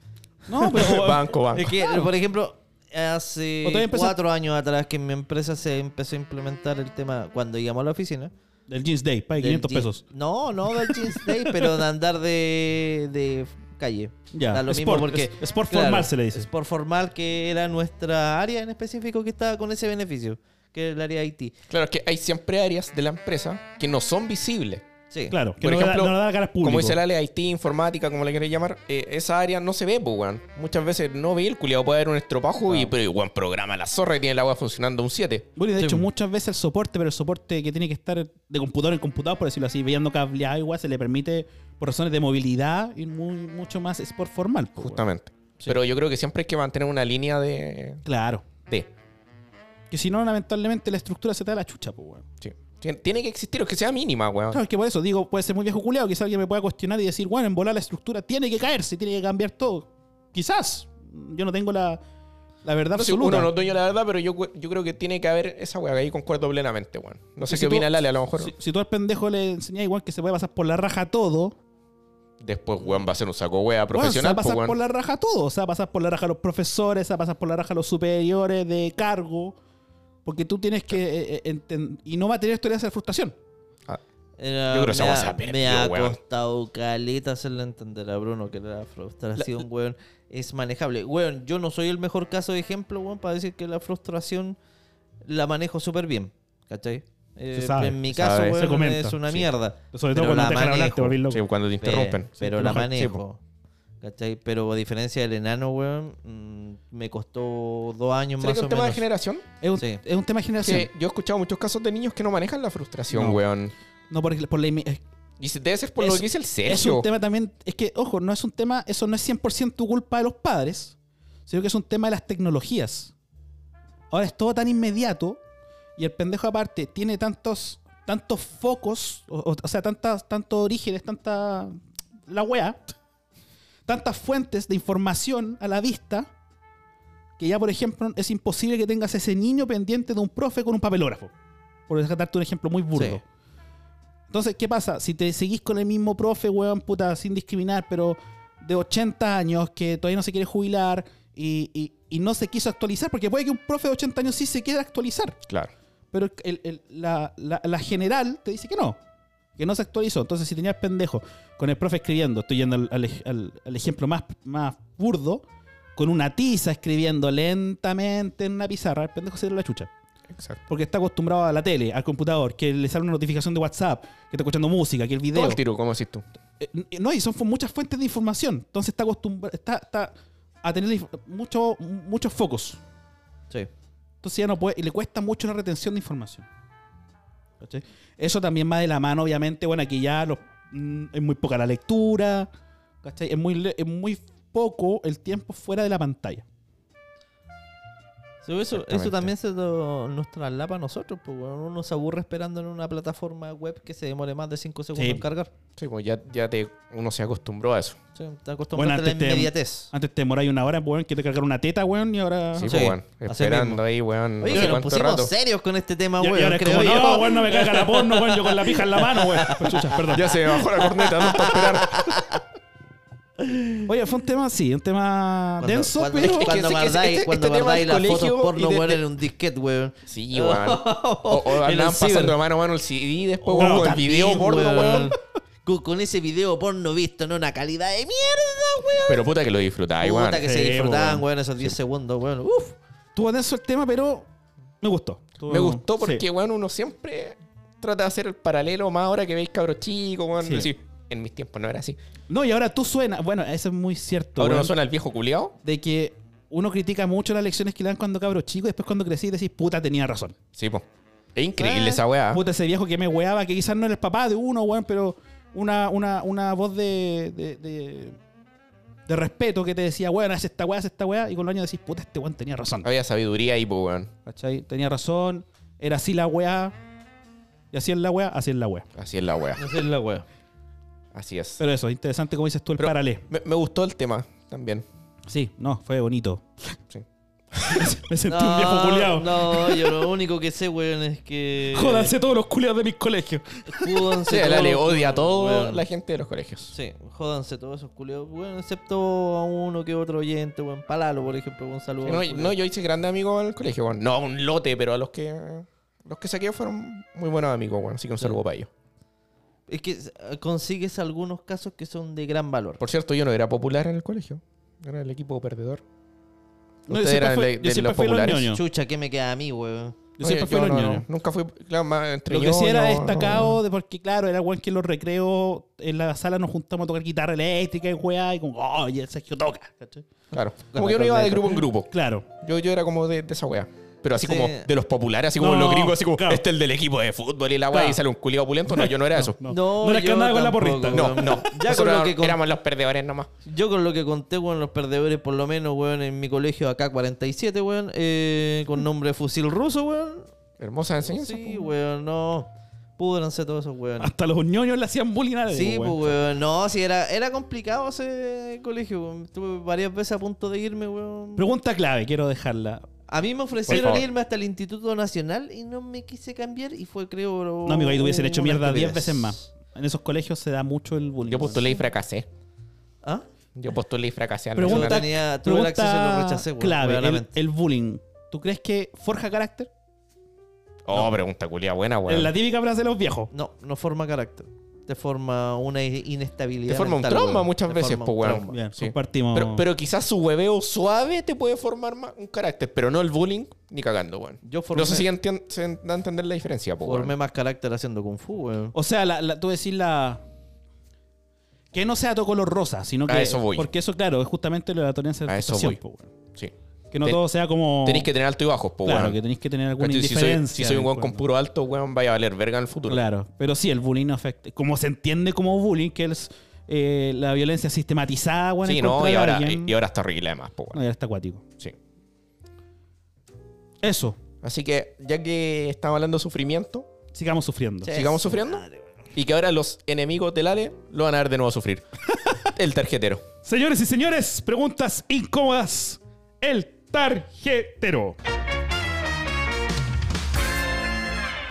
No, pero.
banco, banco.
Es que, por ejemplo, hace
O todavía empieza-
cuatro años atrás que mi empresa se empezó a implementar el tema cuando llegamos a la oficina.
Del Jeans Day, pague 500
Del
pesos.
jean- No, no del jeans day, pero de andar de, de calle.
Ya.
Da lo mismo
Sport,
porque-
es- sport
claro,
formal se le dice.
Sport formal, que era nuestra área en específico que estaba con ese beneficio, que era el área IT.
Claro, es que hay siempre áreas de la empresa que no son visibles.
Sí.
Claro, que
Por
no, le da-
ejemplo,
no le da la cara al público.
Como dice el Ale, IT, informática, como le queréis llamar, eh, esa área no se ve, pues, weón. Muchas veces no ve el culiado, puede haber un estropajo, y, pero weón, programa la zorra y tiene la agua funcionando un 7.
Bueno, y de
Sí,
hecho,
po.
muchas veces el soporte, pero el soporte que tiene que estar de computador en computador, por decirlo así, veando cableado, igual se le permite, por razones de movilidad, ir muy, mucho más sport formal. po,
Pues,
weón.
Justamente. Pero yo creo que siempre hay que mantener una línea de.
Claro.
de.
Que si no, lamentablemente la estructura se te da la chucha, pues, weón.
sí. Tien- Tiene que existir, o que sea mínima, weón.
Claro, es que por eso digo, puede ser muy viejo culeado, quizás alguien me pueda cuestionar y decir, bueno, en volar la estructura tiene que caerse, tiene que cambiar todo. Quizás. Yo no tengo la, la verdad
No sé,
absoluta.
uno no es dueño de la verdad, pero yo, cu- yo creo que tiene que haber esa weá, ahí concuerdo plenamente, weón. No sé
Y si
qué
tú-
opina el Ale, a lo mejor.
si, si tú al pendejo le enseñas igual que se puede pasar por la raja todo,
Después, weón, va a ser un saco weá
bueno, se va
profesional,
a pasar
pues, weón.
por la raja todo. O sea, pasas por la raja a los profesores, se va a pasar por la raja a los superiores de cargo. Porque tú tienes que eh, eh, enten- y no va a tener historias de frustración.
Era-
Yo creo que esa
me,
weá se
ha,
ha perdido,
me ha
weón.
costado caleta hacerle entender a Bruno que la frustración, weón, es manejable. Weón, yo no soy el mejor caso de ejemplo, weón, para decir que la frustración la manejo súper bien. ¿Cachai? Eh,
sabe,
en mi
se
caso,
sabe.
weón,
Se comenta,
es una
sí.
mierda.
Sobre
Pero
todo cuando
la
te dejan hablar, te
manejo.
volvís
Sí,
loco.
cuando te
Pe-
interrumpen. Sí,
pero
te
la
enojan, sí,
manejo. ¿Cachai? Pero a diferencia del enano, weón, mm, me costó dos años
¿Será
más
que es
o
un tema de
menos.
generación?
Es un,
Sí.
es un tema de generación.
Que yo he escuchado muchos casos de niños que no manejan la frustración,
No.
weón.
No por, por la, imi- es-
Y se- debe ser por lo
Es-
que dice el
Es un
Sergio.
tema también, es que, ojo, no es un tema, eso no es 100% culpa de los padres, sino que es un tema de las tecnologías. Ahora es todo tan inmediato y el pendejo aparte tiene tantos tantos focos, o, o- o sea, tantas, tantos orígenes, tanta la wea, tantas fuentes de información a la vista que ya, por ejemplo, es imposible que tengas ese niño pendiente de un profe con un papelógrafo. Por darte un ejemplo muy burdo.
Sí.
Entonces, ¿qué pasa? Si te seguís con el mismo profe, weón, puta, sin discriminar, pero de 80 años, que todavía no se quiere jubilar y, y- y no se quiso actualizar, porque puede que un profe de 80 años sí se quiera actualizar,
Claro.
pero el- el- la, la- la general te dice que no. que no se actualizó. Entonces, si tenías pendejo con el profe escribiendo, estoy yendo al, al ej- al- al ejemplo más, más burdo, con una tiza escribiendo lentamente en una pizarra, el pendejo se dio la chucha.
Exacto.
Porque está acostumbrado a la tele, al computador, que le sale una notificación de WhatsApp, que está escuchando música, que el video.
Todo el tiro, como decís tú.
Eh, n- no, y son fu- muchas fuentes de información. Entonces está acostumbrado está, está a tener inf- mucho- muchos focos.
Sí.
Entonces ya no puede, y le cuesta mucho la retención de información. ¿Cachai? Eso también va de la mano, obviamente. Bueno, aquí ya los- mm, es muy poca la lectura, ¿cachai? Es muy, le- es muy poco el tiempo fuera de la pantalla.
Sí, eso, eso
Exactamente.
también se lo- nos traslapa a nosotros, pues weón. uno se aburre esperando en una plataforma web que se demore más de 5 segundos
Sí.
en cargar.
Sí, pues ya, ya te, uno se acostumbró a eso.
Sí, te acostumbraste
antes
a la
te-
inmediatez.
Antes te demoráis una hora, pues, weón, que te cargar una teta, weón, y ahora.
Sí,
Sí,
pues, weón.
así
Esperando
mismo.
ahí, weón.
Oye,
no
que
sé
nos
cuánto
pusimos
rato.
serios con este tema,
Y- y
weón,
ahora es
creo
como,
yo.
no, weón, no me caga la porno, weón, yo con la pija en la mano, weón. Pues, chuchas, perdón.
Ya se me bajó la corneta, no está esperando.
Oye, fue un tema, sí, un tema
Cuando-
denso,
cuando,
pero.
es que-
cuando
es que
guardáis,
este-
cuando
este tema
guardáis
del
las
colegio
fotos porno,
y de-
weón, en un disquete, weón.
Sí, weón. O, o
En el
andaban
ciber.
pasando, hermano, mano, el CD, después,
Oh,
weón, el
También,
video porno, weón.
Con, con ese video porno visto en una calidad de mierda, weón.
Pero puta que lo disfrutáis, weón.
Puta que se
Sí,
disfrutaban,
weón.
weón, esos 10 segundos, weón. Uf.
Tuvo denso el tema, pero me gustó. Tuvo-
Me gustó porque,
sí.
weón, uno siempre trata de hacer el paralelo más ahora que veis cabros chicos, weón.
Sí.
decir, en mis tiempos no era así.
No, y ahora tú suena. Bueno, eso es muy cierto.
Ahora no
weón,
suena el viejo culiao.
De que uno critica mucho las lecciones que le dan cuando cabro chico y después cuando crecí decís, puta, tenía razón.
Sí, po. Es increíble
Ah.
esa weá.
Puta, ese viejo que me weaba, que quizás no era el papá de uno, weón, pero una, una, una voz de, de, de- de respeto que te decía, weón, haz esta weá, haz esta weá, y con los años decís, puta, este weón tenía razón.
Había sabiduría ahí, po, weón.
¿Cachai? Tenía razón, era así la weá, y así es la weá, así es la weá.
Así es la weá.
No sé la weón.
Así es.
Pero eso, interesante como dices tú el
Pero-
paralé.
Me, me gustó el tema también.
Sí, no, fue bonito.
Sí.
Me
Este
sentí un viejo culiado.
No, yo lo único que sé, weón, es que.
Jódanse todos los culiados de mis colegios.
Jódanse.
Sí, la
todos
le
los-
odia a toda
weón.
la gente de los colegios.
Sí, jódanse todos esos culiados, weón, excepto a uno que otro oyente, weón. Palalo, por ejemplo, un saludo.
No,
pues.
al culiao.
no, yo hice grande amigo en el colegio, weón. No, un lote, pero a los que. Los que saqué fueron muy buenos amigos, weón. Así que un saludo para ellos.
Es que eh, consigues algunos casos que son de gran valor.
Por cierto, yo no era popular en el colegio. Era el equipo perdedor.
No,
Ustedes
siempre
eran
fui-
de-
yo
de
siempre
los
fui los
populares.
ñoños.
Chucha, ¿qué me queda a mí, weón?
Yo siempre
Oye,
fui los
no, no,
ñoños.
Nunca fui. Claro, más entre
Lo que
yo,
sí era
no,
destacado,
no.
de porque claro, era weón que en los recreos, en la sala nos juntamos a tocar guitarra eléctrica y weá, y como, oye, el Sergio toca. ¿cachai?
Claro. Como que yo no iba de grupo en grupo.
Claro.
Yo, yo era como de, de esa wea. Pero así
Sí.
como de los populares, así como
No,
los gringos, así como
claro.
este es el del equipo de fútbol y la wea
Claro.
y sale un culiado opulento. No, yo no era eso.
No, no era que
yo
andaba con la
tampoco,
porrista.
No,
weón.
no.
Ya con
Nosotros
lo que con-
éramos los perdedores nomás.
Yo con lo que conté, weón, los perdedores, por lo menos, weón, en mi colegio acá 47, weón, eh, con nombre de fusil ruso, weón.
Hermosa enseñanza.
Sí,
pues,
po.
weón, no. Púdranse todos esos weones.
Hasta los ñoños le hacían bullying a alguien,
Sí, pues,
Ah, weón.
weón. No, sí, era, era complicado ese colegio, weón. Estuve varias veces a punto de irme, weón.
Pregunta clave, quiero dejarla.
A mí me
Por
ofrecieron
favor.
irme hasta el Instituto Nacional y no me quise cambiar y fue, creo...
No, amigo, ahí te hubiesen hecho
una
mierda 10
estupidez.
veces más. En esos colegios se da mucho el bullying.
Yo
weón.
postulé y fracasé.
¿Ah?
Yo postulé y fracasé
eh,
al
Pregunta-
Yo
Nacional.
tenía, tuve el
Pregunta
acceso y lo rechacé, weón.
clave, el,
claramente.
el bullying. ¿Tú crees que forja carácter?
Oh, pregunta culia buena, weón.
Es la típica frase de los viejos.
No, no forma carácter. Te forma una i- inestabilidad.
Te forma un
mental,
trauma
weón.
muchas
Te
veces,
forma
pues,
un
weón.
trauma.
Bien,
Sí.
compartimos.
Pero, pero quizás su hueveo suave te puede formar más un carácter, pero no el bullying ni cagando, weón.
Yo formé,
No sé si entien- se da a entender la diferencia, po,
formé
weón.
más carácter haciendo kung fu, weón.
O sea, la, la- tú decís la. Que no sea todo color rosa, sino que.
A eso voy.
Porque eso, claro, es justamente lo de la tolerancia de
A eso
aceptación,
voy.
po, weón.
Sí.
Que no
Ten-
todo sea como.
Tenéis que tener alto y bajo, po,
Claro,
weón.
que tenéis que tener alguna
¿Cachai? Si soy,
indiferencia.
si soy un weón con
weón.
puro alto, weón, vaya a valer verga en el futuro.
Claro, pero sí, el bullying no afecta. Como se entiende como bullying, que es eh, la violencia sistematizada, weón.
sí,
en
no,
contra
y
de
ahora,
alguien.
y ahora está horrible además, po, weón.
No, ya está acuático.
Sí.
Eso,
Así que, ya que estamos hablando de sufrimiento,
sigamos sufriendo.
sigamos sufriendo. Y que ahora los enemigos del Ale lo van a ver de nuevo sufrir. el tarjetero.
Señores y señores, preguntas incómodas. El tarjetero.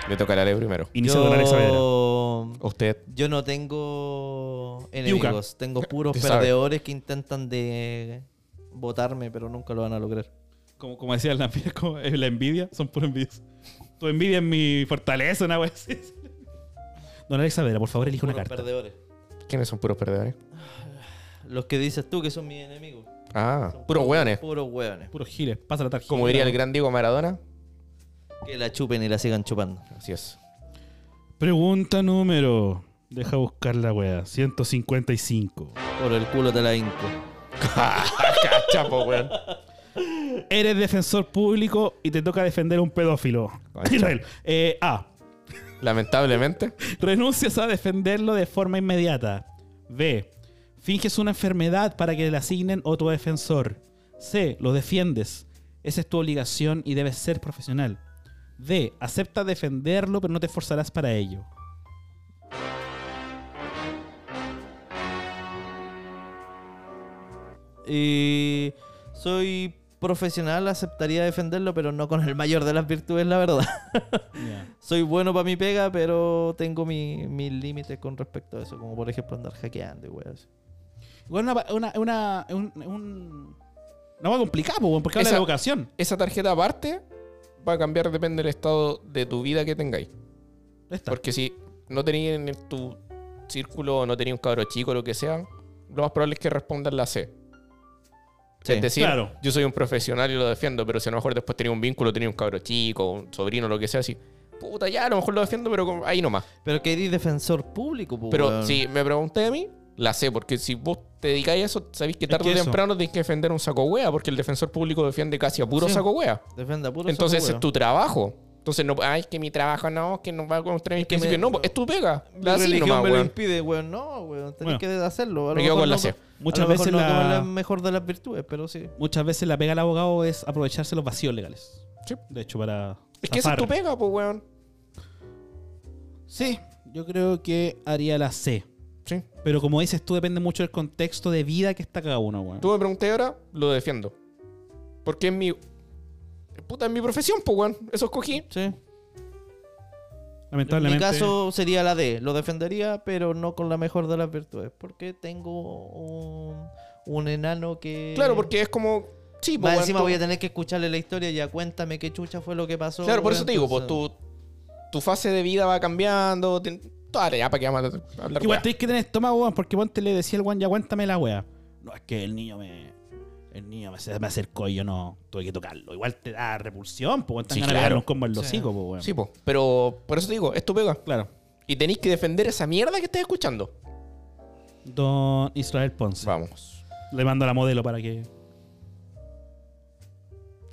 Le toca al Ale primero.
Inicia Don Alex Saavedra.
Yo...
Usted.
Yo no tengo enemigos, tengo puros
Te sabe.
perdedores que intentan de votarme, pero nunca lo van a lograr.
como, como decía la, como, eh, la envidia, son puros envidios. Tu envidia es mi fortaleza, una wea así. Don Alex Saavedra, por favor, elija una
Puros
carta.
perdedores.
¿Quiénes son puros perdedores?
Los que dices tú que son mis enemigos.
Ah,
Son
puros hueones.
Puros hueones.
Puro giles, pasa la tarjeta.
Como diría el gran Diego Maradona.
Que la chupen y la sigan chupando.
Así es.
Pregunta número. Deja buscar la wea. 155.
Por el culo te la inco.
Cachapo, weón.
Eres defensor público y te toca defender a un pedófilo.
Concha.
Israel. Eh, A.
Lamentablemente.
Renuncias a defenderlo de forma inmediata. B. Finges una enfermedad para que le asignen otro defensor. C. Lo defiendes. Esa es tu obligación y debes ser profesional. D. Acepta defenderlo, pero no te esforzarás para ello.
Y soy profesional, aceptaría defenderlo, pero no con el mayor de las virtudes, la verdad. Soy bueno para mi pega, pero tengo mi- mis límites con respecto a eso. Como por ejemplo andar hackeando y weas.
Igual una, una, una, un, un- una hueá complicada, po, weón, porque habla
Esa-
de vocación.
Esa tarjeta aparte va a cambiar depende del estado de tu vida que tengáis.
Esta.
Porque si no tenéis en tu círculo, no tenéis un cabro chico, lo que sea, lo más probable es que respondan la C.
Sí.
es decir,
claro.
yo soy un profesional y lo defiendo, pero si a lo mejor después tenía un vínculo, tenía un cabro chico, un sobrino, lo que sea, así. Puta, ya, a lo mejor lo defiendo, pero como- ahí nomás.
Pero que di defensor público, po,
Pero
weón.
si me pregunté a mí, la sé, porque si vos te dedicáis a eso, sabéis que
Es
tarde
que
o
eso.
temprano tenés que defender un saco hueá, porque el defensor público defiende casi a puro
Sí.
saco hueá.
Defenda puro
Entonces ese
saco,
es tu trabajo. Entonces no, ay, que mi trabajo no, que no va a construir mis
que me-
principios. No, po, es tu pega.
weón. Mi
La así
religión
nomás,
me lo
weón.
impide, weón. No, weón. Tenés
Bueno,
que hacerlo. A lo
me quedo
mejor
con la
no-
C.
a lo
Muchas
mejor
veces
no
la-
con la mejor de las virtudes, pero sí.
Muchas veces la pega al abogado es aprovecharse los vacíos legales.
Sí.
De hecho, para.
Es que esa es
zafar.
tu pega, pues, weón.
Sí, yo creo que haría la C.
Sí.
Pero como dices tú, depende mucho del contexto de vida que está cada uno, weón.
Tú me pregunté ahora, lo defiendo. Porque es mi... Puta, es mi profesión, pues, weón. Eso escogí.
Sí. En mi
Lamentablemente.
caso sería la D. Lo defendería, pero no con la mejor de las virtudes. Porque tengo un, un enano que.
Claro, porque es como... Sí, pues,
Más
weón,
encima
tú-
voy a tener que escucharle la historia. Ya cuéntame qué chucha fue lo que pasó.
Claro, por
weón,
eso te digo, pues,
entonces-
tu, tu fase de vida va cambiando. ten- Toda la- ya, para que vamos a hablar,
Igual
weá.
tenés que tener estómago, weón, porque ponte le decía al weón, ya aguántame la wea. No, es que el niño me. El niño me, se- me acercó y yo no tuve que tocarlo. Igual te da repulsión, pues, weón. Te
Sí,
dan ganas de
claro.
pegarle un combo en los
Sí.
hocicos, po, weón.
Sí, pues. Pero por eso te digo, es tu pega.
claro.
Y tenéis que defender esa mierda que estés escuchando.
Don Israel Ponce.
Vamos.
Le mando a la modelo para que.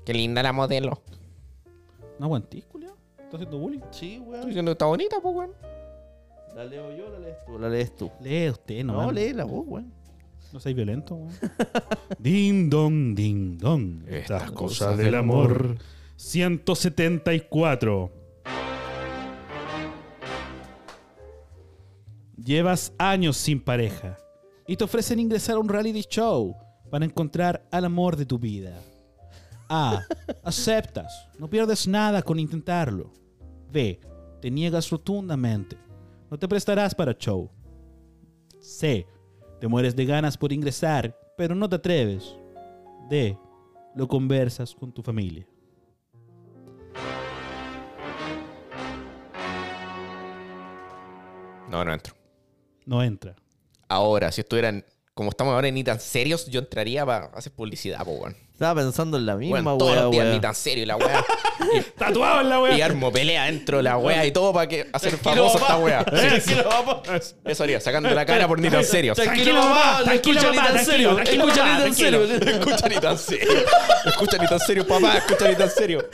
Qué linda la modelo.
No aguantís, culiao. Estás haciendo bullying.
Sí,
Estoy
weón.
diciendo que está bonita, pues, weón.
La leo yo, la lees tú. La lees tú.
Lee usted, no.
No,
mames.
lee la voz, weón.
No seas violento, weón. ding dong, ding dong. Estas cosas del amor. 174. Llevas años sin pareja y te ofrecen ingresar a un reality show para encontrar al amor de tu vida. A. Aceptas. No pierdes nada con intentarlo. B. Te niegas rotundamente. No te prestarás para show. C. Te mueres de ganas por ingresar, pero no te atreves. D. Lo conversas con tu familia.
No, no entro.
No entra.
Ahora, si estuvieran. Como estamos ahora ni tan serios, yo entraría para hacer publicidad, pues, weón.
Estaba pensando en la misma,
Weón,
weón.
todos los días
weón.
ni tan serio y la weá.
¡Tatuado en la
y armo pelea dentro de la weá y todo para que hacer famosa esta weá. Sí. Eso haría, sacando la cara por ni tan serio.
Tranquilo, papá,
lo
tranquilo,
escucha ni
papá,
tan serio,
tranquilo,
escucha
papá,
ni tan serio.
Escucha ni tan serio. Escucha ni tan serio, papá. Escucha ni tan serio.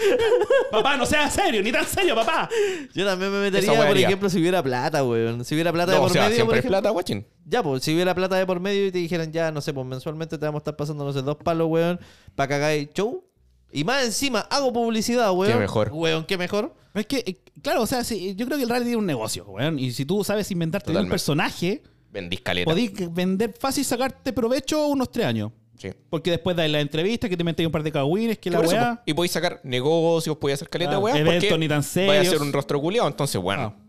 Papá, no seas serio, ni tan serio, papá.
Yo también me
Esa
metería,
weá
por
haría.
ejemplo, si hubiera plata, weón. Si hubiera plata de
No, o
por
sea,
medio, por
siempre es
ejemplo.
plata, guachín.
Ya, pues, si hubiera plata de por medio y te dijeran, ya, no sé, pues mensualmente te vamos a estar pasando, no sé, dos palos, weón, para que hagáis show. Y más encima, hago publicidad, weón.
Qué mejor.
Weón, qué mejor.
Es que, eh, claro, o sea, si- yo creo que el reality es un negocio, weón. Y si tú sabes inventarte un
Totalmente.
personaje,
Vendís caleta.
podés vender fácil y sacarte provecho unos tres años.
Sí.
Porque después de la entrevista, que te metes un par de cagüines, que la
Por eso,
weá.
po. y podéis sacar negocios, podéis hacer caleta,
Claro,
weá.
eventos
porque
ni tan
Voy a
serios.
hacer un rostro culiado, entonces, bueno.
Ah.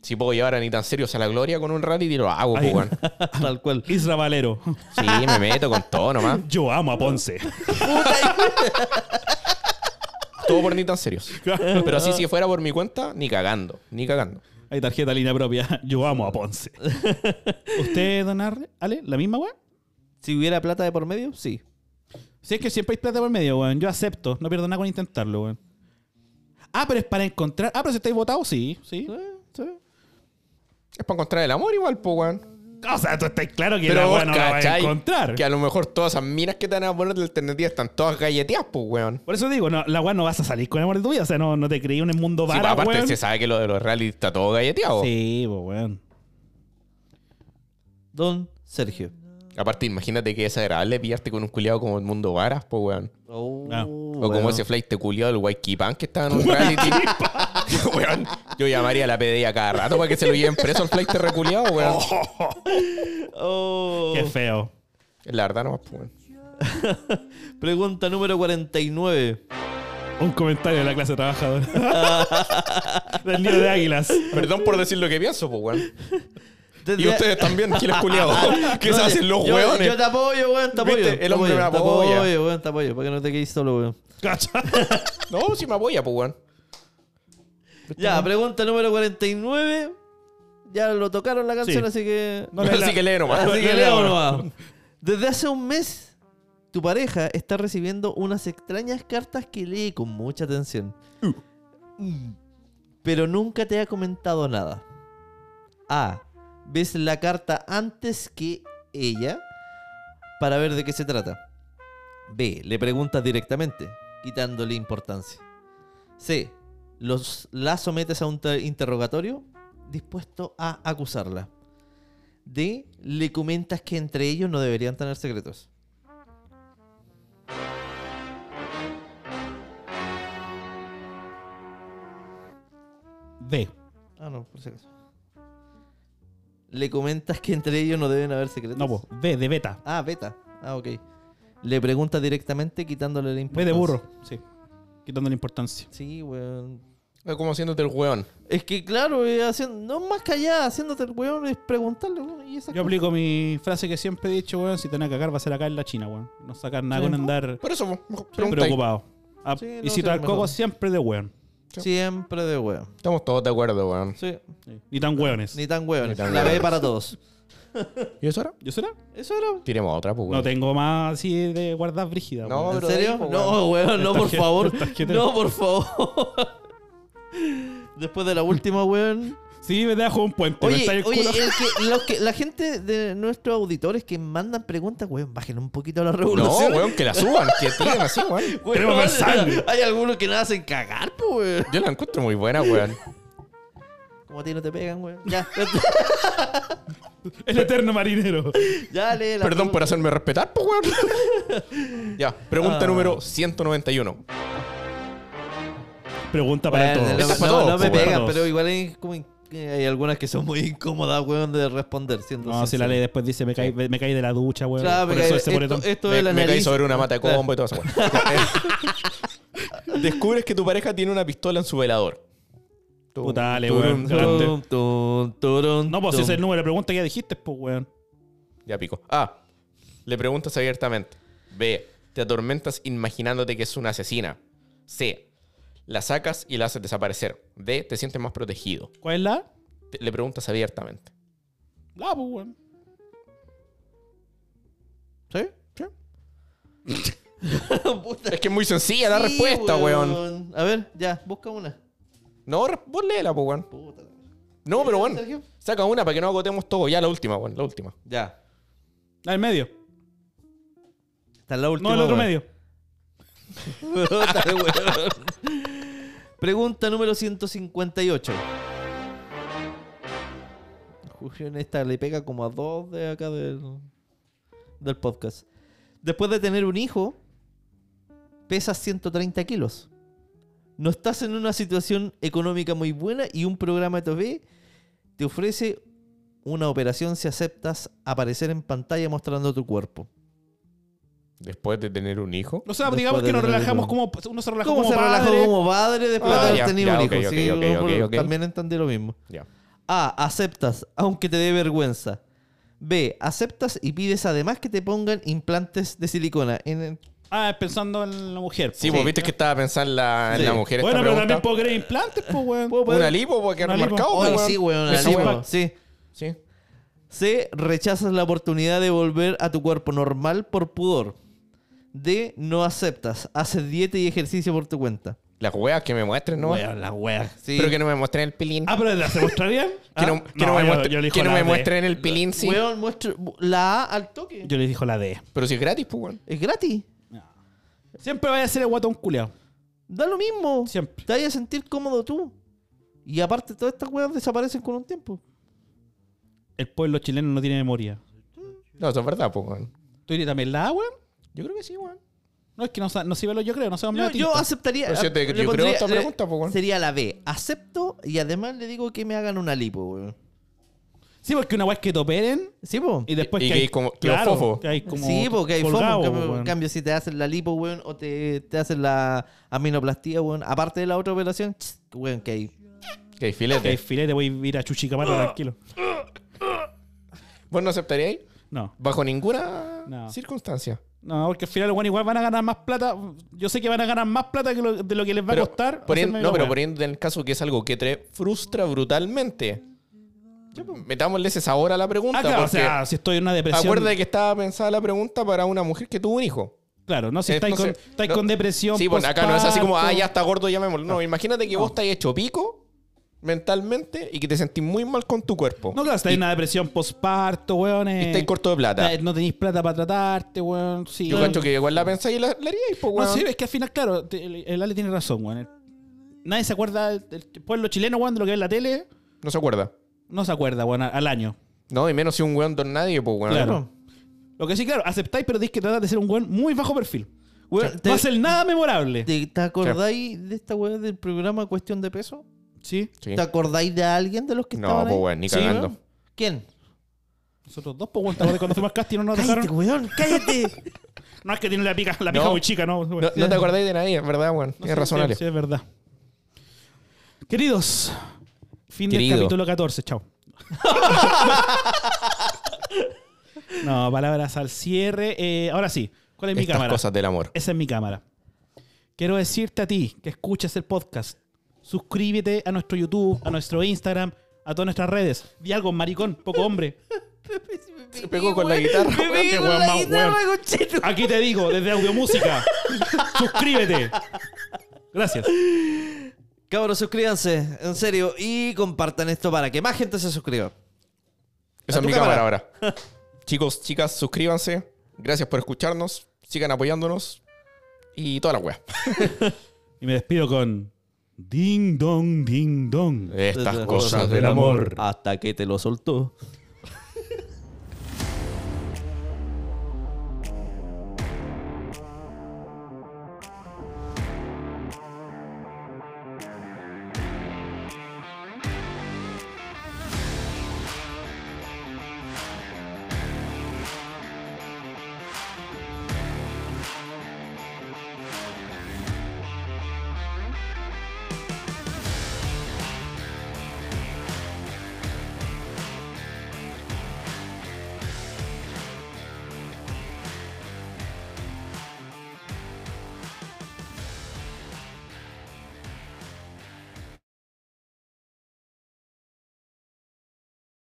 Si puedo llevar a ni tan serios a la gloria con un reality, lo hago,
Ahí.
pues, weón.
Tal cual.
Isra Valero.
Sí, me meto con todo nomás.
Yo amo a Ponce.
Todo por ni tan serios. Pero así, si fuera por mi cuenta, ni cagando, ni cagando.
Hay tarjeta línea propia. Yo amo a Ponce. ¿Usted, don Arre- Ale, la misma weón?
Si hubiera plata de por medio, sí.
Si es que siempre hay plata por medio, weón. Yo acepto. No pierdo nada con intentarlo, weón. Ah, pero es para encontrar. Ah, pero si estáis votados, sí. Sí.
Es para encontrar el amor igual, po, weón.
O sea, tú estás claro que la
Pero vos
weá no la vas a
cachai
encontrar.
que a lo mejor todas esas minas que te van a poner de alternativa están todas galleteadas, po, weón.
Por eso digo, no, la weá no vas a salir con el amor de tu vida. O sea, no, no te creí un mundo
Sí,
vara,
pues, aparte
weón.
se sabe que lo de los reality está todo galleteado.
Sí, pues, weón.
Don Sergio.
Aparte, imagínate que desagradable pillarte con un culiado como el mundo varas, po, weón.
Ah.
O
bueno.
como ese flight culiado del Waikipan que estaba en un reality. weón, yo llamaría a la PDI a cada rato para que se lo lleven preso al flight reculiado, weón.
Oh.
Qué feo.
Es La verdad, no más, po, weón.
Pregunta número 49.
Un comentario de la clase trabajadora. Del nido de águilas.
Perdón por decir lo que pienso, po, weón.
Desde-
Y ustedes también, giles culiados. ¿Qué se
No,
hacen los
yo-
hueones?
Yo te apoyo, weón, te apoyo.
¿Viste?
te
El hombre
apoyo,
me
Te
apoya.
apoyo, weón, te apoyo. Para que no te quedes solo, weón.
Cacha.
No, si me apoya, pues, weón.
Ya, pregunta número 49. Ya lo tocaron la canción,
Sí.
así que.
No,
Así
la-
que lee nomás.
así que
no,
leo
no.
nomás. Desde hace un mes, tu pareja está recibiendo unas extrañas cartas que lee con mucha atención. Mm. Pero nunca te ha comentado nada. A. Ves la carta antes que ella para ver de qué se trata. B. Le preguntas directamente, quitándole importancia. C. Los, la sometes a un te- interrogatorio dispuesto a acusarla. D. Le comentas que entre ellos no deberían tener secretos.
D.
Ah, no, por si acaso. Le comentas que entre ellos no deben haber secretos.
No, pues. D de beta.
Ah, beta. Ah, ok. Le preguntas directamente quitándole la
B
importancia.
de burro. Sí. Quitándole importancia.
Sí, weón.
Es como haciéndote el weón.
Es que claro, eh, haciendo, no más que allá, haciéndote el weón, es preguntarle, weón, y esas
Yo
cosas.
aplico mi frase que siempre he dicho, weón. Si te van a cagar, va a ser acá en la China, weón. No sacar nada
Sí.
con andar
Por eso, mejor pregunta ahí.
preocupado. Ah,
Sí,
y
no,
si
sí,
te
mejor.
coco, siempre de weón.
Siempre de weón.
Estamos todos de acuerdo, weón.
Sí,
Ni tan weones.
ni tan weón.
Ni tan
La B
weones.
para todos.
¿Y eso era?
¿Yo será?
Eso era.
Tiremos otra, pues,
No
weón.
tengo más así de guardar brígida,
No,
weón.
¿En
pero
serio?
ahí, pues,
no, weón, no,
Estás
por
que-
favor.
estás quietero.
No, por favor. Después de la última, weón.
Sí, me dejo un puente. me
Oye,
está el
oye eh.
culo.
el que, los que- la gente de nuestros auditores que mandan preguntas, weón, bajen un poquito la
No,
revolución.
weón, que la suban, que tiren así, weón.
Weón,
queremos ver sangre.
Hay algunos que no hacen cagar, pues, weón.
Yo la encuentro muy buena, weón.
Como a ti no te pegan, weón. Ya,
El eterno marinero.
ya lee la
Perdón por hacerme respetar, pues, weón. ya, pregunta
Ah.
número 191.
Pregunta para
Bueno,
todos.
no-
Esa es para
No,
todos,
no me
pues, weón.
pegan,
Para
pero
todos.
igual hay, como in- hay algunas que son muy incómodas, weón, de responder. Siendo
No, si la
sincero.
ley después dice, me caí, me caí de la ducha, weón.
Claro,
Por
porque
eso ese
esto,
moretón.
esto de
Me,
la
me caí
nariz-
sobre una mata de
Claro.
combo y todo eso, weón. Descubres que tu pareja tiene una pistola en su velador. Tú-
Puta, dale,
tú-
weón.
tú-
Grande.
Tum, tum, turun,
No, pues si
tum.
ese es el número de pregunta que ya dijiste, pues, weón.
Ya pico. A. Le preguntas abiertamente. B. Te atormentas imaginándote que es una asesina. C. La sacas y la haces desaparecer. D. Te sientes más protegido.
¿Cuál es la?
Te- le preguntas abiertamente.
La, pues, weón.
¿Sí? Puta,
Es que es muy sencilla la
sí,
respuesta, weón.
A ver, ya, busca una.
No, re- vos léela, po, weón.
Puta la-
No, pero weón.
Sergio?
Saca una para que no agotemos todo. Ya la última, weón. La última.
Ya.
La del medio.
Está en la última.
No, el otro
weón.
medio.
Puta, weón. Pregunta número 158. Julio en esta le pega como a dos de acá del, del podcast. Después de tener un hijo, pesas 130 kilos. No estás en una situación económica muy buena y un programa TV te ofrece una operación si aceptas aparecer en pantalla mostrando tu cuerpo.
Después de tener un hijo.
O sea,
Después
digamos
de
que nos
tener
relajamos
el-
como. Uno se relaja
¿Cómo
como
se relajó
padre.
como padre después de
Pues Ah,
haber
ya,
tenido
ya,
un
ok,
hijo?
ok,
Sí,
ok,
yo
ok, ok.
También entendí lo mismo.
Ya.
A. Aceptas, aunque te dé vergüenza. B. Aceptas y pides además que te pongan implantes de silicona. En el-
Ah, pensando en la mujer. po.
Sí, pues viste que estaba pensando en la, en
Sí.
la mujer. esta
Bueno, pero
pregunta.
también puedo creer implantes, pues, weón.
Una lipo, porque
Una
no
lipo.
marcado,
Oh,
Hoy
weón.
sí, weón.
Pues
la
sí,
lipo.
weón.
Sí.
Sí.
C. Rechazas la oportunidad de volver a tu cuerpo normal por pudor. D. No aceptas. Haces dieta y ejercicio por tu cuenta.
Las weas que me muestren, ¿no?
Weón, la wea.
Sí.
Pero que no me muestren el pilín.
Ah, pero ¿la se mostrarían?
que no,
Ah,
que no me,
yo-
muestre-
yo elijo
que no
la
me
D.
muestren el pilín, sí.
Weón, muestra la A al toque.
Yo les dijo la D.
Pero si es gratis, pues, weón.
Es gratis.
Siempre vaya a ser el guatón culeado.
Da lo mismo.
Siempre.
Te vas a sentir cómodo tú. Y aparte, todas estas weas desaparecen con un tiempo.
El pueblo chileno no tiene memoria.
No, eso es verdad, pues, weón.
¿Tú dirías también la A, weón?
Yo creo que sí, weón.
No, es que no, sa- no sirve lo yo creo, no se
Yo, yo aceptaría.
Pero Pues si yo te-
le
yo creo
pondría-
esta
le-
pregunta, po, weón.
Sería la B. Acepto y además le digo que me hagan una lipo, weón.
Sí, porque una weá es que te operen
Sí, po.
y después
Y que hay como- que los fofos.
que hay como
sí, porque hay fomo.
colgado,
En cambio-
weón.
en cambio, si te hacen la lipo, weón, o te, te hacen la aminoplastía, weón, aparte de la otra operación, ch, weón, que hay.
Que hay
Que hay
filete.
filete, voy a ir a Chuchicamata
Ah.
tranquilo.
¿Vos no aceptaríais?
No,
Bajo ninguna
No.
circunstancia.
no, porque al final, weón, igual van a ganar más plata. Yo sé que van a ganar más plata que lo- de lo que les va a
Pero
costar.
poniendo-
hacerme la
no, pero
weá.
poniendo en el caso que es algo que te frustra brutalmente. Metámosle ese sabor a la pregunta.
Ah, claro, pues, o
porque
sea, si estoy en una depresión.
acuérdate que estaba pensada la pregunta para una mujer que tuvo un hijo.
Claro, no, si
Eh,
estáis,
no sé,
con, estáis
no-
con depresión.
Sí, bueno, acá no es así como, ah,
posparto.
ya está gordo, llamémoslo. No, imagínate que vos estás hecho pico mentalmente y que te sentís muy mal con tu cuerpo.
No, claro, estáis en una depresión postparto, weón. eh,
Y estáis corto de plata.
eh, No tenéis plata para tratarte, weón. Sí,
Yo
weón.
cacho que igual la pensáis y la, la haríais, po,
No,
weón.
sí, es que al final, claro, te- el, el Ale tiene razón, weón. Nadie se acuerda del del pueblo chileno, weón, de lo que ve en la tele.
No se acuerda.
No se acuerda, weón, al año.
No, y menos si un weón don nadie, pues weón.
Claro. Lo que sí, claro, aceptáis, pero tenéis que tratar de ser un weón muy bajo perfil.
Weón,
No
te,
hacer nada memorable.
te- te acordáis de esta weón del programa Cuestión de Peso?
Sí,
Sí.
¿Te acordáis de alguien de los que
No,
estaban
po,
ahí?
weón, ni
Sí,
cagando.
weón. ¿Quién?
nosotros dos, pues, weón, ¿te acuerdas cuando fuimos al casting no nos
Cállate,
dejaron.
weón, cállate.
No es que tiene la pica, la pica
No.
muy chica, no.
No, no te acordáis de nadie, es verdad, weón.
No,
es
sí,
razonable.
Sí, sí, es verdad. Queridos, fin
Querido.
del capítulo 14, chao. no, palabras al cierre. Eh, ahora sí, ¿cuál es mi
Estas
cámara?
cosas del amor.
Esa es mi cámara. Quiero decirte a ti que escuchas el podcast. Suscríbete a nuestro YouTube, a nuestro Instagram, a todas nuestras redes. Di algo, maricón, poco hombre.
Se
pegó con la guitarra,
Me
weón.
pegué
Qué
con
weón
la
más
guitarra, conchito.
Aquí te digo, desde Audiomúsica. Suscríbete. Gracias.
Cabros, suscríbanse, en serio, y compartan esto para que más gente se suscriba.
Esa
A
es
tu
mi cámara, ahora. Chicos, chicas, suscríbanse. Gracias por escucharnos. Sigan apoyándonos. Y toda la wea.
Y me despido con Ding Dong Ding Dong.
Estas
Estas
cosas
cosas
del amor.
Hasta que te lo soltó.